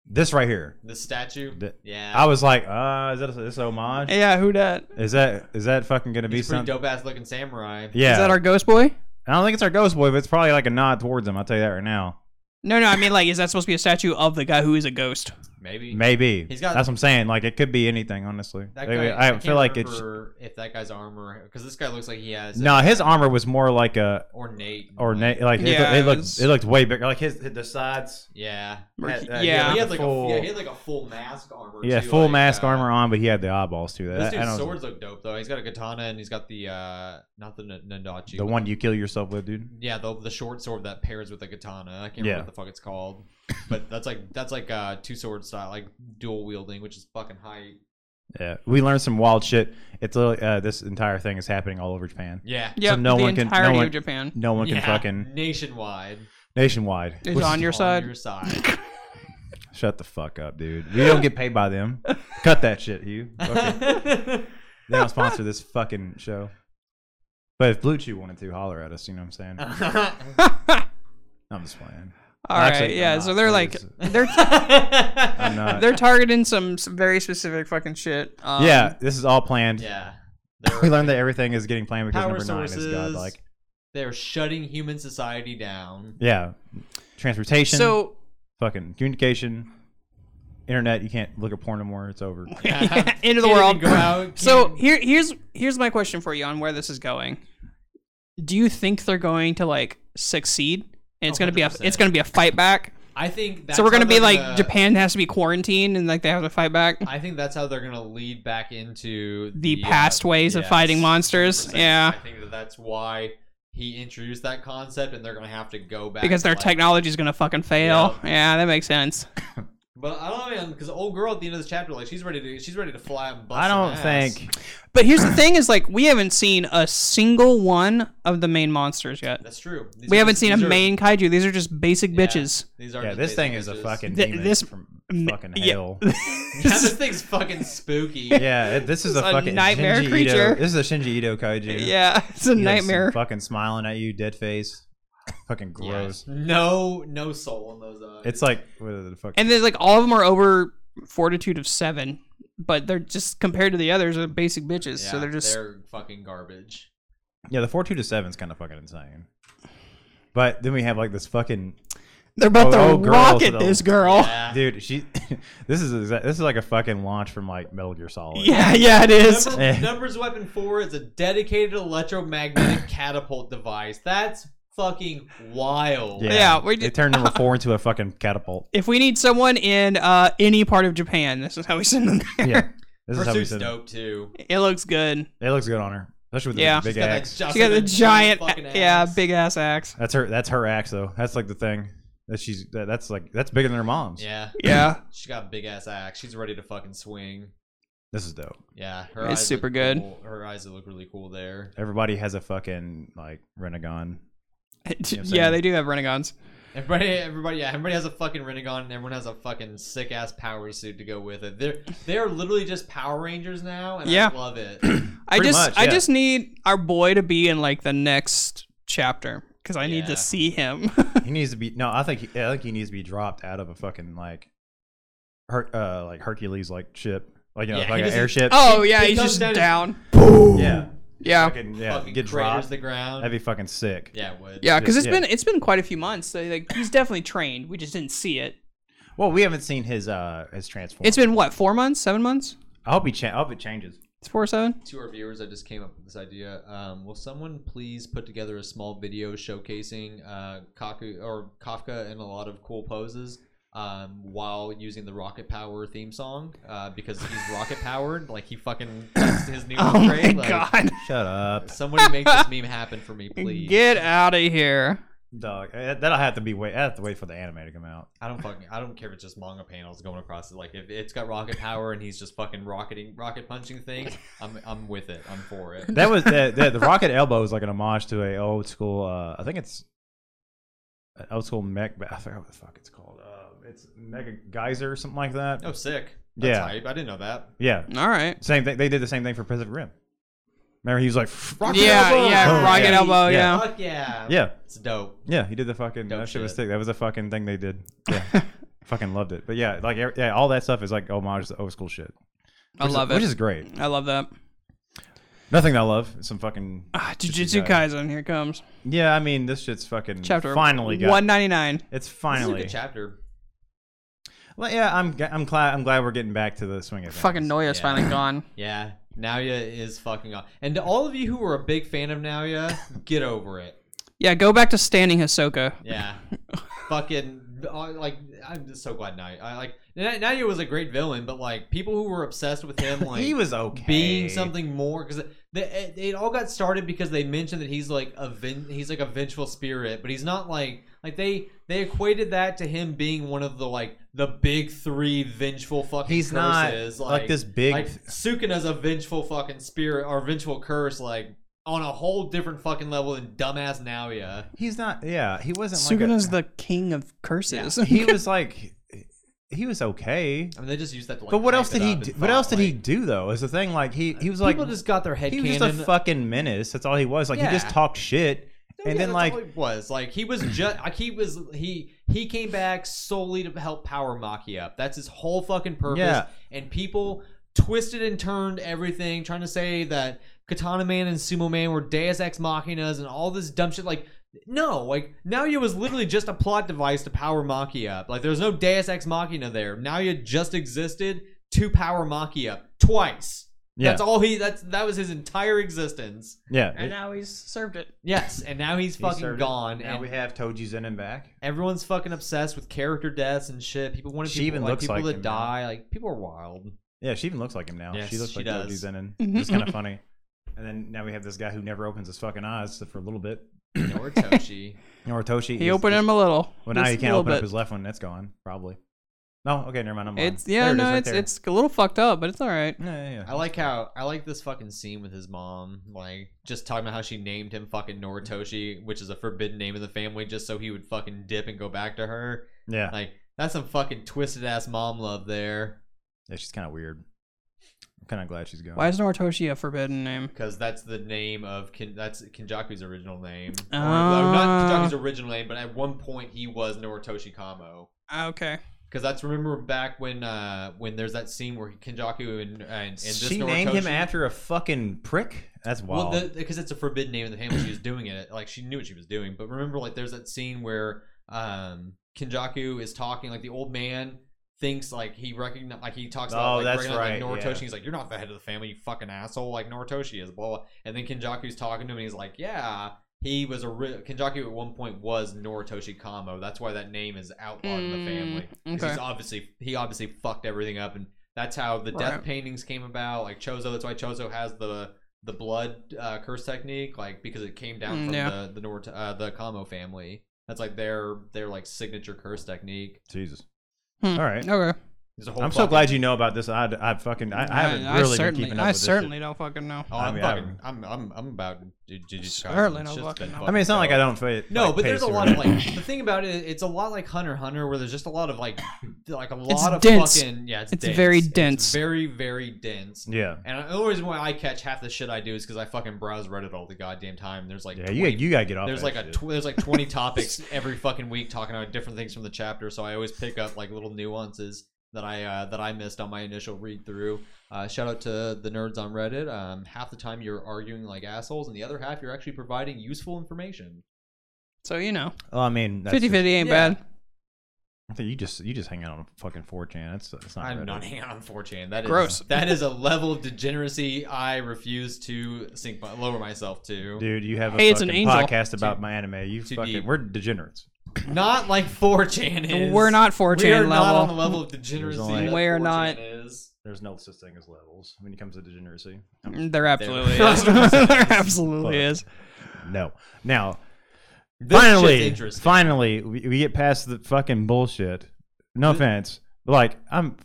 [SPEAKER 4] This right here,
[SPEAKER 1] The statue.
[SPEAKER 4] The-
[SPEAKER 1] yeah.
[SPEAKER 4] I was like, uh, is that this homage?
[SPEAKER 3] yeah, who dat?
[SPEAKER 4] Is that is that fucking gonna
[SPEAKER 1] He's
[SPEAKER 4] be
[SPEAKER 1] a pretty
[SPEAKER 4] something?
[SPEAKER 1] dope ass looking samurai.
[SPEAKER 4] Yeah,
[SPEAKER 3] Is that our ghost boy?
[SPEAKER 4] I don't think it's our ghost boy, but it's probably like a nod towards him. I'll tell you that right now.
[SPEAKER 3] No, no, I mean like, is that supposed to be a statue of the guy who is a ghost?
[SPEAKER 1] Maybe.
[SPEAKER 4] Maybe
[SPEAKER 1] He's got-
[SPEAKER 4] that's what I'm saying. Like it could be anything, honestly.
[SPEAKER 1] That
[SPEAKER 4] Like,
[SPEAKER 1] guy,
[SPEAKER 4] I,
[SPEAKER 1] can't
[SPEAKER 4] feel like it's
[SPEAKER 1] remember if that guy's armor because this guy looks like he has
[SPEAKER 4] no. His armor was more like a
[SPEAKER 1] ornate
[SPEAKER 4] or na- like it,
[SPEAKER 3] Yeah,
[SPEAKER 4] looked- it
[SPEAKER 3] it
[SPEAKER 4] looked
[SPEAKER 3] was-
[SPEAKER 4] it looked way bigger. Like his the sides.
[SPEAKER 1] yeah.
[SPEAKER 4] had- uh,
[SPEAKER 3] Yeah.
[SPEAKER 1] he
[SPEAKER 4] the
[SPEAKER 1] had like
[SPEAKER 4] full-
[SPEAKER 1] a yeah, he had like a full mask armor.
[SPEAKER 4] Yeah,
[SPEAKER 1] too,
[SPEAKER 4] full
[SPEAKER 1] like,
[SPEAKER 4] mask
[SPEAKER 1] uh,
[SPEAKER 4] armor on, but he had the eyeballs too.
[SPEAKER 1] This
[SPEAKER 4] That, I
[SPEAKER 1] dude's
[SPEAKER 4] don't-
[SPEAKER 1] swords look dope though. He's got a katana and he's got the uh not the N- Nandachi.
[SPEAKER 4] the
[SPEAKER 1] but-
[SPEAKER 4] one you kill yourself with, dude.
[SPEAKER 1] Yeah, the, the short sword that pairs with the katana. I can't
[SPEAKER 4] Yeah.
[SPEAKER 1] remember what the fuck it's called, but that's like that's like uh two sword style, like dual wielding, which is fucking hype.
[SPEAKER 4] Yeah, we learned some wild shit. It's li- uh, this entire thing is happening all over Japan.
[SPEAKER 1] Yeah,
[SPEAKER 3] Yeah,
[SPEAKER 4] no
[SPEAKER 3] the
[SPEAKER 4] one can- no
[SPEAKER 3] entirety
[SPEAKER 4] one-
[SPEAKER 3] of Japan.
[SPEAKER 4] No one
[SPEAKER 1] Yeah.
[SPEAKER 4] can fucking
[SPEAKER 1] nationwide.
[SPEAKER 4] nationwide.
[SPEAKER 3] Is
[SPEAKER 4] Which-
[SPEAKER 3] on your
[SPEAKER 1] On
[SPEAKER 3] side.
[SPEAKER 1] your side.
[SPEAKER 4] Shut the fuck up, dude. We don't get paid by them. Cut that shit, Hugh. Fuck it. They don't sponsor this fucking show. But if Blue Chew wanted to, holler at us. You know what I'm saying?
[SPEAKER 1] Uh.
[SPEAKER 4] I'm just playing.
[SPEAKER 3] All right,
[SPEAKER 4] Actually, I'm
[SPEAKER 3] yeah.
[SPEAKER 4] not.
[SPEAKER 3] So they're like
[SPEAKER 4] Please.
[SPEAKER 3] they're
[SPEAKER 4] I'm not.
[SPEAKER 3] they're targeting some, some very specific fucking shit. Um,
[SPEAKER 4] yeah, this is all planned.
[SPEAKER 1] yeah, They're-
[SPEAKER 4] We learned that everything is getting planned because
[SPEAKER 1] Power
[SPEAKER 4] number nine
[SPEAKER 1] sources.
[SPEAKER 4] is godlike.
[SPEAKER 1] they're shutting human society down.
[SPEAKER 4] Yeah, transportation.
[SPEAKER 3] So
[SPEAKER 4] fucking communication, internet. You can't look at porn no more. It's over.
[SPEAKER 3] yeah, into the
[SPEAKER 1] Can't
[SPEAKER 3] world.
[SPEAKER 1] even go out,
[SPEAKER 3] So
[SPEAKER 1] can't-
[SPEAKER 3] here here's here's my question for you on where this is going. Do you think they're going to like succeed? And it's
[SPEAKER 1] Oh,
[SPEAKER 3] gonna be a
[SPEAKER 1] 100%.
[SPEAKER 3] it's gonna be a fight back.
[SPEAKER 1] I think that's
[SPEAKER 3] so we're gonna
[SPEAKER 1] how
[SPEAKER 3] be
[SPEAKER 1] they're
[SPEAKER 3] like
[SPEAKER 1] gonna-
[SPEAKER 3] Japan has to be quarantined and like they have to fight back.
[SPEAKER 1] I think that's how they're gonna lead back into
[SPEAKER 3] The
[SPEAKER 1] uh,
[SPEAKER 3] past ways of fighting monsters,
[SPEAKER 1] 100%.
[SPEAKER 3] yeah.
[SPEAKER 1] I think that that's why he introduced that concept, and they're gonna have to go back
[SPEAKER 3] Because
[SPEAKER 1] to,
[SPEAKER 3] their
[SPEAKER 1] like-
[SPEAKER 3] technology's gonna fucking fail. Yeah. that makes sense.
[SPEAKER 1] But I don't know, because old girl at the end of this chapter, like she's ready to she's ready to fly out and bust.
[SPEAKER 4] I don't
[SPEAKER 1] some ass.
[SPEAKER 4] think.
[SPEAKER 3] But here's the thing: is like we haven't seen a single one of the main monsters yet.
[SPEAKER 1] that's true. These
[SPEAKER 3] We
[SPEAKER 1] are
[SPEAKER 3] haven't
[SPEAKER 1] just-
[SPEAKER 3] seen a
[SPEAKER 1] these are-
[SPEAKER 3] main kaiju. These are just basic
[SPEAKER 1] Yeah.
[SPEAKER 3] bitches.
[SPEAKER 1] These are
[SPEAKER 4] Yeah,
[SPEAKER 1] just
[SPEAKER 4] this
[SPEAKER 1] basic
[SPEAKER 4] thing is a
[SPEAKER 1] bitches.
[SPEAKER 4] fucking
[SPEAKER 3] Th-
[SPEAKER 4] demon
[SPEAKER 3] this-
[SPEAKER 4] from
[SPEAKER 3] m-
[SPEAKER 4] fucking
[SPEAKER 3] yeah.
[SPEAKER 4] hell.
[SPEAKER 1] Yeah, this thing's fucking spooky.
[SPEAKER 4] Yeah, it- this is
[SPEAKER 3] This
[SPEAKER 4] a
[SPEAKER 3] is a
[SPEAKER 4] fucking
[SPEAKER 3] nightmare
[SPEAKER 4] Shinji
[SPEAKER 3] creature.
[SPEAKER 4] Ito, this is a Shinji Ito kaiju.
[SPEAKER 3] Yeah, it's a
[SPEAKER 4] He looks
[SPEAKER 3] nightmare.
[SPEAKER 4] Fucking smiling at you, dead face. Fucking
[SPEAKER 1] Yeah.
[SPEAKER 4] gross.
[SPEAKER 1] No, no soul in those uh, eyes.
[SPEAKER 4] It's like what the fuck?
[SPEAKER 3] And then like all of them are over fortitude of seven, but they're just compared to the others are basic bitches. so
[SPEAKER 1] Yeah,
[SPEAKER 3] they're just
[SPEAKER 1] they're fucking garbage.
[SPEAKER 4] yeah, the four two to seven's kind of fucking insane. But then we have like this fucking
[SPEAKER 3] they're about
[SPEAKER 4] Oh,
[SPEAKER 3] to
[SPEAKER 4] oh, girls,
[SPEAKER 3] rocket
[SPEAKER 4] though.
[SPEAKER 3] this girl.
[SPEAKER 1] Yeah.
[SPEAKER 4] dude. She, this is exact- this is like a fucking launch from like Metal Gear Solid.
[SPEAKER 3] Yeah, yeah, it is.
[SPEAKER 4] Eh.
[SPEAKER 1] Number, numbers Weapon 4 is a dedicated electromagnetic catapult device. That's fucking wild.
[SPEAKER 3] Yeah, we
[SPEAKER 4] they
[SPEAKER 3] did-
[SPEAKER 4] turned number four into a fucking catapult.
[SPEAKER 3] If we need someone in uh, any part of Japan, this is how we send them there.
[SPEAKER 4] Yeah, this is how we
[SPEAKER 1] Pursuit's
[SPEAKER 4] said it.
[SPEAKER 1] dope too.
[SPEAKER 3] It looks good.
[SPEAKER 4] It looks good on her, especially with
[SPEAKER 3] Yeah.
[SPEAKER 4] the big
[SPEAKER 1] She's got that
[SPEAKER 4] axe.
[SPEAKER 1] just
[SPEAKER 3] She got
[SPEAKER 1] like
[SPEAKER 3] the
[SPEAKER 1] a
[SPEAKER 3] giant,
[SPEAKER 1] fucking axe.
[SPEAKER 3] yeah, big ass axe.
[SPEAKER 4] That's her. That's her axe though. That's like the thing that she's. That, that's like that's bigger than her mom's.
[SPEAKER 1] Yeah,
[SPEAKER 3] Yeah,
[SPEAKER 1] she's got a big ass axe. She's ready to fucking swing.
[SPEAKER 4] This is dope.
[SPEAKER 1] Yeah, her
[SPEAKER 3] It's
[SPEAKER 1] eyes
[SPEAKER 3] super
[SPEAKER 1] look
[SPEAKER 3] good.
[SPEAKER 1] cool- Her eyes look really cool there.
[SPEAKER 4] Everybody has a fucking like Renegon. I'm
[SPEAKER 3] yeah,
[SPEAKER 4] saying?
[SPEAKER 3] they do have Renegons.
[SPEAKER 1] Everybody, everybody, yeah, everybody has a fucking Renegon, and everyone has a fucking sick ass power suit to go with it. They're they are literally just Power Rangers now, and
[SPEAKER 3] Yeah.
[SPEAKER 1] I love it.
[SPEAKER 3] I
[SPEAKER 4] Pretty
[SPEAKER 3] just
[SPEAKER 4] much,
[SPEAKER 3] I
[SPEAKER 4] yeah.
[SPEAKER 3] just need our boy to be in like the next chapter because I need
[SPEAKER 1] Yeah.
[SPEAKER 3] to see him.
[SPEAKER 4] He needs to be no. I think he, I think he needs to be dropped out of a fucking like, her, uh, like Hercules like ship, like you know,
[SPEAKER 1] Yeah, he
[SPEAKER 4] like an
[SPEAKER 1] just-
[SPEAKER 4] airship.
[SPEAKER 3] oh yeah,
[SPEAKER 1] he
[SPEAKER 3] he's
[SPEAKER 1] comes
[SPEAKER 3] just
[SPEAKER 1] down-
[SPEAKER 3] down.
[SPEAKER 4] yeah,
[SPEAKER 3] Yeah,
[SPEAKER 4] fucking, yeah,
[SPEAKER 1] fucking
[SPEAKER 4] get
[SPEAKER 1] craters
[SPEAKER 4] dropped.
[SPEAKER 1] the ground.
[SPEAKER 4] That'd be fucking sick.
[SPEAKER 1] yeah, it would.
[SPEAKER 3] yeah, because it's
[SPEAKER 4] yeah.
[SPEAKER 3] been it's been quite a few months. So like he's definitely trained. We just didn't see it.
[SPEAKER 4] Well, we haven't seen his uh his transform.
[SPEAKER 3] It's been what four months, seven months?
[SPEAKER 4] I hope he cha- I hope it changes.
[SPEAKER 3] It's four or seven.
[SPEAKER 1] to our viewers, I just came up with this idea. Um, will someone please put together a small video showcasing uh, Kaku or Kafka in a lot of cool poses um, while using the Rocket Power theme song? Uh, because he's rocket powered, like he fucking that's his new
[SPEAKER 3] Oh my
[SPEAKER 1] upgrade. like,
[SPEAKER 3] god!
[SPEAKER 4] Shut up,
[SPEAKER 1] Somebody make this meme happen for me, please.
[SPEAKER 3] Get out of here.
[SPEAKER 4] dog. Eh, That'll have to be wait. I have to wait for the anime to come out.
[SPEAKER 1] I don't fucking. I don't care if it's just manga panels going across it. Like if it's got rocket power and he's just fucking rocketing, rocket punching things. I'm, I'm with it. I'm for it.
[SPEAKER 4] That was the, the, the rocket elbow is like an homage to a old school. Uh, I think it's an old school mech. But I forgot what the fuck it's called. Uh, it's Mega Geyser or something like that.
[SPEAKER 1] Oh, sick. That's
[SPEAKER 4] Yeah.
[SPEAKER 1] hype. I didn't know that.
[SPEAKER 4] Yeah,
[SPEAKER 3] All right.
[SPEAKER 4] same thing. They did the same thing for Pacific Rim. Remember, he was like, rocket
[SPEAKER 3] yeah,
[SPEAKER 4] elbow!
[SPEAKER 3] yeah,
[SPEAKER 4] Oh,
[SPEAKER 3] rocket
[SPEAKER 4] yeah.
[SPEAKER 3] elbow.
[SPEAKER 4] Yeah.
[SPEAKER 3] Yeah.
[SPEAKER 1] Fuck yeah.
[SPEAKER 4] Yeah,
[SPEAKER 1] It's dope.
[SPEAKER 4] yeah, he did the fucking
[SPEAKER 1] Dope
[SPEAKER 4] that shit was
[SPEAKER 1] shit.
[SPEAKER 4] sick. That was a fucking thing they did. Yeah, fucking loved it. But yeah, like every- yeah, all that stuff is like homage to old school shit.
[SPEAKER 3] I
[SPEAKER 4] Which is-
[SPEAKER 3] love
[SPEAKER 4] which
[SPEAKER 3] it.
[SPEAKER 4] is great.
[SPEAKER 3] I love that.
[SPEAKER 4] Nothing that I love. Some fucking
[SPEAKER 3] Ah,
[SPEAKER 4] Jujutsu
[SPEAKER 3] Jujutsu Kaisen, here it comes
[SPEAKER 4] yeah. I mean, this shit's fucking
[SPEAKER 3] chapter
[SPEAKER 4] finally got
[SPEAKER 3] one ninety nine.
[SPEAKER 1] This
[SPEAKER 4] It's
[SPEAKER 1] is a
[SPEAKER 4] finally.
[SPEAKER 1] good chapter.
[SPEAKER 4] Well, yeah, I'm g- I'm glad I'm glad we're getting back to the swing of things.
[SPEAKER 3] Fucking Noya's
[SPEAKER 1] Yeah.
[SPEAKER 3] finally gone.
[SPEAKER 1] Yeah, Naoya is fucking off. And to all of you who are a big fan of Naoya, get over it.
[SPEAKER 3] Yeah, go back to standing Hisoka.
[SPEAKER 1] Yeah, fucking uh, like I'm just so glad Naoya. I like Na- Naoya was a great villain, but like people who were obsessed with him, like
[SPEAKER 4] he was okay.
[SPEAKER 1] being something more because it, it all got started because they mentioned that he's like a ven- he's like a vengeful spirit but he's not like like they they equated that to him being one of the like the big three vengeful fucking
[SPEAKER 4] He's not
[SPEAKER 1] curses.
[SPEAKER 4] like this big-
[SPEAKER 1] like sukuna's a vengeful fucking spirit or vengeful curse like on a whole different fucking level than dumbass naoya
[SPEAKER 4] He's not. Yeah, he wasn't.
[SPEAKER 3] Suguna's
[SPEAKER 4] like
[SPEAKER 3] the king of curses.
[SPEAKER 4] a, he was like he was okay.
[SPEAKER 1] i mean they just used that to like
[SPEAKER 4] But what
[SPEAKER 1] hype
[SPEAKER 4] else did
[SPEAKER 1] it
[SPEAKER 4] he?
[SPEAKER 1] up and
[SPEAKER 4] Do,
[SPEAKER 1] thought,
[SPEAKER 4] what else did he
[SPEAKER 1] like,
[SPEAKER 4] do though? Is the thing like he he was like
[SPEAKER 1] people just got their head
[SPEAKER 4] he was just a
[SPEAKER 1] cannon
[SPEAKER 4] fucking menace. That's all he was. Like he just
[SPEAKER 1] Yeah.
[SPEAKER 4] talked shit, and
[SPEAKER 1] Oh, Yeah,
[SPEAKER 4] then
[SPEAKER 1] that's
[SPEAKER 4] like
[SPEAKER 1] all it was like he was just like he was he he came back solely to help power Maki up. That's his whole fucking purpose.
[SPEAKER 4] Yeah.
[SPEAKER 1] And people twisted and turned everything, trying to say that Katana Man and Sumo Man were Deus Ex Machinas and all this dumb shit. Like, no, like Naoya was literally just a plot device to power Maki up. Like, there's no Deus Ex Machina there. Naoya just existed to power Maki up twice.
[SPEAKER 4] yeah
[SPEAKER 1] That's all he. That's that was his entire existence.
[SPEAKER 4] yeah.
[SPEAKER 3] now he's served it.
[SPEAKER 1] Yes, and now he's
[SPEAKER 4] He
[SPEAKER 1] fucking
[SPEAKER 4] served it.
[SPEAKER 1] gone.
[SPEAKER 4] Now
[SPEAKER 1] and
[SPEAKER 4] we have Toji Zen and back.
[SPEAKER 1] Everyone's fucking obsessed with character deaths and shit. People wanted
[SPEAKER 4] She
[SPEAKER 1] people,
[SPEAKER 4] even
[SPEAKER 1] like,
[SPEAKER 4] looks
[SPEAKER 1] people
[SPEAKER 4] like
[SPEAKER 1] to
[SPEAKER 4] him now.
[SPEAKER 1] die. Like people are wild.
[SPEAKER 4] Yeah, she even looks like him now.
[SPEAKER 1] Yes,
[SPEAKER 4] she looks
[SPEAKER 1] she
[SPEAKER 4] like
[SPEAKER 1] does.
[SPEAKER 4] Toji Zenin.
[SPEAKER 3] Mhm.
[SPEAKER 4] It's kind of funny. And then now we have this guy who never opens his fucking eyes except for a little bit.
[SPEAKER 1] Nor Toshi.
[SPEAKER 4] Noritoshi.
[SPEAKER 3] He opened him a little.
[SPEAKER 4] Well, now
[SPEAKER 3] Just
[SPEAKER 4] he
[SPEAKER 3] a
[SPEAKER 4] can't
[SPEAKER 3] little
[SPEAKER 4] open up
[SPEAKER 3] bit.
[SPEAKER 4] his left one. That's gone, probably. No, okay, never mind. I'm lying.
[SPEAKER 3] It's yeah,
[SPEAKER 4] There it is,
[SPEAKER 3] no,
[SPEAKER 4] right
[SPEAKER 3] it's
[SPEAKER 4] there.
[SPEAKER 3] it's a little fucked up, but it's all right.
[SPEAKER 4] Yeah, yeah,
[SPEAKER 1] I like how I like this fucking scene with his mom, like just talking about how she named him fucking Noritoshi, which is a forbidden name in the family, just so he would fucking dip and go back to her.
[SPEAKER 4] yeah. Yeah,
[SPEAKER 1] Like that's some fucking twisted ass mom love there,
[SPEAKER 4] yeah she's kind of weird. I'm kind of glad she's gone.
[SPEAKER 3] Why is Noritoshi a forbidden name?
[SPEAKER 1] because that's the name of Kin- that's Kinjaku's original name. Or,
[SPEAKER 3] Ah.
[SPEAKER 1] not Kinjaku's original name, but at one point he was Noritoshi Kamo.
[SPEAKER 3] Ah, okay.
[SPEAKER 1] Because that's remember back when uh when there's that scene where Kenjaku and and, and this
[SPEAKER 4] she named
[SPEAKER 1] Noritoshi-
[SPEAKER 4] him after a fucking prick? That's
[SPEAKER 1] well
[SPEAKER 4] wild.
[SPEAKER 1] because it's a forbidden name in the family. She was doing it like she knew what she was doing. But remember, like there's that scene where um Kenjaku is talking like the old man thinks like he recognize like he talks about
[SPEAKER 4] Oh,
[SPEAKER 1] like,
[SPEAKER 4] that's
[SPEAKER 1] recognizing,
[SPEAKER 4] right,
[SPEAKER 1] like, Noritoshi.
[SPEAKER 4] yeah.
[SPEAKER 1] and He's like, you're not the head of the family, you fucking asshole. Like Noritoshi is blah. blah. And then Kenjaku's talking to him, and he's like, yeah. He was a ri- Kenjaku at one point was Noritoshi Kamo. That's why that name is outlawed in
[SPEAKER 3] Mm,
[SPEAKER 1] the family. 'Cause
[SPEAKER 3] okay.
[SPEAKER 1] He's obviously he obviously fucked everything up, and that's how the death
[SPEAKER 3] Right.
[SPEAKER 1] paintings came about. Like Chozo, that's why Chozo has the the blood uh, curse technique, like because it came down
[SPEAKER 3] Mm,
[SPEAKER 1] from
[SPEAKER 3] yeah.
[SPEAKER 1] the the Nort- uh, the Kamo family. That's like their their like signature curse technique.
[SPEAKER 4] Jesus.
[SPEAKER 3] Hmm.
[SPEAKER 4] All right.
[SPEAKER 3] Okay.
[SPEAKER 1] There's a whole
[SPEAKER 4] I'm so
[SPEAKER 1] fucking-
[SPEAKER 4] glad you know about this. I, I fucking I, I haven't really been
[SPEAKER 3] certainly,
[SPEAKER 4] keeping up
[SPEAKER 3] I
[SPEAKER 4] with this shit.
[SPEAKER 3] certainly don't fucking know.
[SPEAKER 1] Oh, I'm
[SPEAKER 4] I mean,
[SPEAKER 1] fucking, I'm,
[SPEAKER 4] I'm-
[SPEAKER 1] I'm, I'm about to just
[SPEAKER 3] Certainly no fucking know.
[SPEAKER 4] I mean, it's not like I don't. Fit,
[SPEAKER 1] No,
[SPEAKER 4] like,
[SPEAKER 1] but there's
[SPEAKER 4] pace
[SPEAKER 1] a
[SPEAKER 4] or
[SPEAKER 1] lot of
[SPEAKER 4] whatever.
[SPEAKER 1] like the thing about it. It's a lot like Hunter x Hunter, where there's just a lot of like, like a lot of
[SPEAKER 3] dense.
[SPEAKER 1] fucking yeah. It's,
[SPEAKER 3] It's
[SPEAKER 1] dense.
[SPEAKER 3] very dense.
[SPEAKER 1] very very dense.
[SPEAKER 4] Yeah,
[SPEAKER 1] And the only reason why I catch half the shit I do is because I fucking browse Reddit all the goddamn time. There's like
[SPEAKER 4] yeah.
[SPEAKER 1] 20
[SPEAKER 4] You you gotta get off.
[SPEAKER 1] there's
[SPEAKER 4] that
[SPEAKER 1] like a
[SPEAKER 4] shit.
[SPEAKER 1] tw- there's like 20 topics every fucking week talking about different things from the chapter so i always pick up like little nuances that i uh, that i missed on my initial read through uh, shout out to the nerds on reddit um, half the time you're arguing like assholes and the other half you're actually providing useful information
[SPEAKER 3] So you know,
[SPEAKER 4] Well, I mean, that's
[SPEAKER 3] 50
[SPEAKER 4] just-
[SPEAKER 3] 50 ain't
[SPEAKER 1] Yeah.
[SPEAKER 3] bad.
[SPEAKER 4] I think you just you just hang out on fucking 4chan. That's that's not.
[SPEAKER 1] i'm
[SPEAKER 4] Reddit.
[SPEAKER 1] not hanging out on 4chan that is
[SPEAKER 3] Gross.
[SPEAKER 1] that is a level of degeneracy i refuse to sink my, lower myself to
[SPEAKER 4] Dude, you have a
[SPEAKER 3] Hey, it's an
[SPEAKER 4] fucking
[SPEAKER 3] angel.
[SPEAKER 4] podcast about my anime. You
[SPEAKER 1] too
[SPEAKER 4] fucking,
[SPEAKER 1] deep.
[SPEAKER 4] we're degenerates.
[SPEAKER 1] not like 4chan is
[SPEAKER 3] We're not 4chan
[SPEAKER 1] we are
[SPEAKER 3] level.
[SPEAKER 1] not on the level of degeneracy
[SPEAKER 4] only-
[SPEAKER 1] that
[SPEAKER 3] We are
[SPEAKER 1] 4chan
[SPEAKER 3] not.
[SPEAKER 1] is.
[SPEAKER 4] There's no such thing as levels when it comes to degeneracy.
[SPEAKER 3] There absolutely
[SPEAKER 1] There-
[SPEAKER 3] is. there absolutely is.
[SPEAKER 4] No. Now,
[SPEAKER 1] This shit's
[SPEAKER 4] finally,
[SPEAKER 1] interesting.
[SPEAKER 4] finally, we, we get past the fucking bullshit. No offense, but like I'm,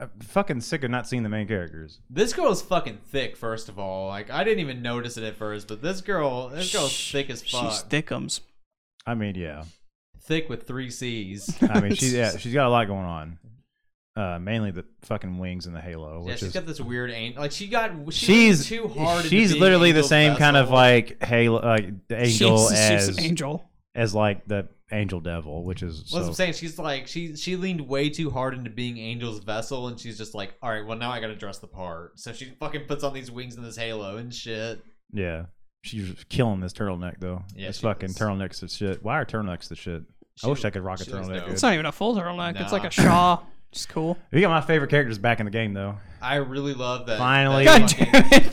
[SPEAKER 4] I'm fucking sick of not seeing the main characters.
[SPEAKER 1] This girl is fucking thick. First of all, like I didn't even notice it at first, but this girl, this girl's
[SPEAKER 3] Sh-
[SPEAKER 1] thick as fuck.
[SPEAKER 3] She's um, thickums.
[SPEAKER 4] I mean, yeah.
[SPEAKER 1] thick with three C's.
[SPEAKER 4] I mean, she's yeah, she's got a lot going on. Uh, mainly the fucking wings and the halo,
[SPEAKER 1] yeah,
[SPEAKER 4] which
[SPEAKER 1] she's
[SPEAKER 4] is
[SPEAKER 1] got this weird aim. Like she got she's,
[SPEAKER 4] she's
[SPEAKER 1] too hard.
[SPEAKER 4] She's
[SPEAKER 1] into
[SPEAKER 4] literally
[SPEAKER 1] being
[SPEAKER 4] the same
[SPEAKER 1] Angel
[SPEAKER 4] kind of
[SPEAKER 1] Vessel.
[SPEAKER 4] like halo, like angel
[SPEAKER 3] she's,
[SPEAKER 4] as
[SPEAKER 3] she's angel.
[SPEAKER 4] as like the angel devil, which is
[SPEAKER 1] That's what
[SPEAKER 4] so,
[SPEAKER 1] I'm saying. She's like she she leaned way too hard into being Angel's vessel, and she's just like, all right, well now I gotta dress the part. So she fucking puts on these wings and this halo and shit.
[SPEAKER 4] yeah. She's killing this turtleneck though.
[SPEAKER 1] Yeah,
[SPEAKER 4] this
[SPEAKER 1] she
[SPEAKER 4] fucking
[SPEAKER 1] is.
[SPEAKER 4] turtlenecks the shit. Why are turtlenecks the shit?
[SPEAKER 1] She-
[SPEAKER 4] I wish I could rock a
[SPEAKER 1] she was
[SPEAKER 4] turtleneck.
[SPEAKER 1] dope.
[SPEAKER 4] dude.
[SPEAKER 3] It's not even a full turtleneck. It's like
[SPEAKER 1] Nah.
[SPEAKER 3] a shaw. It's cool.
[SPEAKER 4] We got my favorite characters back in the game though.
[SPEAKER 1] I really love that.
[SPEAKER 4] Finally.
[SPEAKER 1] that
[SPEAKER 3] God
[SPEAKER 1] fucking-
[SPEAKER 3] damn it.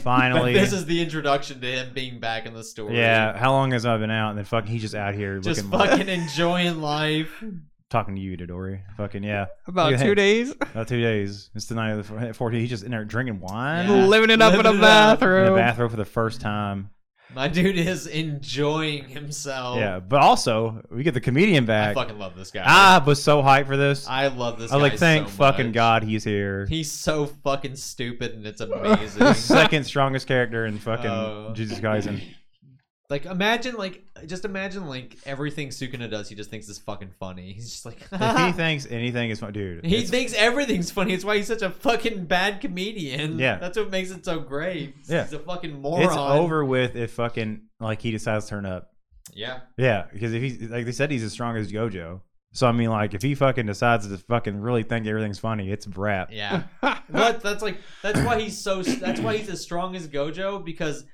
[SPEAKER 4] Finally,
[SPEAKER 1] this is the introduction to him being back in the story.
[SPEAKER 4] yeah. How long has I been out? And then fucking he's just out here
[SPEAKER 1] just
[SPEAKER 4] looking
[SPEAKER 1] fucking enjoying life.
[SPEAKER 4] talking to you, Dodori. Fucking yeah.
[SPEAKER 3] About
[SPEAKER 4] Look at
[SPEAKER 3] two
[SPEAKER 4] him.
[SPEAKER 3] days.
[SPEAKER 4] About two days. It's the night of the fourteenth. He's just in there drinking wine
[SPEAKER 1] Yeah.
[SPEAKER 3] Living it up
[SPEAKER 1] Living it
[SPEAKER 3] in a
[SPEAKER 1] up.
[SPEAKER 4] in the
[SPEAKER 3] bathroom.
[SPEAKER 4] bathroom for the first time.
[SPEAKER 1] My dude is enjoying himself.
[SPEAKER 4] Yeah, but also we get the comedian
[SPEAKER 1] Oh. I
[SPEAKER 4] back.
[SPEAKER 1] fucking love this guy.
[SPEAKER 4] I was so hyped for this. I,
[SPEAKER 1] I love this.
[SPEAKER 4] was
[SPEAKER 1] guy
[SPEAKER 4] like, thank
[SPEAKER 1] so
[SPEAKER 4] fucking
[SPEAKER 1] much.
[SPEAKER 4] God he's here.
[SPEAKER 1] He's so fucking stupid, and it's amazing.
[SPEAKER 4] Second strongest character in fucking
[SPEAKER 1] Oh.
[SPEAKER 4] Jesus Christ. And
[SPEAKER 1] like, imagine, like, just imagine, like, everything Sukuna does, he just thinks is fucking funny. He's just like,
[SPEAKER 4] if he thinks anything is fun, dude.
[SPEAKER 1] he
[SPEAKER 4] it's-
[SPEAKER 1] thinks everything's funny. It's why he's such a fucking bad comedian.
[SPEAKER 4] Yeah.
[SPEAKER 1] that's what makes it so great.
[SPEAKER 4] Yeah.
[SPEAKER 1] he's a fucking moron.
[SPEAKER 4] it's over with if fucking like he decides to turn up.
[SPEAKER 1] Yeah,
[SPEAKER 4] Yeah, because if he's like they said he's as strong as Gojo. So I mean, like if he fucking decides to fucking really think everything's funny, it's rap.
[SPEAKER 1] yeah. What? That's like that's why he's so. That's why he's as strong as Gojo because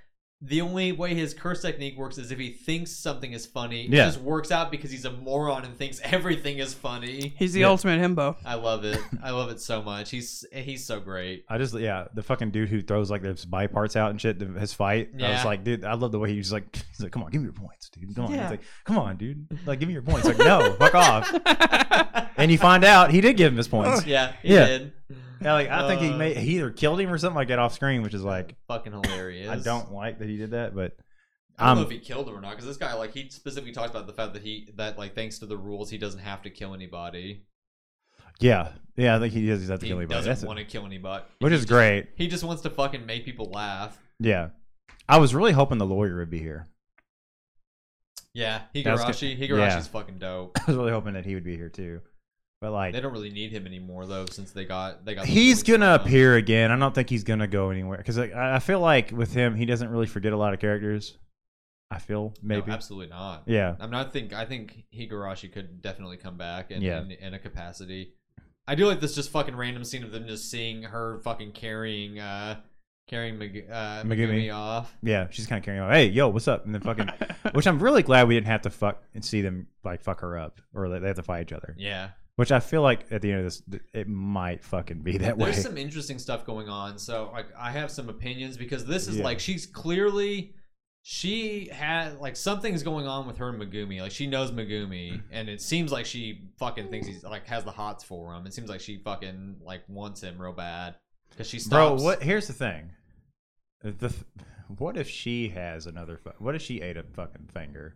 [SPEAKER 1] the only way his curse technique works is if he thinks something is funny. It
[SPEAKER 4] Yeah.
[SPEAKER 1] just works out because he's a moron and thinks everything is funny.
[SPEAKER 3] He's the
[SPEAKER 4] Yeah.
[SPEAKER 3] ultimate himbo.
[SPEAKER 1] I love it. I love it so much. He's he's so great.
[SPEAKER 4] I just yeah, the fucking dude who throws like those body parts out and shit to his fight. I
[SPEAKER 1] Yeah.
[SPEAKER 4] was like, dude, I love the way he was like, he's like, come on, give me your points, dude. Come on,
[SPEAKER 1] Yeah.
[SPEAKER 4] He's like, come on, dude, like give me your points. Like no, fuck off. And you find out he did give him his points.
[SPEAKER 1] Yeah, he
[SPEAKER 4] Yeah.
[SPEAKER 1] did.
[SPEAKER 4] Yeah, like I think he
[SPEAKER 1] Uh,
[SPEAKER 4] may he either killed him or something like that off screen, which is like
[SPEAKER 1] fucking hilarious.
[SPEAKER 4] I don't like that he did that, but
[SPEAKER 1] I don't know
[SPEAKER 4] um,
[SPEAKER 1] if he killed him or not because this guy, like, he specifically talks about the fact that he that like thanks to the rules, he doesn't have to kill anybody.
[SPEAKER 4] yeah, yeah, I think he does. He's have to
[SPEAKER 1] He
[SPEAKER 4] kill anybody. That's
[SPEAKER 1] doesn't
[SPEAKER 4] it.
[SPEAKER 1] want to kill anybody,
[SPEAKER 4] which is great.
[SPEAKER 1] He just wants to fucking make people laugh.
[SPEAKER 4] Yeah, I was really hoping the lawyer would be here.
[SPEAKER 1] Yeah,
[SPEAKER 4] That's good.
[SPEAKER 1] Higurashi. Higurashi's
[SPEAKER 4] Yeah.
[SPEAKER 1] fucking dope.
[SPEAKER 4] I was really hoping that he would be here too, but like
[SPEAKER 1] They don't really need him anymore though, since they got they got. the
[SPEAKER 4] he's
[SPEAKER 1] points
[SPEAKER 4] gonna
[SPEAKER 1] from him.
[SPEAKER 4] appear again. I don't think he's gonna go anywhere because I, I feel like with him, he doesn't really forget a lot of characters. I feel
[SPEAKER 1] No,
[SPEAKER 4] maybe,
[SPEAKER 1] absolutely not.
[SPEAKER 4] yeah,
[SPEAKER 1] I'm not think. I think Higurashi could definitely come back in,
[SPEAKER 4] Yeah.
[SPEAKER 1] in in a capacity. I do like this just fucking random scene of them just seeing her fucking carrying uh carrying Meg- uh,
[SPEAKER 4] Megumi.
[SPEAKER 1] Megumi off.
[SPEAKER 4] yeah. She's kind of carrying on. Hey, yo, what's up? And then fucking, which I'm really glad we didn't have to fuck and see them like fuck her up or that they have to fight each other.
[SPEAKER 1] Yeah,
[SPEAKER 4] Which I feel like at the end of this, th- it might fucking be that way.
[SPEAKER 1] There's some interesting stuff going on. So like I have some opinions because this is
[SPEAKER 4] Yeah.
[SPEAKER 1] like she's clearly she had like something's going on with her and Megumi. Like she knows Megumi
[SPEAKER 4] Mm-hmm.
[SPEAKER 1] and it seems like she fucking thinks he's like has the hots for him. It seems like she fucking like wants him real bad cuz she
[SPEAKER 4] Bro,
[SPEAKER 1] stops
[SPEAKER 4] what? Here's the thing. The th- what if she has another? Fu- what if she ate a fucking finger,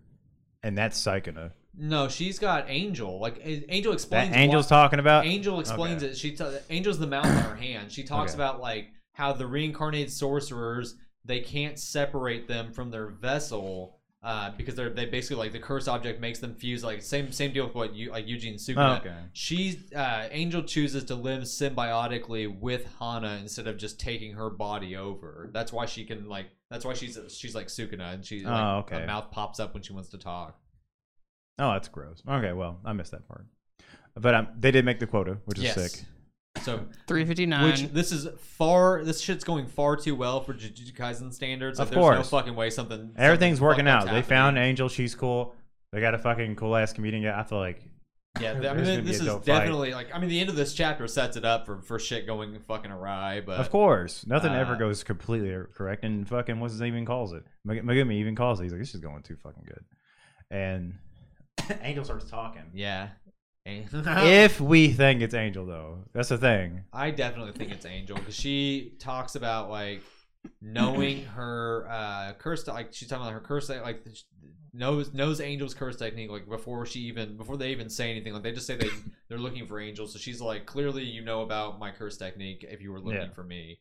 [SPEAKER 4] and that's Psychona?
[SPEAKER 1] No, she's got Angel. Like A- Angel explains.
[SPEAKER 4] That angel's
[SPEAKER 1] why-
[SPEAKER 4] talking about.
[SPEAKER 1] Angel explains it. She t- Angel's the mouth on her hand. She talks
[SPEAKER 4] Okay.
[SPEAKER 1] about like how the reincarnated sorcerers they can't separate them from their vessel uh, because they're they basically like the curse object makes them fuse. Like same same deal with what you like Eugene Sukuna.
[SPEAKER 4] Oh, okay.
[SPEAKER 1] She uh, Angel chooses to live symbiotically with Hana instead of just taking her body over. That's why she can like. That's why she's she's like Sukuna and she like,
[SPEAKER 4] Oh, okay.
[SPEAKER 1] her mouth pops up when she wants to talk.
[SPEAKER 4] Oh, that's gross. Okay, well, I missed that part. But um, they did make the quota, which is
[SPEAKER 1] Yes.
[SPEAKER 4] sick.
[SPEAKER 1] So
[SPEAKER 3] Three fifty
[SPEAKER 1] Which
[SPEAKER 3] nine.
[SPEAKER 1] this is far. This shit's going far too well for Jujutsu Kaisen standards. Like,
[SPEAKER 4] Of
[SPEAKER 1] There's
[SPEAKER 4] course.
[SPEAKER 1] no fucking way something.
[SPEAKER 4] Everything's
[SPEAKER 1] something
[SPEAKER 4] working
[SPEAKER 1] fucked up's
[SPEAKER 4] out. They
[SPEAKER 1] happening.
[SPEAKER 4] found Angel. She's cool. They got a fucking cool ass comedian. guy. I feel like
[SPEAKER 1] Yeah, th- I
[SPEAKER 4] There's
[SPEAKER 1] mean,
[SPEAKER 4] gonna be
[SPEAKER 1] this
[SPEAKER 4] a
[SPEAKER 1] is
[SPEAKER 4] dope fight.
[SPEAKER 1] definitely like. I mean, the end of this chapter sets it up for for shit going fucking awry. But
[SPEAKER 4] Of course, nothing ever
[SPEAKER 1] Uh,
[SPEAKER 4] goes completely er, correct, and fucking what's his name even calls it. Meg- Megumi even calls it. He's like, "This is going too fucking good," and Angel starts talking.
[SPEAKER 1] yeah,
[SPEAKER 4] If we think it's Angel, though, that's the thing.
[SPEAKER 1] I definitely think it's Angel because she talks about like knowing her uh curse. Like she's talking about her curse. Like sh- knows knows Angel's curse technique. Like before she even before they even say anything. Like they just say they they're looking for Angel. So she's like, clearly you know about my curse technique if you were looking
[SPEAKER 4] Yeah.
[SPEAKER 1] for me.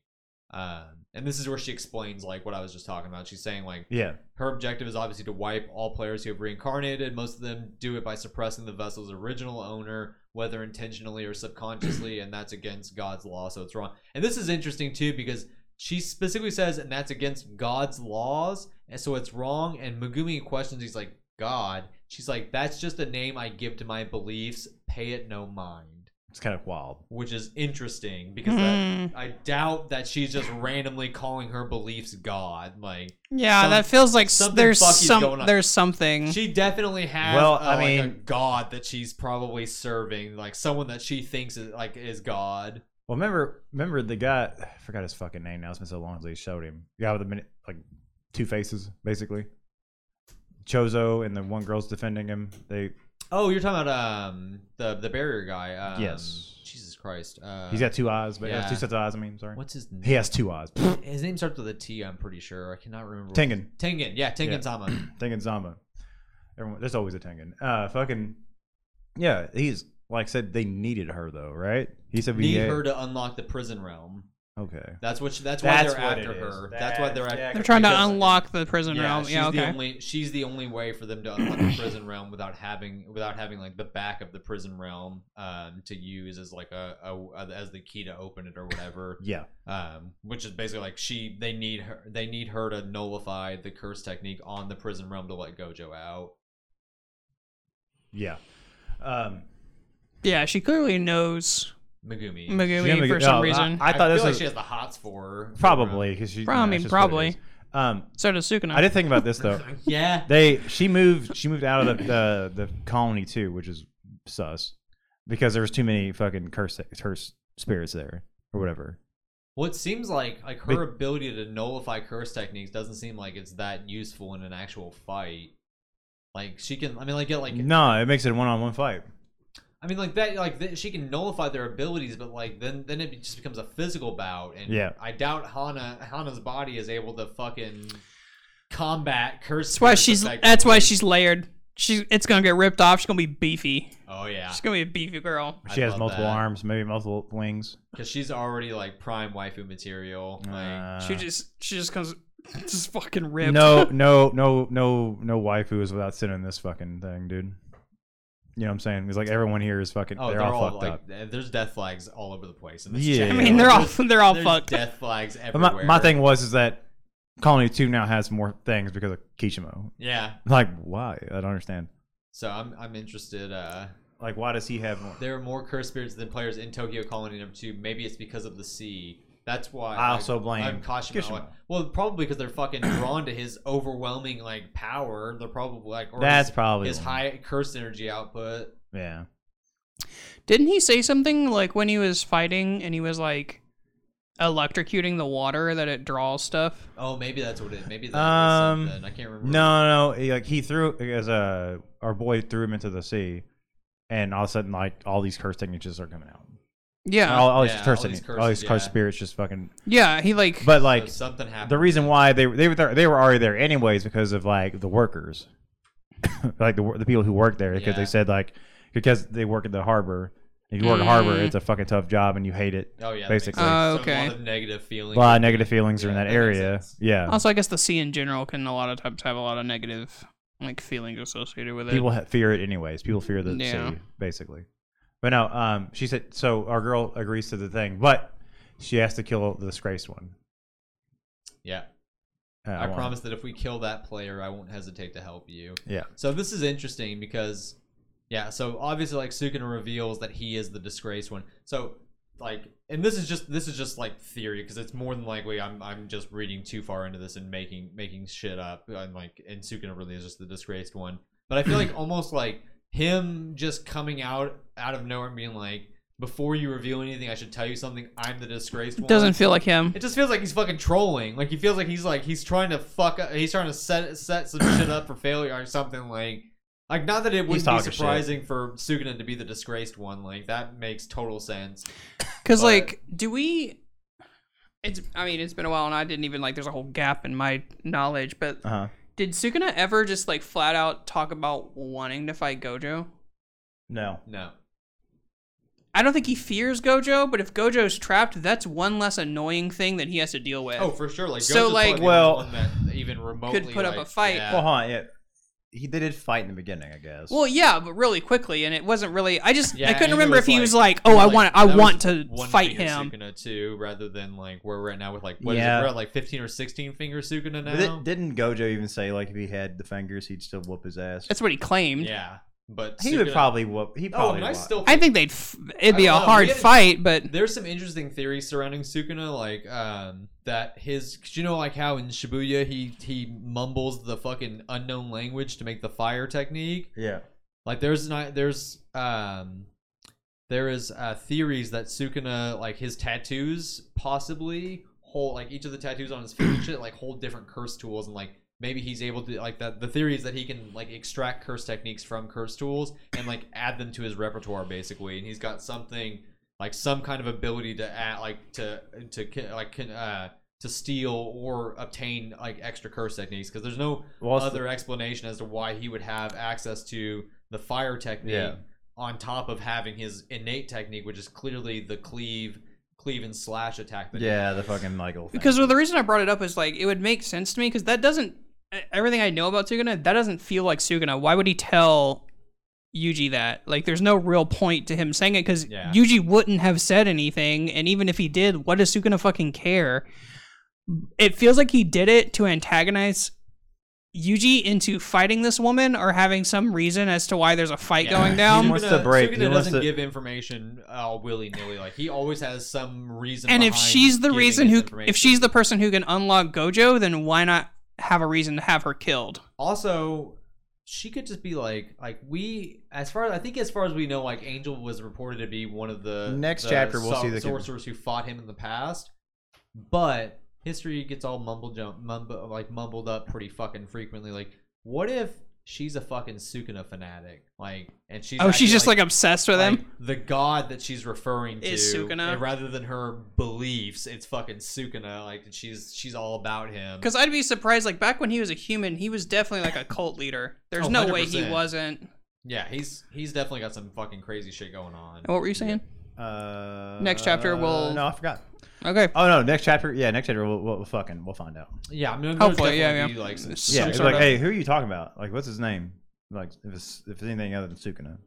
[SPEAKER 1] Um, and this is where she explains like what I was just talking about. She's saying like
[SPEAKER 4] Yeah,
[SPEAKER 1] her objective is obviously to wipe all players who have reincarnated. Most of them do it by suppressing the vessel's original owner, whether intentionally or subconsciously, and that's against God's law, so it's wrong. And this is interesting too because she specifically says, and that's against God's laws, and so it's wrong. And Megumi questions, he's like, God. She's like, that's just a name I give to my beliefs. Pay it no mind,
[SPEAKER 4] it's kind of wild.
[SPEAKER 1] which is interesting because that,
[SPEAKER 3] Hmm.
[SPEAKER 1] I doubt that she's just randomly calling her beliefs God. Like,
[SPEAKER 3] yeah,
[SPEAKER 1] some-
[SPEAKER 3] that feels like s-
[SPEAKER 1] something
[SPEAKER 3] there's
[SPEAKER 1] fucky's
[SPEAKER 3] some
[SPEAKER 1] going on.
[SPEAKER 3] there's something.
[SPEAKER 1] She definitely has.
[SPEAKER 4] Mm-hmm. Well,
[SPEAKER 1] a-
[SPEAKER 4] I
[SPEAKER 1] like, a
[SPEAKER 4] mean-
[SPEAKER 1] god that she's probably serving, like someone that she thinks is like is god.
[SPEAKER 4] Well, remember, remember the guy. I forgot his fucking name now. It's been so long since they showed him. The guy with the minute, like two faces, basically. Chozo and the one girl's defending him. They
[SPEAKER 1] Oh, you're talking about um the the barrier guy. Um,
[SPEAKER 4] Yes.
[SPEAKER 1] Jesus Christ. Uh,
[SPEAKER 4] he's got two eyes, but
[SPEAKER 1] yeah.
[SPEAKER 4] two sets of eyes. I mean, sorry,
[SPEAKER 1] what's his
[SPEAKER 4] he
[SPEAKER 1] name?
[SPEAKER 4] has two eyes.
[SPEAKER 1] His name starts with a T. I'm pretty sure. I cannot remember. what-
[SPEAKER 4] Tengen.
[SPEAKER 1] Tengen. Yeah, Tengen
[SPEAKER 4] Yeah.
[SPEAKER 1] Tama.
[SPEAKER 4] Tengen Zama. Everyone, there's always a Tengen. Uh, fucking, yeah. He's like I said they needed her though, right? He said we
[SPEAKER 1] Need
[SPEAKER 4] had-
[SPEAKER 1] her to unlock the prison realm.
[SPEAKER 4] Okay.
[SPEAKER 1] That's what. She, that's,
[SPEAKER 4] That's
[SPEAKER 1] why
[SPEAKER 4] what
[SPEAKER 1] they're after
[SPEAKER 4] it is.
[SPEAKER 1] her. that's why they're
[SPEAKER 4] That's-
[SPEAKER 1] after.
[SPEAKER 4] yeah,
[SPEAKER 3] They're trying to
[SPEAKER 1] because-
[SPEAKER 3] unlock the prison realm.
[SPEAKER 1] she's
[SPEAKER 3] Yeah,
[SPEAKER 1] the
[SPEAKER 3] okay.
[SPEAKER 1] only she's the only way for them to unlock the prison realm without having without having like the back of the prison realm um, to use as like a, a as the key to open it or whatever.
[SPEAKER 4] Yeah.
[SPEAKER 1] Um, which is basically like she they need her they need her to nullify the curse technique on the prison realm to let Gojo out.
[SPEAKER 4] Yeah. Um,
[SPEAKER 3] Yeah, she clearly knows
[SPEAKER 1] Megumi.
[SPEAKER 3] Megumi
[SPEAKER 4] Jimmy-
[SPEAKER 3] for some
[SPEAKER 4] oh, I-
[SPEAKER 3] reason.
[SPEAKER 4] I,
[SPEAKER 1] I
[SPEAKER 4] thought this
[SPEAKER 1] feel like
[SPEAKER 4] was
[SPEAKER 1] she has the hots for her.
[SPEAKER 4] probably because she.
[SPEAKER 3] Probably,
[SPEAKER 4] that's just what it
[SPEAKER 3] probably.
[SPEAKER 4] is. Um,
[SPEAKER 3] so does Sukuna.
[SPEAKER 4] I did think about this though.
[SPEAKER 1] Yeah.
[SPEAKER 4] They she moved she moved out of the the, the colony too, which is sus because there was too many fucking curse curse spirits there or whatever.
[SPEAKER 1] What seems like like her ability to nullify curse techniques doesn't seem like it's that useful in an actual fight. Like she can, I mean, like get like
[SPEAKER 4] No, it makes it a one on one fight.
[SPEAKER 1] I mean, like that, like th- she can nullify their abilities, but like then then it just becomes a physical bout, and
[SPEAKER 4] Yeah.
[SPEAKER 1] I doubt Hana Hana's body is able to fucking combat curse.
[SPEAKER 3] That's why
[SPEAKER 1] spirits
[SPEAKER 3] she's
[SPEAKER 1] effectively.
[SPEAKER 3] that's why she's layered. She's it's gonna get ripped off. She's gonna be beefy.
[SPEAKER 1] Oh yeah,
[SPEAKER 3] She's gonna be a beefy girl.
[SPEAKER 4] She
[SPEAKER 1] I
[SPEAKER 4] has
[SPEAKER 1] love
[SPEAKER 4] multiple
[SPEAKER 1] that.
[SPEAKER 4] arms, maybe multiple wings.
[SPEAKER 1] because she's already like prime waifu material. Like,
[SPEAKER 4] Uh,
[SPEAKER 3] she just she just comes just fucking ripped.
[SPEAKER 4] no, no, no, no, no waifu is without sin in this fucking thing, dude. You know what I'm saying? It's like everyone here is fucking.
[SPEAKER 1] oh,
[SPEAKER 4] they're, all, fucked
[SPEAKER 1] like
[SPEAKER 4] up.
[SPEAKER 1] th- there's death flags all over the place. In this
[SPEAKER 4] Yeah.
[SPEAKER 1] chapter.
[SPEAKER 3] I mean they're all
[SPEAKER 1] There's-
[SPEAKER 3] they're all
[SPEAKER 1] there's
[SPEAKER 3] fucked.
[SPEAKER 1] Death flags
[SPEAKER 4] But
[SPEAKER 1] everywhere.
[SPEAKER 4] my, my thing was is that Colony Two now has more things because of Kishimo.
[SPEAKER 1] Yeah.
[SPEAKER 4] Like why? I don't understand.
[SPEAKER 1] So I'm I'm interested. Uh,
[SPEAKER 4] Like why does he have more?
[SPEAKER 1] there are more curse spirits than players in Tokyo Colony Number Two. Maybe it's because of the sea. That's why
[SPEAKER 4] I also blame
[SPEAKER 1] I'm Kashima.
[SPEAKER 4] Kishima.
[SPEAKER 1] Well, probably because they're fucking drawn to his overwhelming like power. They're probably like or
[SPEAKER 4] That's
[SPEAKER 1] his,
[SPEAKER 4] probably
[SPEAKER 1] his
[SPEAKER 4] one.
[SPEAKER 1] high curse energy output.
[SPEAKER 4] Yeah.
[SPEAKER 3] Didn't he say something like when he was fighting and he was like electrocuting the water that it draws stuff?
[SPEAKER 1] Oh, maybe that's what it. Maybe that's
[SPEAKER 4] Um,
[SPEAKER 1] something. I can't remember.
[SPEAKER 4] No, no, he, like he threw as uh, our boy threw him into the sea, and all of a sudden, like all these curse techniques just are coming out.
[SPEAKER 3] Yeah,
[SPEAKER 4] all, all
[SPEAKER 1] yeah,
[SPEAKER 4] these curse
[SPEAKER 1] all these
[SPEAKER 4] techniques, all these
[SPEAKER 1] curses,
[SPEAKER 4] curse
[SPEAKER 1] yeah.
[SPEAKER 4] spirits just fucking.
[SPEAKER 3] yeah. He like
[SPEAKER 4] But
[SPEAKER 1] So
[SPEAKER 4] like
[SPEAKER 1] something happened.
[SPEAKER 4] the reason why they they were there, they were already there anyways because of like the workers. like the wor- the people who work there because
[SPEAKER 1] Yeah.
[SPEAKER 4] they said like because they work at the harbor. If you work at harbor,
[SPEAKER 3] Mm.
[SPEAKER 4] it's a fucking tough job and you hate it.
[SPEAKER 1] Oh yeah, that makes
[SPEAKER 4] basically.
[SPEAKER 1] sense.
[SPEAKER 3] Oh,
[SPEAKER 1] So A
[SPEAKER 3] okay.
[SPEAKER 1] lot of negative
[SPEAKER 4] A
[SPEAKER 1] feelings.
[SPEAKER 4] lot of negative feelings are in
[SPEAKER 1] Yeah,
[SPEAKER 4] that,
[SPEAKER 1] that makes
[SPEAKER 4] area.
[SPEAKER 1] sense.
[SPEAKER 4] Yeah,
[SPEAKER 3] Also, I guess the sea in general can a lot of times have a lot of negative like feelings associated with it.
[SPEAKER 4] people ha- fear it anyways. People fear the
[SPEAKER 3] Yeah.
[SPEAKER 4] city basically. But no, um, she said so. Our girl agrees to the thing, but she has to kill the disgraced one.
[SPEAKER 1] Yeah,
[SPEAKER 4] Uh,
[SPEAKER 1] I
[SPEAKER 4] one.
[SPEAKER 1] promise that if we kill that player, I won't hesitate to help you.
[SPEAKER 4] Yeah.
[SPEAKER 1] So this is interesting because, yeah. So obviously, like Sukuna reveals that he is the disgraced one. So like, and this is just this is just like theory because it's more than likely I'm I'm just reading too far into this and making making shit up. I'm like, and Sukuna really is just the disgraced one. But I feel like almost like him just coming out out of nowhere and being like, before you reveal anything, I should tell you something. I'm the disgraced one.
[SPEAKER 3] Doesn't feel like him.
[SPEAKER 1] It just feels like he's fucking trolling. Like he feels like he's like he's trying to fuck up. He's trying to set set some shit up for failure or something. Like like not that it would be
[SPEAKER 4] talking
[SPEAKER 1] surprising for Suguna to be the disgraced one. Like that makes total sense.
[SPEAKER 3] Because
[SPEAKER 1] But-
[SPEAKER 3] like, do we? It's. I mean, it's been a while, and I didn't even like. There's a whole gap in my knowledge. But
[SPEAKER 4] Uh huh.
[SPEAKER 3] did Sukuna ever just like flat out talk about wanting to fight Gojo?
[SPEAKER 4] No.
[SPEAKER 1] No.
[SPEAKER 3] I don't think he fears Gojo, but if Gojo's trapped, that's one less annoying thing that he has to deal with.
[SPEAKER 1] Oh, for sure. Like
[SPEAKER 3] So,
[SPEAKER 1] Gojo's
[SPEAKER 3] like-
[SPEAKER 1] probably the
[SPEAKER 4] Well-
[SPEAKER 1] one that even remotely
[SPEAKER 3] put up
[SPEAKER 1] like,
[SPEAKER 3] a fight.
[SPEAKER 1] yeah.
[SPEAKER 2] Well, huh? Yeah, he they did fight in the beginning, I guess.
[SPEAKER 3] Well, yeah, but really quickly, and it wasn't really. I just
[SPEAKER 1] Yeah,
[SPEAKER 3] I couldn't
[SPEAKER 1] and
[SPEAKER 3] remember
[SPEAKER 1] was
[SPEAKER 3] if he was like,
[SPEAKER 1] it
[SPEAKER 3] "Oh,
[SPEAKER 1] was
[SPEAKER 3] I
[SPEAKER 1] like-
[SPEAKER 3] want, I
[SPEAKER 1] that
[SPEAKER 3] want
[SPEAKER 1] was
[SPEAKER 3] to
[SPEAKER 1] one
[SPEAKER 3] fight
[SPEAKER 1] finger
[SPEAKER 3] him."
[SPEAKER 1] Sukuna too, rather than like where we're at now with like what is
[SPEAKER 2] Yeah.
[SPEAKER 1] it? We're at like fifteen or sixteen finger
[SPEAKER 2] But
[SPEAKER 1] Sukuna now.
[SPEAKER 2] it- didn't Gojo even say like if he had the fingers, he'd still whoop his ass?
[SPEAKER 3] That's what he claimed.
[SPEAKER 1] yeah, but
[SPEAKER 2] he would
[SPEAKER 1] Sukuna-
[SPEAKER 2] probably whoop. He
[SPEAKER 1] Oh,
[SPEAKER 2] probably.
[SPEAKER 1] and I
[SPEAKER 2] would.
[SPEAKER 1] still
[SPEAKER 3] I think they'd. F- it'd be
[SPEAKER 1] I
[SPEAKER 3] a
[SPEAKER 1] don't know, we
[SPEAKER 3] hard
[SPEAKER 1] hadn't-
[SPEAKER 3] fight, but
[SPEAKER 1] There's some interesting theories surrounding Sukuna, like um, that his, cause you know, like how in Shibuya he he mumbles the fucking unknown language to make the fire technique.
[SPEAKER 2] yeah.
[SPEAKER 1] Like there's not there's um, there is uh, theories that Sukuna like his tattoos possibly hold like each of the tattoos on his feet and shit like hold different curse tools and like maybe he's able to like that the theory is that he can like extract curse techniques from curse tools and like add them to his repertoire basically and he's got something like some kind of ability to add like to to ki- like can uh to steal or obtain like extra curse techniques because there's no
[SPEAKER 4] Well, it's
[SPEAKER 1] other explanation as to why he would have access to the fire technique
[SPEAKER 2] Yeah.
[SPEAKER 1] on top of having his innate technique which is clearly the cleave cleave and slash attack that he
[SPEAKER 2] Yeah, the fucking Michael. Thing.
[SPEAKER 3] Because well, the reason I brought it up is like it would make sense to me because that doesn't e, everything I know about Suguna that doesn't feel like Suguna. Why would he tell Yuji that? Like, there's no real point to him saying it because
[SPEAKER 1] Yeah.
[SPEAKER 3] Yuji wouldn't have said anything, and even if he did, what does Suguna fucking care? It feels like he did it to antagonize Yuji into fighting this woman or having some reason as to why there's a fight
[SPEAKER 1] Yeah.
[SPEAKER 3] going down.
[SPEAKER 2] He wants to break.
[SPEAKER 1] Sugita
[SPEAKER 2] He wants
[SPEAKER 1] doesn't
[SPEAKER 2] to-
[SPEAKER 1] give information all willy nilly. Like he always has some reason.
[SPEAKER 3] and if
[SPEAKER 1] behind
[SPEAKER 3] she's the
[SPEAKER 1] giving
[SPEAKER 3] reason
[SPEAKER 1] his
[SPEAKER 3] who
[SPEAKER 1] information.
[SPEAKER 3] if she's the person who can unlock gojo then why not have a reason to have her killed
[SPEAKER 1] also she could just be like like we as far as I think as far as we know like Angel was reported to be one of the
[SPEAKER 2] Next
[SPEAKER 1] the
[SPEAKER 2] chapter, we'll
[SPEAKER 1] sor-
[SPEAKER 2] see the-
[SPEAKER 1] sorcerers who fought him in the past, but history gets all mumble jump mumble like mumbled up pretty fucking frequently. Like what if she's a fucking Sukuna fanatic like and she's
[SPEAKER 3] oh
[SPEAKER 1] acting
[SPEAKER 3] she's just like, obsessed with him
[SPEAKER 1] like, the god that she's referring to
[SPEAKER 3] Is Sukuna.
[SPEAKER 1] and rather than her beliefs it's fucking Sukuna like and she's she's all about him
[SPEAKER 3] because i'd be surprised like back when he was a human he was definitely like a cult leader there's
[SPEAKER 1] Oh,
[SPEAKER 3] no way he
[SPEAKER 1] 100%.
[SPEAKER 3] wasn't
[SPEAKER 1] yeah he's he's definitely got some fucking crazy shit going on
[SPEAKER 3] what were you saying
[SPEAKER 2] Uh,
[SPEAKER 3] Next chapter, we'll-
[SPEAKER 2] No, I forgot.
[SPEAKER 3] okay
[SPEAKER 2] Oh no, next chapter. Yeah, next chapter. We'll, we'll, we'll fucking we'll find out.
[SPEAKER 1] Yeah, I mean, there's
[SPEAKER 3] Hopefully,
[SPEAKER 1] definitely
[SPEAKER 3] yeah,
[SPEAKER 1] be,
[SPEAKER 3] yeah.
[SPEAKER 1] like some
[SPEAKER 3] It's-
[SPEAKER 2] Yeah,
[SPEAKER 3] Some
[SPEAKER 2] it's
[SPEAKER 3] sort
[SPEAKER 2] like,
[SPEAKER 3] of-
[SPEAKER 2] hey, who are you talking about? Like, what's his name? Like, if it's if it's anything other than Sukuna.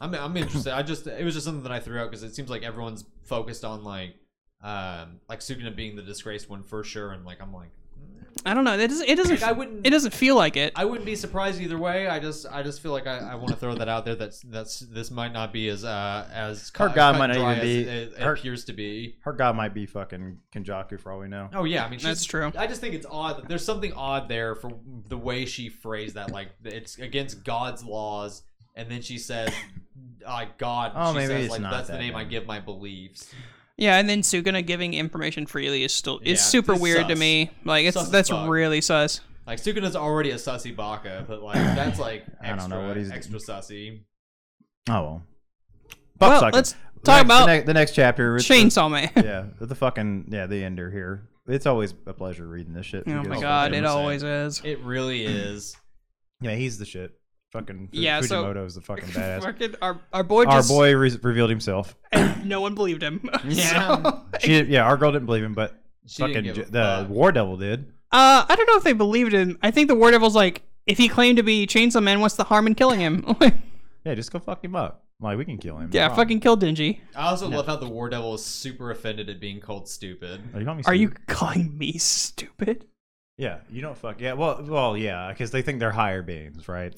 [SPEAKER 1] I'm, I'm interested. I just it was just something that I threw out because it seems like everyone's focused on like um like Sukuna being the disgraced one for sure, and like I'm like
[SPEAKER 3] i don't know it doesn't it doesn't
[SPEAKER 1] like I wouldn't
[SPEAKER 3] it doesn't feel like it
[SPEAKER 1] I wouldn't be surprised either way. I just I just feel like I, I want to throw that out there. That's that's this might not be as uh as
[SPEAKER 2] Her
[SPEAKER 1] cut-
[SPEAKER 2] God
[SPEAKER 1] cut
[SPEAKER 2] might
[SPEAKER 1] and
[SPEAKER 2] not even
[SPEAKER 1] dry as
[SPEAKER 2] be-
[SPEAKER 1] it, it
[SPEAKER 2] her-
[SPEAKER 1] appears to be.
[SPEAKER 2] Her god might be fucking Kenjaku for all we know.
[SPEAKER 1] Oh yeah, I mean she's-
[SPEAKER 3] That's true.
[SPEAKER 1] I just think it's odd. that There's something odd there for the way she phrased that. Like it's against God's laws, and then she says, uh, "God."
[SPEAKER 2] Oh,
[SPEAKER 1] she
[SPEAKER 2] maybe
[SPEAKER 1] says,
[SPEAKER 2] it's
[SPEAKER 1] like,
[SPEAKER 2] not
[SPEAKER 1] That's the
[SPEAKER 2] that
[SPEAKER 1] name I
[SPEAKER 2] bad.
[SPEAKER 1] give my beliefs.
[SPEAKER 3] yeah and then suguna giving information freely is still
[SPEAKER 1] Yeah,
[SPEAKER 3] is super
[SPEAKER 1] it's
[SPEAKER 3] weird to
[SPEAKER 1] sus.
[SPEAKER 3] me like it's
[SPEAKER 1] Sus as
[SPEAKER 3] that's
[SPEAKER 1] fuck.
[SPEAKER 3] really sus
[SPEAKER 1] Like Sukuna's already a sussy baka, but like that's like extra,
[SPEAKER 2] I don't know what he's-
[SPEAKER 1] extra sussy.
[SPEAKER 2] Oh well.
[SPEAKER 3] Well,
[SPEAKER 2] sucker.
[SPEAKER 3] let's
[SPEAKER 2] The
[SPEAKER 3] talk
[SPEAKER 2] next- the
[SPEAKER 3] about
[SPEAKER 2] next, the next chapter. it's-
[SPEAKER 3] chainsaw man
[SPEAKER 2] yeah, the fucking yeah, the ender here. It's always a pleasure reading this shit.
[SPEAKER 3] oh my
[SPEAKER 2] because-
[SPEAKER 3] god
[SPEAKER 1] fucking
[SPEAKER 3] it
[SPEAKER 1] insane.
[SPEAKER 3] always is
[SPEAKER 1] It really is.
[SPEAKER 2] Yeah, he's the shit.
[SPEAKER 4] Fucking Fu-
[SPEAKER 3] Yeah, so-
[SPEAKER 4] Fujimoto is the fucking badass.
[SPEAKER 3] Fucking our our boy
[SPEAKER 4] Our
[SPEAKER 3] just
[SPEAKER 4] boy re- revealed himself.
[SPEAKER 3] and no one believed him.
[SPEAKER 1] Yeah.
[SPEAKER 3] So, like,
[SPEAKER 4] She, yeah, our girl didn't believe him, but
[SPEAKER 1] She didn't
[SPEAKER 4] fucking
[SPEAKER 1] give
[SPEAKER 4] J-
[SPEAKER 1] a
[SPEAKER 4] the
[SPEAKER 1] fuck.
[SPEAKER 4] War Devil did.
[SPEAKER 3] uh, I don't know if they believed him. I think the War Devil's like, if he claimed to be Chainsaw Man, what's the harm in killing him?
[SPEAKER 4] Yeah, just go fuck him up. Like we can kill him.
[SPEAKER 3] yeah,
[SPEAKER 4] Fuck.
[SPEAKER 3] fucking kill Dingy.
[SPEAKER 1] I also love how the War Devil is super offended at being called stupid.
[SPEAKER 4] Are you, calling me
[SPEAKER 3] Are you
[SPEAKER 4] stupid?
[SPEAKER 3] calling me stupid?
[SPEAKER 4] Yeah, you don't fuck. Yeah, well, well, yeah, because they think they're higher beings, right?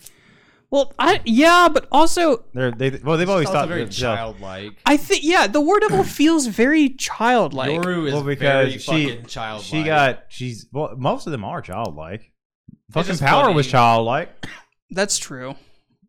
[SPEAKER 3] Well, I yeah, but also
[SPEAKER 4] They're they. Well, they've
[SPEAKER 1] It's
[SPEAKER 4] always
[SPEAKER 1] also
[SPEAKER 4] thought
[SPEAKER 1] very
[SPEAKER 4] themselves-
[SPEAKER 1] childlike.
[SPEAKER 3] I think yeah, the War Devil feels very childlike.
[SPEAKER 1] Yoru is
[SPEAKER 4] well,
[SPEAKER 1] very
[SPEAKER 4] because she
[SPEAKER 1] fucking childlike.
[SPEAKER 4] she got she's well, most of them are childlike. Fucking
[SPEAKER 1] just
[SPEAKER 4] power
[SPEAKER 1] funny.
[SPEAKER 4] was childlike.
[SPEAKER 3] That's true.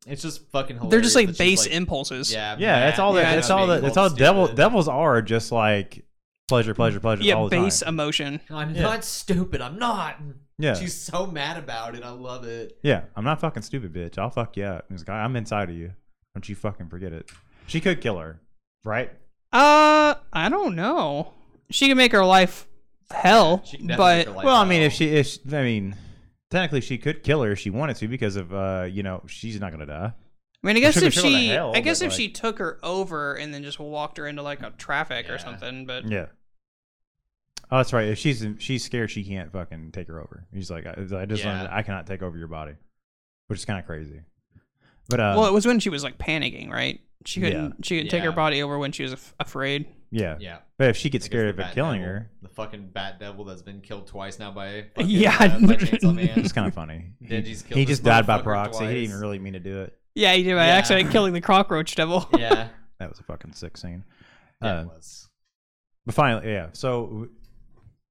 [SPEAKER 1] It's just fucking hilarious.
[SPEAKER 3] They're just like
[SPEAKER 1] that she's
[SPEAKER 3] base impulses.
[SPEAKER 1] Yeah,
[SPEAKER 4] Yeah, that's all.
[SPEAKER 3] yeah,
[SPEAKER 4] that, that's all. That, that's all. Devil,
[SPEAKER 1] devil.
[SPEAKER 4] devils are just like pleasure, pleasure, pleasure.
[SPEAKER 3] Yeah,
[SPEAKER 4] all the
[SPEAKER 3] base uh,
[SPEAKER 4] Time.
[SPEAKER 3] emotion.
[SPEAKER 1] I'm
[SPEAKER 4] Yeah.
[SPEAKER 1] not stupid. I'm not.
[SPEAKER 4] Yeah,
[SPEAKER 1] She's so mad about it. I love it.
[SPEAKER 4] yeah. I'm not fucking stupid, bitch. I'll fuck you up. He's like, I'm inside of you. Don't you fucking forget it. She could kill her, right?
[SPEAKER 3] Uh, I don't know. She can make her life hell,
[SPEAKER 1] She can definitely
[SPEAKER 3] but
[SPEAKER 1] make her life
[SPEAKER 4] well, I mean,
[SPEAKER 1] hell.
[SPEAKER 4] if she, if she, I mean, technically, she could kill her if she wanted to because of, uh, you know, she's not gonna die.
[SPEAKER 3] I mean, I guess
[SPEAKER 4] Sugar
[SPEAKER 3] if
[SPEAKER 4] Sugar to
[SPEAKER 3] she,
[SPEAKER 4] hell,
[SPEAKER 3] I guess
[SPEAKER 4] but,
[SPEAKER 3] if
[SPEAKER 4] like-
[SPEAKER 3] she took her over and then just walked her into like a traffic
[SPEAKER 1] Yeah.
[SPEAKER 3] or something, but
[SPEAKER 4] Yeah. Oh, that's right. If she's she's scared, she can't fucking take her over. He's like, I, I just,
[SPEAKER 1] Yeah.
[SPEAKER 4] learned I cannot take over your body, which is kind of crazy. But uh,
[SPEAKER 3] well, it was when she was like panicking, right? She couldn't, she couldn't take her
[SPEAKER 1] Yeah.
[SPEAKER 3] body over when she was af- afraid.
[SPEAKER 4] yeah.
[SPEAKER 1] yeah,
[SPEAKER 4] But if she gets
[SPEAKER 1] I guess
[SPEAKER 4] scared
[SPEAKER 1] the
[SPEAKER 4] of it
[SPEAKER 1] Bat
[SPEAKER 4] killing
[SPEAKER 1] Devil-
[SPEAKER 4] her,
[SPEAKER 1] the fucking bat devil that's been killed twice now by fucking,
[SPEAKER 3] Yeah.
[SPEAKER 1] uh, by Chainsaw Man.
[SPEAKER 4] it's kind of funny. He-
[SPEAKER 1] Denji's
[SPEAKER 4] he,
[SPEAKER 1] killed this
[SPEAKER 4] just died by
[SPEAKER 1] motherfucker
[SPEAKER 4] proxy. He didn't
[SPEAKER 1] twice.
[SPEAKER 4] even really mean to do it.
[SPEAKER 3] Yeah, you did by
[SPEAKER 1] Yeah.
[SPEAKER 3] accident killing the cockroach devil.
[SPEAKER 1] yeah,
[SPEAKER 4] That was a fucking sick scene.
[SPEAKER 1] yeah,
[SPEAKER 4] Uh,
[SPEAKER 1] it was.
[SPEAKER 4] But finally, yeah. So w-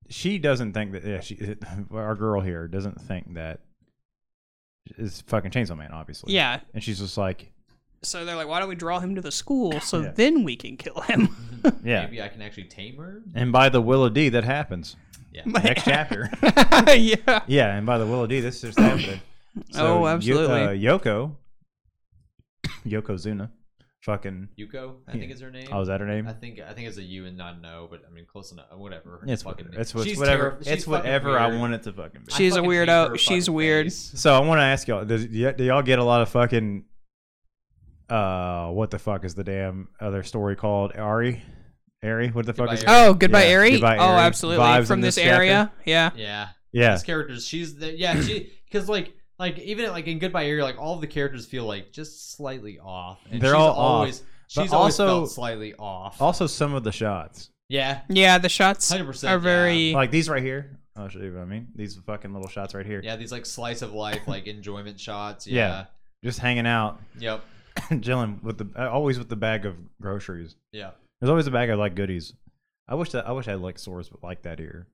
[SPEAKER 4] she doesn't think that. Yeah, she, our girl here doesn't think that it's fucking Chainsaw Man, obviously.
[SPEAKER 3] yeah.
[SPEAKER 4] And she's just like,
[SPEAKER 3] So they're like, why don't we draw him to the school so
[SPEAKER 4] Yeah.
[SPEAKER 3] then we can kill him?
[SPEAKER 4] yeah.
[SPEAKER 1] Maybe I can actually tame her.
[SPEAKER 4] And by the will of D, that happens.
[SPEAKER 1] Yeah,
[SPEAKER 4] Next chapter.
[SPEAKER 3] yeah.
[SPEAKER 4] Yeah, and by the will of D, this just happened.
[SPEAKER 3] Oh,
[SPEAKER 4] Yo-
[SPEAKER 3] absolutely.
[SPEAKER 4] uh, Yoko, Yokozuna, fucking.
[SPEAKER 1] Yuko, I
[SPEAKER 4] Yeah.
[SPEAKER 1] think is her name.
[SPEAKER 4] Oh, is that her name?
[SPEAKER 1] I think I think it's a U and not an O, but I mean close enough. Whatever. Her
[SPEAKER 4] It's,
[SPEAKER 1] fucking name.
[SPEAKER 4] it's, it's
[SPEAKER 1] She's
[SPEAKER 4] whatever.
[SPEAKER 1] terri- she's
[SPEAKER 4] It's
[SPEAKER 1] fucking
[SPEAKER 4] whatever I
[SPEAKER 1] weird.
[SPEAKER 4] want it to fucking be.
[SPEAKER 1] I
[SPEAKER 3] She's a
[SPEAKER 1] fucking hate
[SPEAKER 3] weirdo.
[SPEAKER 1] her
[SPEAKER 3] She's
[SPEAKER 1] fucking
[SPEAKER 3] weird.
[SPEAKER 1] face.
[SPEAKER 4] So I want to ask y'all: does, do y- do y'all get a lot of fucking? Uh, what the fuck is the damn other story called? Ari, Ari, what the fuck
[SPEAKER 1] Goodbye,
[SPEAKER 4] is?
[SPEAKER 1] Ari.
[SPEAKER 3] Oh, goodbye,
[SPEAKER 4] Yeah,
[SPEAKER 3] Eri.
[SPEAKER 4] goodbye,
[SPEAKER 3] Oh,
[SPEAKER 4] Eri.
[SPEAKER 3] absolutely.
[SPEAKER 4] Vibes
[SPEAKER 3] From
[SPEAKER 4] in
[SPEAKER 3] this,
[SPEAKER 4] this
[SPEAKER 3] area. Yeah.
[SPEAKER 1] Yeah.
[SPEAKER 4] Yeah,
[SPEAKER 1] These characters. She's the, yeah. She because like like even like in Goodbye Area, like all of the characters feel like just slightly off. And
[SPEAKER 4] They're
[SPEAKER 1] she's
[SPEAKER 4] all off,
[SPEAKER 1] always
[SPEAKER 4] but
[SPEAKER 1] she's always
[SPEAKER 4] also-
[SPEAKER 1] felt slightly off.
[SPEAKER 4] also some of the shots,
[SPEAKER 1] yeah,
[SPEAKER 3] Yeah, the shots
[SPEAKER 1] hundred percent.
[SPEAKER 3] are very.
[SPEAKER 4] like these right here. I'll show you what I mean. These fucking little shots right here,
[SPEAKER 1] yeah. These like slice of life like enjoyment shots. Yeah.
[SPEAKER 4] Yeah. just hanging out,
[SPEAKER 1] Yep.
[SPEAKER 4] chilling with the uh, always with the bag of groceries.
[SPEAKER 1] Yeah.
[SPEAKER 4] There's always a bag of like goodies. I wish that I wish I had like stores like that here.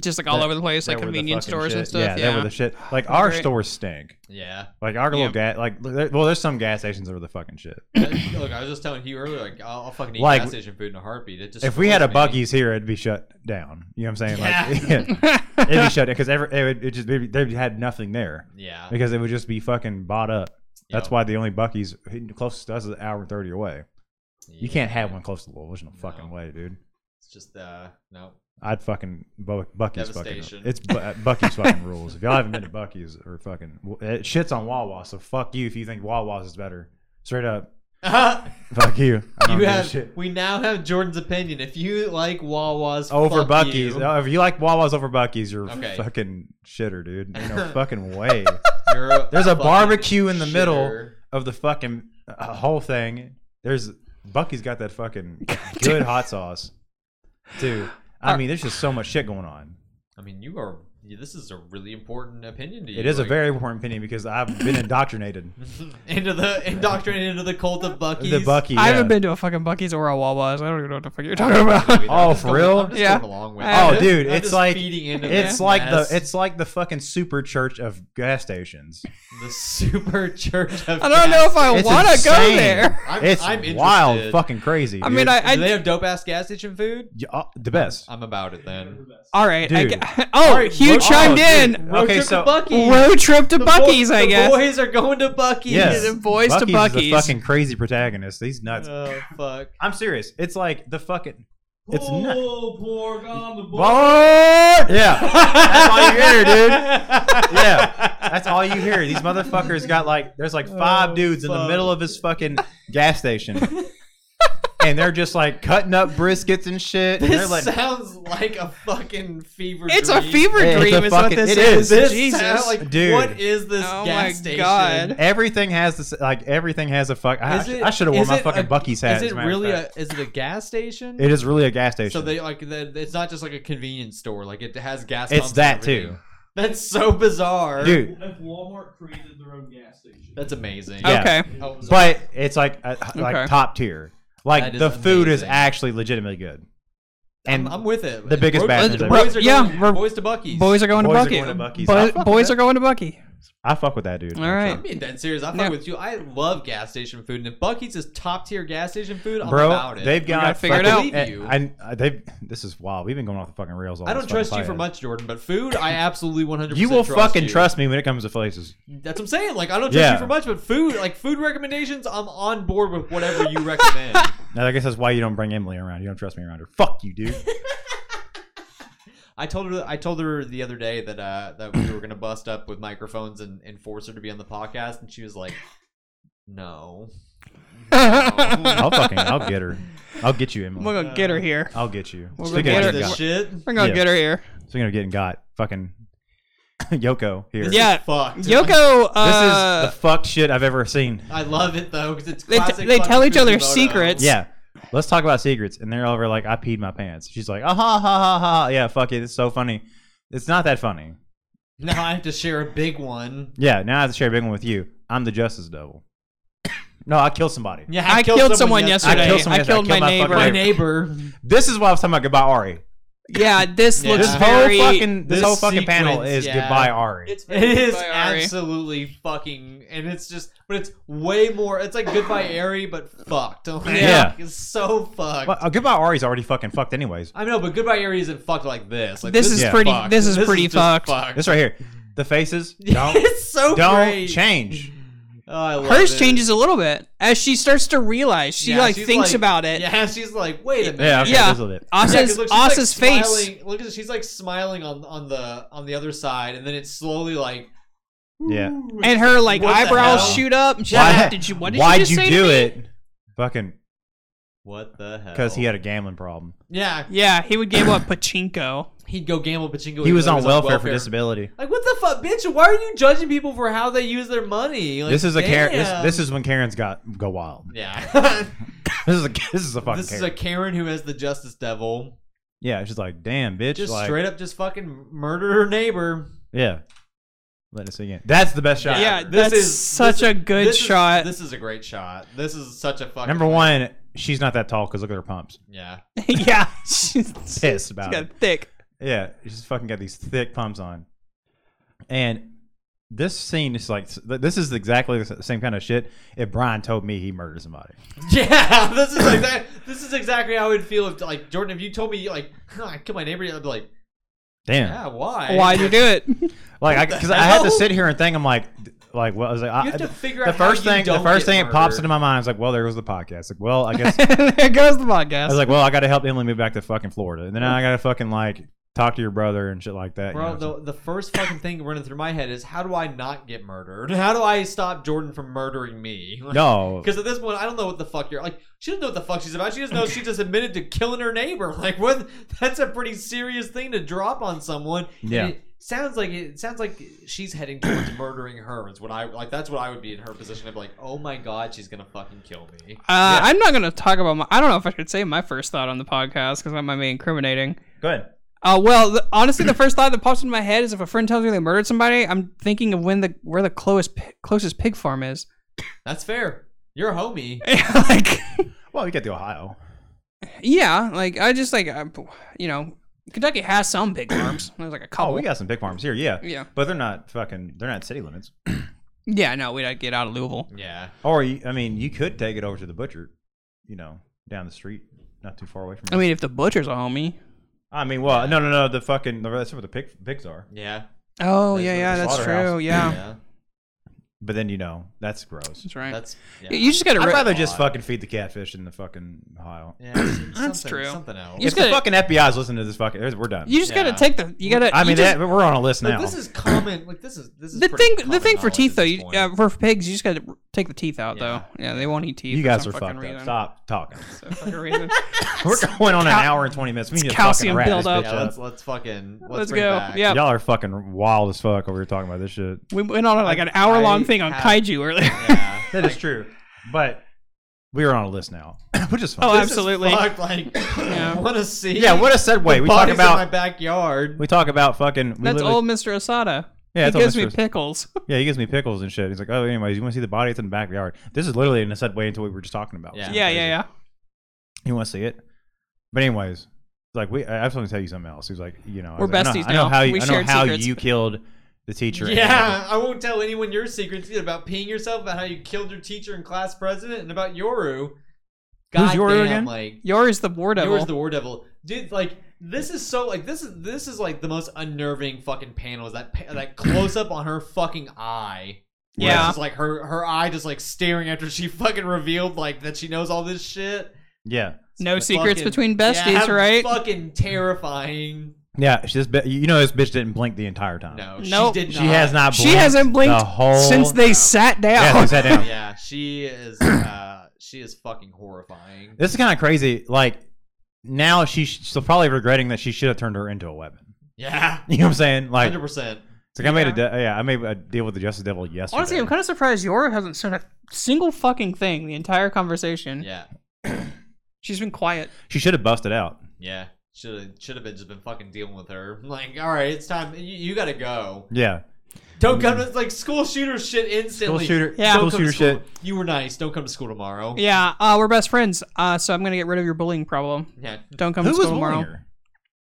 [SPEAKER 3] just like all
[SPEAKER 4] That-
[SPEAKER 3] over the place, like
[SPEAKER 4] That were the
[SPEAKER 3] convenience
[SPEAKER 4] fucking
[SPEAKER 3] stores and
[SPEAKER 4] shit.
[SPEAKER 3] stuff.
[SPEAKER 4] Yeah,
[SPEAKER 3] Yeah,
[SPEAKER 4] that were the shit. Like our
[SPEAKER 3] Right.
[SPEAKER 4] stores stink.
[SPEAKER 1] Yeah.
[SPEAKER 4] Like our little
[SPEAKER 3] Yeah.
[SPEAKER 4] gas. Like there- well, there's some gas stations that were the fucking shit.
[SPEAKER 1] Look, I was just telling you earlier. Like, I'll, I'll fucking eat
[SPEAKER 4] Like,
[SPEAKER 1] gas station food in a heartbeat. It just
[SPEAKER 4] If we had a
[SPEAKER 1] buggy.
[SPEAKER 4] Bucky's here, it'd be shut down. You know what I'm saying? Like,
[SPEAKER 1] Yeah.
[SPEAKER 4] it'd be shut down because every it would it just it'd- they had nothing there
[SPEAKER 1] Yeah.
[SPEAKER 4] because it would just be fucking bought up. That's
[SPEAKER 1] Yep.
[SPEAKER 4] why the only Bucky's closest to us is an hour and thirty away. You can't have one close to Louisville. There's no fucking
[SPEAKER 1] No.
[SPEAKER 4] way, dude.
[SPEAKER 1] It's just uh no.
[SPEAKER 4] I'd fucking Bu- Bucky's fucking.
[SPEAKER 1] Devastation.
[SPEAKER 4] It's Bu- Bucky's fucking rules. If y'all haven't been to Bucky's or fucking it shits on Wawa, so fuck you if you think Wawa's is better. Straight up, fuck you. I don't
[SPEAKER 1] you
[SPEAKER 4] give a
[SPEAKER 1] have
[SPEAKER 4] shit.
[SPEAKER 1] we now have Jordan's opinion. If you like Wawa's
[SPEAKER 4] over
[SPEAKER 1] fuck
[SPEAKER 4] Oh, Bucky's.
[SPEAKER 1] you,
[SPEAKER 4] No, if you like Wawa's over Bucky's, you're
[SPEAKER 1] Okay.
[SPEAKER 4] fucking shitter, dude. There's no fucking way
[SPEAKER 1] you're a
[SPEAKER 4] There's a
[SPEAKER 1] fucking
[SPEAKER 4] barbecue in the middle.
[SPEAKER 1] shitter.
[SPEAKER 4] of the fucking uh, whole thing. There's Bucky's got that fucking good hot sauce, dude. I mean, there's just so much shit going on.
[SPEAKER 1] I mean, you are. yeah, This is a really important opinion to you.
[SPEAKER 4] It is a
[SPEAKER 1] like,
[SPEAKER 4] very important opinion because I've been indoctrinated.
[SPEAKER 1] into the indoctrinated into the cult of Bucky's.
[SPEAKER 4] The Bucky.
[SPEAKER 3] I
[SPEAKER 4] yeah.
[SPEAKER 3] haven't been to a fucking Bucky's or a Wawa's. I don't even know what the fuck you're talking about.
[SPEAKER 1] Anyway,
[SPEAKER 4] Oh,
[SPEAKER 1] I'm just
[SPEAKER 4] for
[SPEAKER 1] going-
[SPEAKER 4] real?
[SPEAKER 1] I'm just
[SPEAKER 3] Yeah.
[SPEAKER 1] going along with
[SPEAKER 3] I-
[SPEAKER 1] it.
[SPEAKER 4] Oh, dude,
[SPEAKER 1] I'm
[SPEAKER 4] it's
[SPEAKER 1] just
[SPEAKER 4] like
[SPEAKER 1] feeding into
[SPEAKER 4] it's
[SPEAKER 1] this
[SPEAKER 4] like
[SPEAKER 1] mess.
[SPEAKER 4] the it's like the fucking super church of gas stations.
[SPEAKER 1] the super church of.
[SPEAKER 3] I don't know if I
[SPEAKER 4] It's
[SPEAKER 3] want to go
[SPEAKER 4] insane.
[SPEAKER 3] there.
[SPEAKER 1] I'm,
[SPEAKER 4] It's
[SPEAKER 1] I'm
[SPEAKER 4] wild,
[SPEAKER 1] interested.
[SPEAKER 4] fucking crazy.
[SPEAKER 3] I mean,
[SPEAKER 4] dude.
[SPEAKER 3] I,
[SPEAKER 1] Do they
[SPEAKER 3] I
[SPEAKER 1] have dope ass gas station food?
[SPEAKER 4] Yeah, uh, the best.
[SPEAKER 1] I'm about it then.
[SPEAKER 3] all right. I,
[SPEAKER 4] Dude.
[SPEAKER 3] get- oh,
[SPEAKER 1] right,
[SPEAKER 3] Hugh
[SPEAKER 1] road-
[SPEAKER 3] chimed
[SPEAKER 4] oh, dude.
[SPEAKER 3] in.
[SPEAKER 1] Road
[SPEAKER 4] Okay,
[SPEAKER 1] trip to
[SPEAKER 4] so-
[SPEAKER 1] Buc-ee's.
[SPEAKER 3] Road trip to
[SPEAKER 1] The
[SPEAKER 3] Bucky's,
[SPEAKER 1] boy-
[SPEAKER 3] I
[SPEAKER 1] the
[SPEAKER 3] guess.
[SPEAKER 1] boys are going to Bucky's.
[SPEAKER 4] Yes.
[SPEAKER 3] the boys to
[SPEAKER 4] Is
[SPEAKER 3] Buc-ee's.
[SPEAKER 4] the fucking crazy protagonist. He's nuts.
[SPEAKER 1] Oh fuck!
[SPEAKER 4] I'm serious. It's like the fucking. It's nuts.
[SPEAKER 1] pork on the
[SPEAKER 4] Bart! Yeah. That's all you hear, dude. Yeah. That's all you hear. These motherfuckers got like there's like five
[SPEAKER 3] Oh,
[SPEAKER 4] dudes in the
[SPEAKER 3] fuck.
[SPEAKER 4] middle of his fucking gas station. and they're just like cutting up briskets and shit. And they're
[SPEAKER 1] This
[SPEAKER 4] like
[SPEAKER 1] sounds like a fucking fever.
[SPEAKER 3] It's a
[SPEAKER 1] dream.
[SPEAKER 3] fever
[SPEAKER 4] It's a
[SPEAKER 3] dream. is what
[SPEAKER 4] fucking-
[SPEAKER 3] this
[SPEAKER 4] it
[SPEAKER 3] is.
[SPEAKER 4] is.
[SPEAKER 1] This
[SPEAKER 3] Jesus.
[SPEAKER 1] sound- like,
[SPEAKER 4] Dude.
[SPEAKER 1] What is this
[SPEAKER 3] Oh
[SPEAKER 1] gas
[SPEAKER 3] my
[SPEAKER 1] station?
[SPEAKER 3] God.
[SPEAKER 4] everything has this like everything has a fuck I,
[SPEAKER 1] Is it-
[SPEAKER 4] I should have worn
[SPEAKER 1] is
[SPEAKER 4] my
[SPEAKER 1] it
[SPEAKER 4] fucking
[SPEAKER 1] a-
[SPEAKER 4] Bucky's
[SPEAKER 1] Is
[SPEAKER 4] hat. as
[SPEAKER 1] it
[SPEAKER 4] a matter of
[SPEAKER 1] really a?
[SPEAKER 4] fact.
[SPEAKER 1] Is it a gas station?
[SPEAKER 4] It is really a gas station.
[SPEAKER 1] So they like the, it's not just like a convenience store. Like it has gas.
[SPEAKER 4] It's
[SPEAKER 1] pumps and
[SPEAKER 4] that, too.
[SPEAKER 1] everything. That's so bizarre,
[SPEAKER 4] Dude,
[SPEAKER 5] If Walmart created their own gas station,
[SPEAKER 1] That's amazing. Oh,
[SPEAKER 4] Yeah.
[SPEAKER 3] Okay.
[SPEAKER 1] How bizarre.
[SPEAKER 4] but it's like a, like
[SPEAKER 3] Okay.
[SPEAKER 4] top tier.
[SPEAKER 1] That
[SPEAKER 4] Like
[SPEAKER 1] is
[SPEAKER 4] the food is
[SPEAKER 1] amazing.
[SPEAKER 4] actually legitimately good.
[SPEAKER 1] I'm,
[SPEAKER 4] And
[SPEAKER 1] I'm with it.
[SPEAKER 4] the biggest
[SPEAKER 1] Bro-
[SPEAKER 4] bathrooms
[SPEAKER 1] boys,
[SPEAKER 4] I've
[SPEAKER 1] are
[SPEAKER 3] Yeah,
[SPEAKER 1] going,
[SPEAKER 3] we're-
[SPEAKER 1] boys to Bucky's.
[SPEAKER 3] Boys are going
[SPEAKER 4] Boys are
[SPEAKER 3] to Bucky.
[SPEAKER 4] going to Bucky's. I
[SPEAKER 3] Bo-
[SPEAKER 4] fuck with
[SPEAKER 3] boys
[SPEAKER 4] that.
[SPEAKER 3] are going to Bucky.
[SPEAKER 4] I fuck with that dude.
[SPEAKER 3] All
[SPEAKER 4] for sure.
[SPEAKER 1] I'm being dead serious. I fuck
[SPEAKER 3] Yeah.
[SPEAKER 1] with you. I love gas station food, and if Bucky's is top tier gas station food, I'm
[SPEAKER 4] Bro,
[SPEAKER 1] about it.
[SPEAKER 4] they've got
[SPEAKER 3] gotta figure it
[SPEAKER 4] fucking-
[SPEAKER 1] out. I believe
[SPEAKER 4] And- and they've this is wild. We've been going off the fucking rails all
[SPEAKER 1] I
[SPEAKER 4] this
[SPEAKER 1] don't trust
[SPEAKER 4] fucking
[SPEAKER 1] you for
[SPEAKER 4] podcast.
[SPEAKER 1] much, Jordan, but food, I absolutely 100.
[SPEAKER 4] You will fucking
[SPEAKER 1] you.
[SPEAKER 4] trust me when it comes to places.
[SPEAKER 1] That's what I'm saying. Like I don't trust
[SPEAKER 4] Yeah.
[SPEAKER 1] you for much, but food, like food recommendations, I'm on board with whatever you recommend.
[SPEAKER 4] Now, I guess that's why you don't bring Emily around. You don't trust me around her. Fuck you, dude.
[SPEAKER 1] I told her. I told her the other day that uh, that we were gonna bust up with microphones and, and force her to be on the podcast, and she was like, "No."
[SPEAKER 4] I'll fucking I'll get her. I'll get you,
[SPEAKER 3] We're
[SPEAKER 4] Emily.
[SPEAKER 3] gonna get her here.
[SPEAKER 4] I'll get you.
[SPEAKER 3] We're gonna
[SPEAKER 4] Speaking
[SPEAKER 3] get
[SPEAKER 4] of
[SPEAKER 3] her-
[SPEAKER 4] getting
[SPEAKER 1] this
[SPEAKER 4] got,
[SPEAKER 1] shit.
[SPEAKER 3] We're gonna
[SPEAKER 4] Yeah.
[SPEAKER 3] get her here.
[SPEAKER 4] speaking of getting got, fucking Yoko here.
[SPEAKER 1] This
[SPEAKER 4] This
[SPEAKER 3] Yeah.
[SPEAKER 1] is fucked.
[SPEAKER 3] Yoko. Uh,
[SPEAKER 4] is the fuck shit I've ever seen.
[SPEAKER 1] I love it though because it's
[SPEAKER 3] They t-
[SPEAKER 1] classic
[SPEAKER 3] they tell
[SPEAKER 1] fucking
[SPEAKER 3] each other
[SPEAKER 1] Fujimoto.
[SPEAKER 3] secrets.
[SPEAKER 4] Yeah. Let's talk about secrets. And they're over like, I peed my pants. She's like, ah ha ha ha ha. Yeah, fuck it. It's so funny. It's not that funny.
[SPEAKER 1] Now I have to share a big one.
[SPEAKER 4] Yeah, now I have to share a big one with you. I'm the justice devil. No, I killed somebody.
[SPEAKER 1] Yeah,
[SPEAKER 3] I killed someone
[SPEAKER 4] I
[SPEAKER 3] yesterday. I
[SPEAKER 4] killed someone
[SPEAKER 3] killed,
[SPEAKER 4] yesterday. I killed my
[SPEAKER 3] my, neighbor.
[SPEAKER 4] fucking
[SPEAKER 1] My neighbor.
[SPEAKER 4] This is why I was talking about goodbye Ari.
[SPEAKER 3] Yeah, this
[SPEAKER 1] Yeah.
[SPEAKER 3] looks
[SPEAKER 4] This
[SPEAKER 3] very.
[SPEAKER 4] whole fucking this,
[SPEAKER 1] this
[SPEAKER 4] whole fucking panel
[SPEAKER 1] sequence,
[SPEAKER 4] is
[SPEAKER 1] yeah.
[SPEAKER 4] goodbye Ari.
[SPEAKER 1] It is absolutely fucking, and it's just, but it's way more. It's like goodbye Airy, but fucked. Like,
[SPEAKER 4] Yeah.
[SPEAKER 1] it's so fucked.
[SPEAKER 4] Well, uh, goodbye Ari's already fucking fucked anyways.
[SPEAKER 1] I know, but goodbye Airy isn't fucked like this. Like
[SPEAKER 3] This
[SPEAKER 1] this
[SPEAKER 3] is
[SPEAKER 1] is
[SPEAKER 3] pretty-
[SPEAKER 1] fucked.
[SPEAKER 3] this is pretty
[SPEAKER 1] just
[SPEAKER 3] fucked.
[SPEAKER 4] This right here. The faces don't
[SPEAKER 1] it's so
[SPEAKER 4] don't
[SPEAKER 1] great.
[SPEAKER 4] change.
[SPEAKER 1] Oh, I love
[SPEAKER 3] Hers
[SPEAKER 1] it.
[SPEAKER 3] changes a little bit as she starts to realize. She
[SPEAKER 1] Yeah,
[SPEAKER 3] like
[SPEAKER 1] she's
[SPEAKER 3] thinks
[SPEAKER 1] like-
[SPEAKER 3] about it.
[SPEAKER 1] Yeah, she's like, wait a minute.
[SPEAKER 4] Yeah, okay,
[SPEAKER 3] Yeah.
[SPEAKER 4] this is it.
[SPEAKER 1] Yeah, 'cause
[SPEAKER 3] Asa's,
[SPEAKER 1] look, she's, like,
[SPEAKER 3] Asa's face.
[SPEAKER 1] smiling- Look at she's like smiling on on the on the other side, and then it's slowly like
[SPEAKER 4] Yeah.
[SPEAKER 3] And her like
[SPEAKER 1] What the
[SPEAKER 3] eyebrows
[SPEAKER 1] hell?
[SPEAKER 3] shoot up. and She's
[SPEAKER 4] Why-
[SPEAKER 3] like, did you, what did
[SPEAKER 4] Why'd
[SPEAKER 3] you, just say to
[SPEAKER 4] do
[SPEAKER 3] me?"
[SPEAKER 4] it? Fucking
[SPEAKER 1] what the hell?
[SPEAKER 4] because he had a gambling problem.
[SPEAKER 1] yeah,
[SPEAKER 3] Yeah, he would gamble at pachinko.
[SPEAKER 1] he'd go gamble pachinko.
[SPEAKER 4] He
[SPEAKER 1] even
[SPEAKER 4] was
[SPEAKER 1] though
[SPEAKER 4] on welfare, for disability.
[SPEAKER 1] Like what the fuck, bitch? Why are you judging people for how they use their money? Like,
[SPEAKER 4] this is a Karen. This,
[SPEAKER 1] damn.
[SPEAKER 4] this is when Karen's got go wild.
[SPEAKER 1] yeah.
[SPEAKER 4] This is a this is a fucking.
[SPEAKER 1] this is
[SPEAKER 4] Karen.
[SPEAKER 1] a Karen who has the justice devil.
[SPEAKER 4] yeah, it's just like damn bitch.
[SPEAKER 1] Just
[SPEAKER 4] like,
[SPEAKER 1] straight up, just fucking murder her neighbor.
[SPEAKER 4] Yeah. Let us again. That's the best shot.
[SPEAKER 3] Yeah,
[SPEAKER 4] ever.
[SPEAKER 3] that's such a good
[SPEAKER 1] this is-
[SPEAKER 3] shot.
[SPEAKER 1] this is a great shot. This is such a fucking
[SPEAKER 4] Number one, she's not that tall because look at her pumps.
[SPEAKER 1] Yeah,
[SPEAKER 3] yeah, she's, she's
[SPEAKER 4] Pissed about
[SPEAKER 3] got
[SPEAKER 4] it.
[SPEAKER 3] thick.
[SPEAKER 4] Yeah, she's fucking got these thick pumps on. And this scene is like, this is exactly the same kind of shit if Brian told me he murdered somebody.
[SPEAKER 1] yeah. This is exactly this is exactly how I would feel if like Jordan. If you told me like "Huh, I killed my neighbor, I'd be like,
[SPEAKER 4] Damn.
[SPEAKER 1] yeah, why?
[SPEAKER 3] Why'd you do it?
[SPEAKER 4] Like, because I,
[SPEAKER 1] the
[SPEAKER 4] had to
[SPEAKER 1] hell?
[SPEAKER 4] sit here and think, I'm like, d- like, what I was like, I,
[SPEAKER 1] have to figure
[SPEAKER 4] the
[SPEAKER 1] out how
[SPEAKER 4] first
[SPEAKER 1] you
[SPEAKER 4] thing, the
[SPEAKER 1] don't
[SPEAKER 4] first
[SPEAKER 1] get
[SPEAKER 4] thing that pops
[SPEAKER 1] murdered.
[SPEAKER 4] into my mind is like, well, there was the podcast. Like, well, I guess
[SPEAKER 3] there goes the
[SPEAKER 4] I
[SPEAKER 3] podcast.
[SPEAKER 4] was like, well, I got to help Emily move back to fucking Florida, and then I got to fucking like talk to your brother and shit like that. you know,
[SPEAKER 1] Bro,
[SPEAKER 4] so-
[SPEAKER 1] the, the first fucking thing running through my head is how do I not get murdered? How do I stop Jordan from murdering me?
[SPEAKER 4] no,
[SPEAKER 1] Because at this point, I don't know what the fuck you're like. She doesn't know what the fuck she's about. She just knows she just admitted to killing her neighbor. Like what? That's a pretty serious thing to drop on someone. And
[SPEAKER 4] Yeah.
[SPEAKER 1] It sounds like it sounds like she's heading towards murdering her. Is what I like. That's what I would be in her position. I'd be like, oh my god, she's gonna fucking kill me.
[SPEAKER 3] uh, I'm not gonna talk about my. I don't know if I should say my first thought on the podcast because I might be incriminating.
[SPEAKER 4] go ahead.
[SPEAKER 3] Uh, well, the, honestly, the first thought that pops into my head is if a friend tells me they murdered somebody, I'm thinking of when the where the closest pi- closest pig farm is.
[SPEAKER 1] That's fair. You're a homie.
[SPEAKER 3] like,
[SPEAKER 4] Well, you get the Ohio.
[SPEAKER 3] yeah, like I just like I, you know, Kentucky has some pig farms. There's like a
[SPEAKER 4] Oh,
[SPEAKER 3] couple.
[SPEAKER 4] we got some pig farms here, yeah.
[SPEAKER 3] Yeah.
[SPEAKER 4] But they're not fucking. They're not city limits.
[SPEAKER 3] Yeah, no, we'd get out of Louisville.
[SPEAKER 1] Yeah.
[SPEAKER 4] Or you, I mean, you could take it over to the butcher, you know, down the street, not too far away from.
[SPEAKER 3] I mean, if the butcher's a homie.
[SPEAKER 4] I mean, well, no, no, no. The fucking that's where the pig, pigs are.
[SPEAKER 1] Yeah.
[SPEAKER 3] Oh
[SPEAKER 1] There's
[SPEAKER 3] yeah,
[SPEAKER 1] a
[SPEAKER 3] yeah, that's
[SPEAKER 4] slaughterhouse.
[SPEAKER 3] true. Yeah.
[SPEAKER 1] Yeah.
[SPEAKER 4] But then you know that's gross.
[SPEAKER 3] That's right.
[SPEAKER 1] That's yeah.
[SPEAKER 3] You just gotta.
[SPEAKER 4] I'd
[SPEAKER 3] re-
[SPEAKER 4] rather just fucking feed the catfish in the fucking Ohio.
[SPEAKER 1] Yeah, it's
[SPEAKER 3] That's
[SPEAKER 1] something-
[SPEAKER 3] true.
[SPEAKER 1] Something else.
[SPEAKER 3] You
[SPEAKER 4] If
[SPEAKER 3] just
[SPEAKER 4] the
[SPEAKER 3] gotta-
[SPEAKER 4] fucking FBI's listening to this fucking, there's- we're done.
[SPEAKER 3] you just gotta
[SPEAKER 1] Yeah.
[SPEAKER 3] take the. You gotta.
[SPEAKER 4] I
[SPEAKER 3] you
[SPEAKER 4] mean,
[SPEAKER 3] just-
[SPEAKER 4] that, we're on a list
[SPEAKER 1] Like,
[SPEAKER 4] now.
[SPEAKER 1] this is common. Like this is this is
[SPEAKER 3] the
[SPEAKER 1] pretty
[SPEAKER 3] thing. The
[SPEAKER 1] common
[SPEAKER 3] thing for
[SPEAKER 1] knowledge
[SPEAKER 3] teeth
[SPEAKER 1] at
[SPEAKER 3] though,
[SPEAKER 1] this
[SPEAKER 3] you,
[SPEAKER 1] point.
[SPEAKER 3] uh, for pigs, you just gotta take the teeth out
[SPEAKER 1] Yeah.
[SPEAKER 3] though. Yeah, they won't eat teeth.
[SPEAKER 4] you
[SPEAKER 3] for
[SPEAKER 4] guys
[SPEAKER 3] some
[SPEAKER 4] are
[SPEAKER 3] fucking
[SPEAKER 4] fucked
[SPEAKER 3] reason.
[SPEAKER 4] up. Stop talking.
[SPEAKER 3] So fucking reason.
[SPEAKER 4] We're going on an
[SPEAKER 3] Cal-
[SPEAKER 4] hour and 20 minutes. We
[SPEAKER 3] it's
[SPEAKER 4] need to
[SPEAKER 3] calcium
[SPEAKER 4] fucking wrap this
[SPEAKER 3] buildup.
[SPEAKER 4] bitch
[SPEAKER 1] Yeah,
[SPEAKER 4] up.
[SPEAKER 1] let's let's fucking let's,
[SPEAKER 3] Let's
[SPEAKER 1] bring
[SPEAKER 3] go.
[SPEAKER 1] it back.
[SPEAKER 3] Yeah.
[SPEAKER 4] Y'all are fucking wild as fuck over here talking about this shit.
[SPEAKER 3] we went on like an hour long thing on
[SPEAKER 1] I have-
[SPEAKER 3] kaiju earlier.
[SPEAKER 1] yeah.
[SPEAKER 4] That is true. But we are on a list now, which is fine.
[SPEAKER 3] Oh,
[SPEAKER 1] This is
[SPEAKER 3] absolutely.
[SPEAKER 1] fucked, like, what a scene.
[SPEAKER 4] yeah, what a segue. We talk
[SPEAKER 1] Bodies in my
[SPEAKER 4] about
[SPEAKER 1] backyard.
[SPEAKER 4] we talk about fucking. We
[SPEAKER 3] That's
[SPEAKER 4] literally-
[SPEAKER 3] old Mr. Asada.
[SPEAKER 4] Yeah,
[SPEAKER 3] he
[SPEAKER 4] that's old
[SPEAKER 3] gives me
[SPEAKER 4] Mr. Asada.
[SPEAKER 3] pickles.
[SPEAKER 4] Yeah, he gives me pickles and shit. He's like, oh, anyways, you want to see the body? It's in the backyard. This is literally in a segue into what we were just talking about.
[SPEAKER 1] Yeah.
[SPEAKER 3] yeah, yeah, yeah.
[SPEAKER 4] You want to see it? But anyways, like we, I have something to tell you something else. He's like, you know, I
[SPEAKER 3] We're
[SPEAKER 4] was like, I
[SPEAKER 3] besties
[SPEAKER 4] know, I know
[SPEAKER 3] now.
[SPEAKER 4] how you,
[SPEAKER 3] We
[SPEAKER 4] I know
[SPEAKER 3] shared
[SPEAKER 4] how
[SPEAKER 3] secrets.
[SPEAKER 4] you killed the teacher. and-
[SPEAKER 1] Yeah, I won't tell anyone your secrets either about peeing yourself, about how you killed your teacher and class president, and about Yoru.
[SPEAKER 4] Who's
[SPEAKER 1] God
[SPEAKER 4] Yoru
[SPEAKER 1] damn,
[SPEAKER 4] again?
[SPEAKER 1] like
[SPEAKER 3] Yours the war devil.
[SPEAKER 1] Yoru's the war devil, dude. Like this is so like this is this is like the most unnerving fucking panel is that pa- that close up on her fucking eye. Where it's
[SPEAKER 3] Yeah.
[SPEAKER 1] just like her her eye just like staring after she fucking revealed like that she knows all this shit.
[SPEAKER 4] yeah,
[SPEAKER 3] no
[SPEAKER 1] It's
[SPEAKER 3] secrets
[SPEAKER 1] fucking-
[SPEAKER 3] between besties,
[SPEAKER 1] yeah,
[SPEAKER 3] right?
[SPEAKER 1] Fucking terrifying.
[SPEAKER 4] yeah. She just, bi- you know, this bitch didn't blink the entire time.
[SPEAKER 1] No,
[SPEAKER 3] Nope.
[SPEAKER 1] she did not.
[SPEAKER 4] she has not. Blinked
[SPEAKER 3] she hasn't blinked
[SPEAKER 4] the whole
[SPEAKER 3] since they sat down.
[SPEAKER 4] Oh, Yeah, they sat down.
[SPEAKER 1] Yeah, she is. Uh, she is fucking horrifying.
[SPEAKER 4] This is kind of crazy. Like now she's she's probably regretting that she should have turned her into a weapon.
[SPEAKER 1] Yeah,
[SPEAKER 4] You know what I'm saying? Like,
[SPEAKER 1] hundred percent.
[SPEAKER 4] it's like I made a de- yeah, I made a deal with the Justice Devil yesterday.
[SPEAKER 3] Honestly, I'm kind of surprised Yora hasn't said a single fucking thing the entire conversation.
[SPEAKER 1] Yeah,
[SPEAKER 3] She's been quiet.
[SPEAKER 4] she should have busted out.
[SPEAKER 1] yeah. Should have should have been just been fucking dealing with her. Like, all right, it's time. You, you gotta go.
[SPEAKER 4] Yeah,
[SPEAKER 1] Don't come to like school shooter shit
[SPEAKER 4] school
[SPEAKER 1] instantly.
[SPEAKER 4] shooter.
[SPEAKER 3] Yeah.
[SPEAKER 1] Don't
[SPEAKER 4] school
[SPEAKER 1] come to
[SPEAKER 4] shooter
[SPEAKER 1] school.
[SPEAKER 4] shit.
[SPEAKER 1] You were nice. Don't come to school tomorrow.
[SPEAKER 3] Yeah, uh, we're best friends, uh, so I'm gonna get rid of your bullying problem.
[SPEAKER 1] Yeah.
[SPEAKER 3] Don't come
[SPEAKER 4] Who
[SPEAKER 3] to
[SPEAKER 4] was
[SPEAKER 3] school
[SPEAKER 4] bullying
[SPEAKER 3] tomorrow.
[SPEAKER 4] her?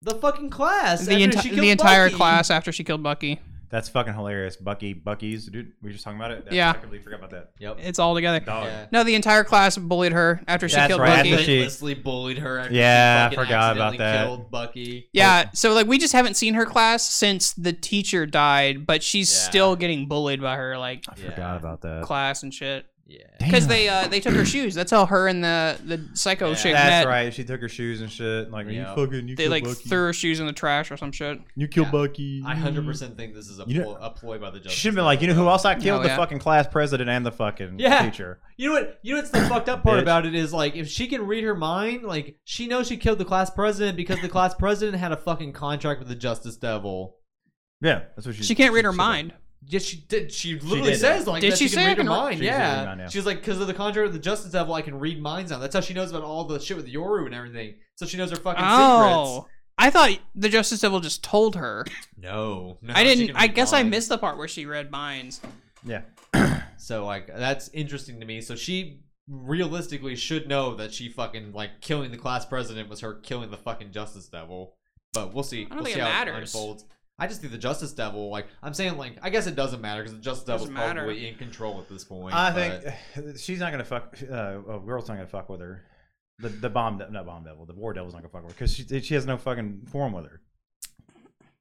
[SPEAKER 1] The fucking class.
[SPEAKER 3] The,
[SPEAKER 1] after
[SPEAKER 3] enti-
[SPEAKER 1] she killed
[SPEAKER 3] the entire
[SPEAKER 1] Bucky.
[SPEAKER 3] class after she killed Bucky.
[SPEAKER 4] That's fucking hilarious. Bucky, Bucky's dude. We were just talking about it.
[SPEAKER 3] Yeah.
[SPEAKER 4] I completely forgot about that.
[SPEAKER 1] Yep.
[SPEAKER 3] It's all together.
[SPEAKER 4] Dog.
[SPEAKER 1] Yeah.
[SPEAKER 3] No, the entire class bullied her after she
[SPEAKER 4] That's
[SPEAKER 3] killed
[SPEAKER 4] right,
[SPEAKER 3] Bucky.
[SPEAKER 4] after Oh, she-
[SPEAKER 1] Relentlessly bullied her. After
[SPEAKER 4] Yeah, I
[SPEAKER 1] she fucking
[SPEAKER 4] forgot about
[SPEAKER 1] accidentally
[SPEAKER 4] that.
[SPEAKER 1] Killed Bucky.
[SPEAKER 3] Yeah, so like we just haven't seen her class since the teacher died, but she's
[SPEAKER 1] Yeah.
[SPEAKER 3] still getting bullied by her like
[SPEAKER 4] I
[SPEAKER 1] Yeah.
[SPEAKER 4] forgot about that.
[SPEAKER 3] class and shit.
[SPEAKER 1] Yeah.
[SPEAKER 3] Because
[SPEAKER 4] Damn.
[SPEAKER 3] they uh, they took her shoes. That's how her and the the psycho
[SPEAKER 1] Yeah.
[SPEAKER 3] chick
[SPEAKER 4] That's
[SPEAKER 3] met.
[SPEAKER 4] right. She took her shoes and shit. Like
[SPEAKER 1] Yeah.
[SPEAKER 4] you fucking you
[SPEAKER 3] They
[SPEAKER 4] killed
[SPEAKER 3] like
[SPEAKER 4] Bucky.
[SPEAKER 3] threw her shoes in the trash or some shit.
[SPEAKER 4] you killed
[SPEAKER 1] Yeah.
[SPEAKER 4] Bucky.
[SPEAKER 1] I hundred percent think this is a,
[SPEAKER 4] You know-
[SPEAKER 1] ploy, a ploy by the judge.
[SPEAKER 4] She should have been like, you know who else I killed?
[SPEAKER 3] Oh,
[SPEAKER 4] the
[SPEAKER 3] yeah.
[SPEAKER 4] fucking class president and the fucking
[SPEAKER 1] Yeah.
[SPEAKER 4] teacher.
[SPEAKER 1] You know what? You know what's the fucked up part
[SPEAKER 4] Bitch.
[SPEAKER 1] about it is like if she can read her mind, like she knows she killed the class president because the class president had a fucking contract with the Justice Devil.
[SPEAKER 4] Yeah, that's what she.
[SPEAKER 3] She can't read her
[SPEAKER 4] said.
[SPEAKER 3] mind.
[SPEAKER 1] Yes, she did. She literally
[SPEAKER 4] did.
[SPEAKER 1] says like
[SPEAKER 3] Did
[SPEAKER 1] that
[SPEAKER 3] she
[SPEAKER 1] she,
[SPEAKER 3] say
[SPEAKER 1] can
[SPEAKER 3] I
[SPEAKER 1] read her
[SPEAKER 3] can re-
[SPEAKER 1] mind.
[SPEAKER 4] She can read her mind,
[SPEAKER 1] yeah,
[SPEAKER 4] yeah.
[SPEAKER 1] she's like because of the contract with the Justice Devil, I can read minds now. That's how she knows about all the shit with Yoru and everything. So she knows her fucking
[SPEAKER 3] Oh, I thought the Justice Devil just told her.
[SPEAKER 1] secrets. No, no, she
[SPEAKER 3] I didn't.
[SPEAKER 1] can
[SPEAKER 3] I
[SPEAKER 1] read
[SPEAKER 3] guess I
[SPEAKER 1] minds.
[SPEAKER 3] missed the part where she read minds.
[SPEAKER 4] Yeah,
[SPEAKER 1] So like that's interesting to me. So she realistically should know that she fucking like killing the class president was her killing the fucking justice devil. But we'll see.
[SPEAKER 3] I don't
[SPEAKER 1] we'll
[SPEAKER 3] think
[SPEAKER 1] see
[SPEAKER 3] it
[SPEAKER 1] how
[SPEAKER 3] matters.
[SPEAKER 1] it unfolds. I just think the justice devil like I'm saying like I guess it doesn't matter because the justice devil's
[SPEAKER 3] Doesn't matter.
[SPEAKER 1] probably in control at this point.
[SPEAKER 4] I
[SPEAKER 1] but-
[SPEAKER 4] think she's not gonna fuck. Uh, a girl's not gonna fuck with her. The the bomb, de- not bomb devil, the war devil's not gonna fuck with her because she she has no fucking form with her.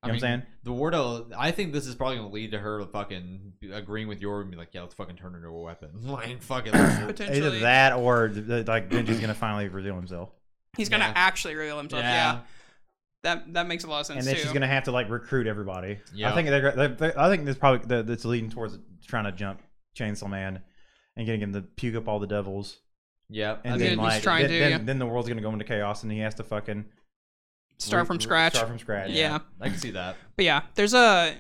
[SPEAKER 1] I
[SPEAKER 4] You know what I'm
[SPEAKER 1] mean, the Wardo. I think this is probably gonna lead to her to fucking agreeing with your and be like, yeah, let's fucking turn her into a weapon. Like fucking. let's-
[SPEAKER 3] Potentially,
[SPEAKER 4] Either that or the, the, like Benji's gonna finally reveal himself,
[SPEAKER 3] he's gonna
[SPEAKER 1] Yeah.
[SPEAKER 3] actually reveal himself. Yeah. that that makes a lot of sense
[SPEAKER 4] and then
[SPEAKER 3] too.
[SPEAKER 4] she's gonna have to like recruit everybody.
[SPEAKER 1] Yeah.
[SPEAKER 4] I think they're, they're, they're- I think this probably that- that's leading towards trying to jump Chainsaw Man and getting him to puke up all the devils,
[SPEAKER 1] Yep.
[SPEAKER 4] and
[SPEAKER 1] I
[SPEAKER 3] Yeah,
[SPEAKER 4] then
[SPEAKER 1] mean,
[SPEAKER 3] he's
[SPEAKER 4] like
[SPEAKER 3] trying
[SPEAKER 4] then,
[SPEAKER 3] to,
[SPEAKER 4] then,
[SPEAKER 3] yeah.
[SPEAKER 4] then the world's gonna go into chaos, and he has to fucking
[SPEAKER 3] Start
[SPEAKER 4] re-
[SPEAKER 3] from
[SPEAKER 1] Mm-hmm.
[SPEAKER 4] re-
[SPEAKER 3] scratch.
[SPEAKER 4] Start from scratch.
[SPEAKER 3] Yeah.
[SPEAKER 1] I can see that.
[SPEAKER 3] But yeah, there's a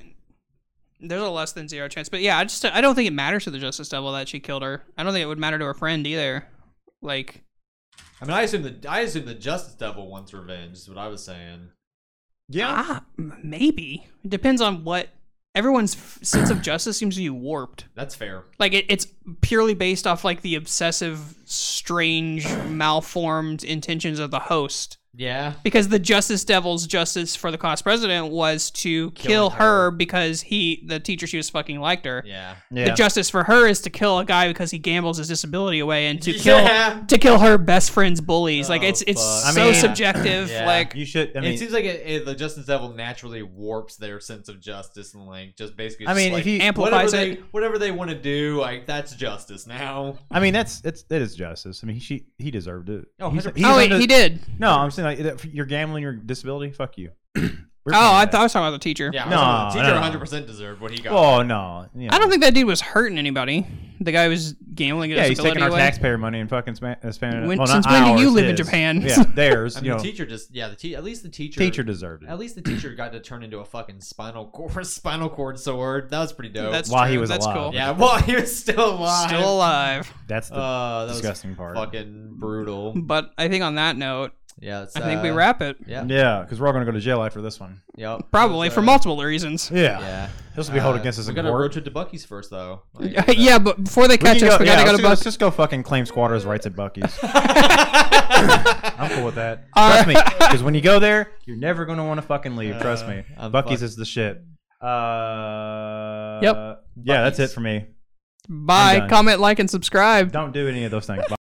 [SPEAKER 3] there's a less than zero chance. But yeah, I just I don't think it matters to the Justice Devil that she killed her. I don't think it would matter to her friend either. Like
[SPEAKER 1] I mean, I assume the I assume the Justice Devil wants revenge. Is what I was saying.
[SPEAKER 4] yeah.
[SPEAKER 3] ah, m- maybe it depends on what everyone's f- sense of justice seems to be warped.
[SPEAKER 1] That's fair.
[SPEAKER 3] Like it, it's purely based off like the obsessive, strange, malformed intentions of the host.
[SPEAKER 1] Yeah.
[SPEAKER 3] because the Justice Devil's justice for the class president was to kill
[SPEAKER 1] her.
[SPEAKER 3] her because he, the teacher she was fucking liked her.
[SPEAKER 1] Yeah.
[SPEAKER 2] Yeah.
[SPEAKER 3] The justice for her is to kill a guy because he gambles his disability away, and to kill
[SPEAKER 1] Yeah.
[SPEAKER 3] to kill her best friend's bullies. like
[SPEAKER 1] Oh,
[SPEAKER 3] it's it's
[SPEAKER 1] fuck.
[SPEAKER 2] I
[SPEAKER 3] so
[SPEAKER 2] mean-
[SPEAKER 3] subjective.
[SPEAKER 1] Yeah.
[SPEAKER 3] Like
[SPEAKER 4] You should. I mean,
[SPEAKER 1] it seems like it, it- the Justice Devil naturally warps their sense of justice and like just basically.
[SPEAKER 4] I
[SPEAKER 1] just,
[SPEAKER 4] mean,
[SPEAKER 1] like,
[SPEAKER 4] if you,
[SPEAKER 1] whatever
[SPEAKER 3] amplifies
[SPEAKER 1] they,
[SPEAKER 3] it.
[SPEAKER 1] whatever they want to do, like that's justice now.
[SPEAKER 4] I mean, that's it's it is justice. I mean, she he deserved it.
[SPEAKER 1] Oh,
[SPEAKER 4] He's-
[SPEAKER 1] 100%.
[SPEAKER 4] he's
[SPEAKER 3] oh wait,
[SPEAKER 4] under-
[SPEAKER 3] he did.
[SPEAKER 4] No, I'm saying like if you're gambling your disability. Fuck you. We're
[SPEAKER 3] Oh,
[SPEAKER 4] paying
[SPEAKER 3] I thought I was talking about the teacher.
[SPEAKER 1] Yeah,
[SPEAKER 4] No,
[SPEAKER 1] I was like, the
[SPEAKER 4] no,
[SPEAKER 1] teacher
[SPEAKER 4] no.
[SPEAKER 1] 100 percent deserved what he
[SPEAKER 4] that.
[SPEAKER 1] got.
[SPEAKER 4] Well, Oh, no. you
[SPEAKER 3] I
[SPEAKER 4] know.
[SPEAKER 3] don't think that dude was hurting anybody. The guy was gambling his
[SPEAKER 4] Yeah, he's
[SPEAKER 3] disability
[SPEAKER 4] taking our
[SPEAKER 3] away.
[SPEAKER 4] taxpayer money and fucking span, uh, spamming it.
[SPEAKER 3] When-
[SPEAKER 4] well,
[SPEAKER 3] since
[SPEAKER 4] not
[SPEAKER 3] when do you
[SPEAKER 4] ours,
[SPEAKER 3] live in
[SPEAKER 4] his.
[SPEAKER 3] Japan?
[SPEAKER 4] Yeah, theirs.
[SPEAKER 1] I mean,
[SPEAKER 4] you know,
[SPEAKER 1] the
[SPEAKER 4] teacher,
[SPEAKER 1] teacher just yeah, the te- at least the teacher
[SPEAKER 4] deserved it.
[SPEAKER 1] At least the teacher got to turn into a fucking spinal cord, spinal cord sword. That was pretty dope.
[SPEAKER 3] That's
[SPEAKER 4] While
[SPEAKER 3] true.
[SPEAKER 4] he was
[SPEAKER 3] That's
[SPEAKER 4] alive.
[SPEAKER 3] cool.
[SPEAKER 1] yeah, while he was still alive.
[SPEAKER 3] Still alive.
[SPEAKER 4] That's the
[SPEAKER 1] Uh, that
[SPEAKER 4] disgusting
[SPEAKER 1] was
[SPEAKER 4] part.
[SPEAKER 1] fucking brutal.
[SPEAKER 3] But I think on that note,
[SPEAKER 1] Yeah, it's,
[SPEAKER 3] I think we
[SPEAKER 1] uh,
[SPEAKER 3] wrap it.
[SPEAKER 1] Yeah,
[SPEAKER 4] Yeah, because we're all gonna go to jail after this one.
[SPEAKER 1] yep.
[SPEAKER 3] Probably
[SPEAKER 1] It's,
[SPEAKER 3] for
[SPEAKER 1] uh,
[SPEAKER 3] multiple reasons.
[SPEAKER 4] Yeah,
[SPEAKER 1] Yeah,
[SPEAKER 4] this will be held
[SPEAKER 1] Uh,
[SPEAKER 4] against us
[SPEAKER 1] We
[SPEAKER 4] in
[SPEAKER 1] got a road
[SPEAKER 4] court.
[SPEAKER 1] trip to Bucky's first though. Like,
[SPEAKER 3] Yeah, yeah, but before they
[SPEAKER 4] We can
[SPEAKER 3] catch us,
[SPEAKER 4] go-
[SPEAKER 3] we gotta
[SPEAKER 4] yeah,
[SPEAKER 3] go
[SPEAKER 4] let's
[SPEAKER 3] to
[SPEAKER 4] do-
[SPEAKER 3] Buck.
[SPEAKER 4] Let's just go fucking claim squatters' rights at Bucky's. I'm cool with that.
[SPEAKER 3] All
[SPEAKER 4] Trust me,
[SPEAKER 3] right.
[SPEAKER 4] because when you go there, you're never gonna want to fucking leave. Trust me.
[SPEAKER 1] Uh, I'm
[SPEAKER 4] Bucky's
[SPEAKER 1] fucked.
[SPEAKER 4] is the shit. Uh,
[SPEAKER 3] Yep.
[SPEAKER 4] Yeah, that's it
[SPEAKER 1] Buc-ee's.
[SPEAKER 4] for me.
[SPEAKER 3] Bye.
[SPEAKER 4] done.
[SPEAKER 3] Comment, like, and subscribe.
[SPEAKER 4] Don't do any of those things.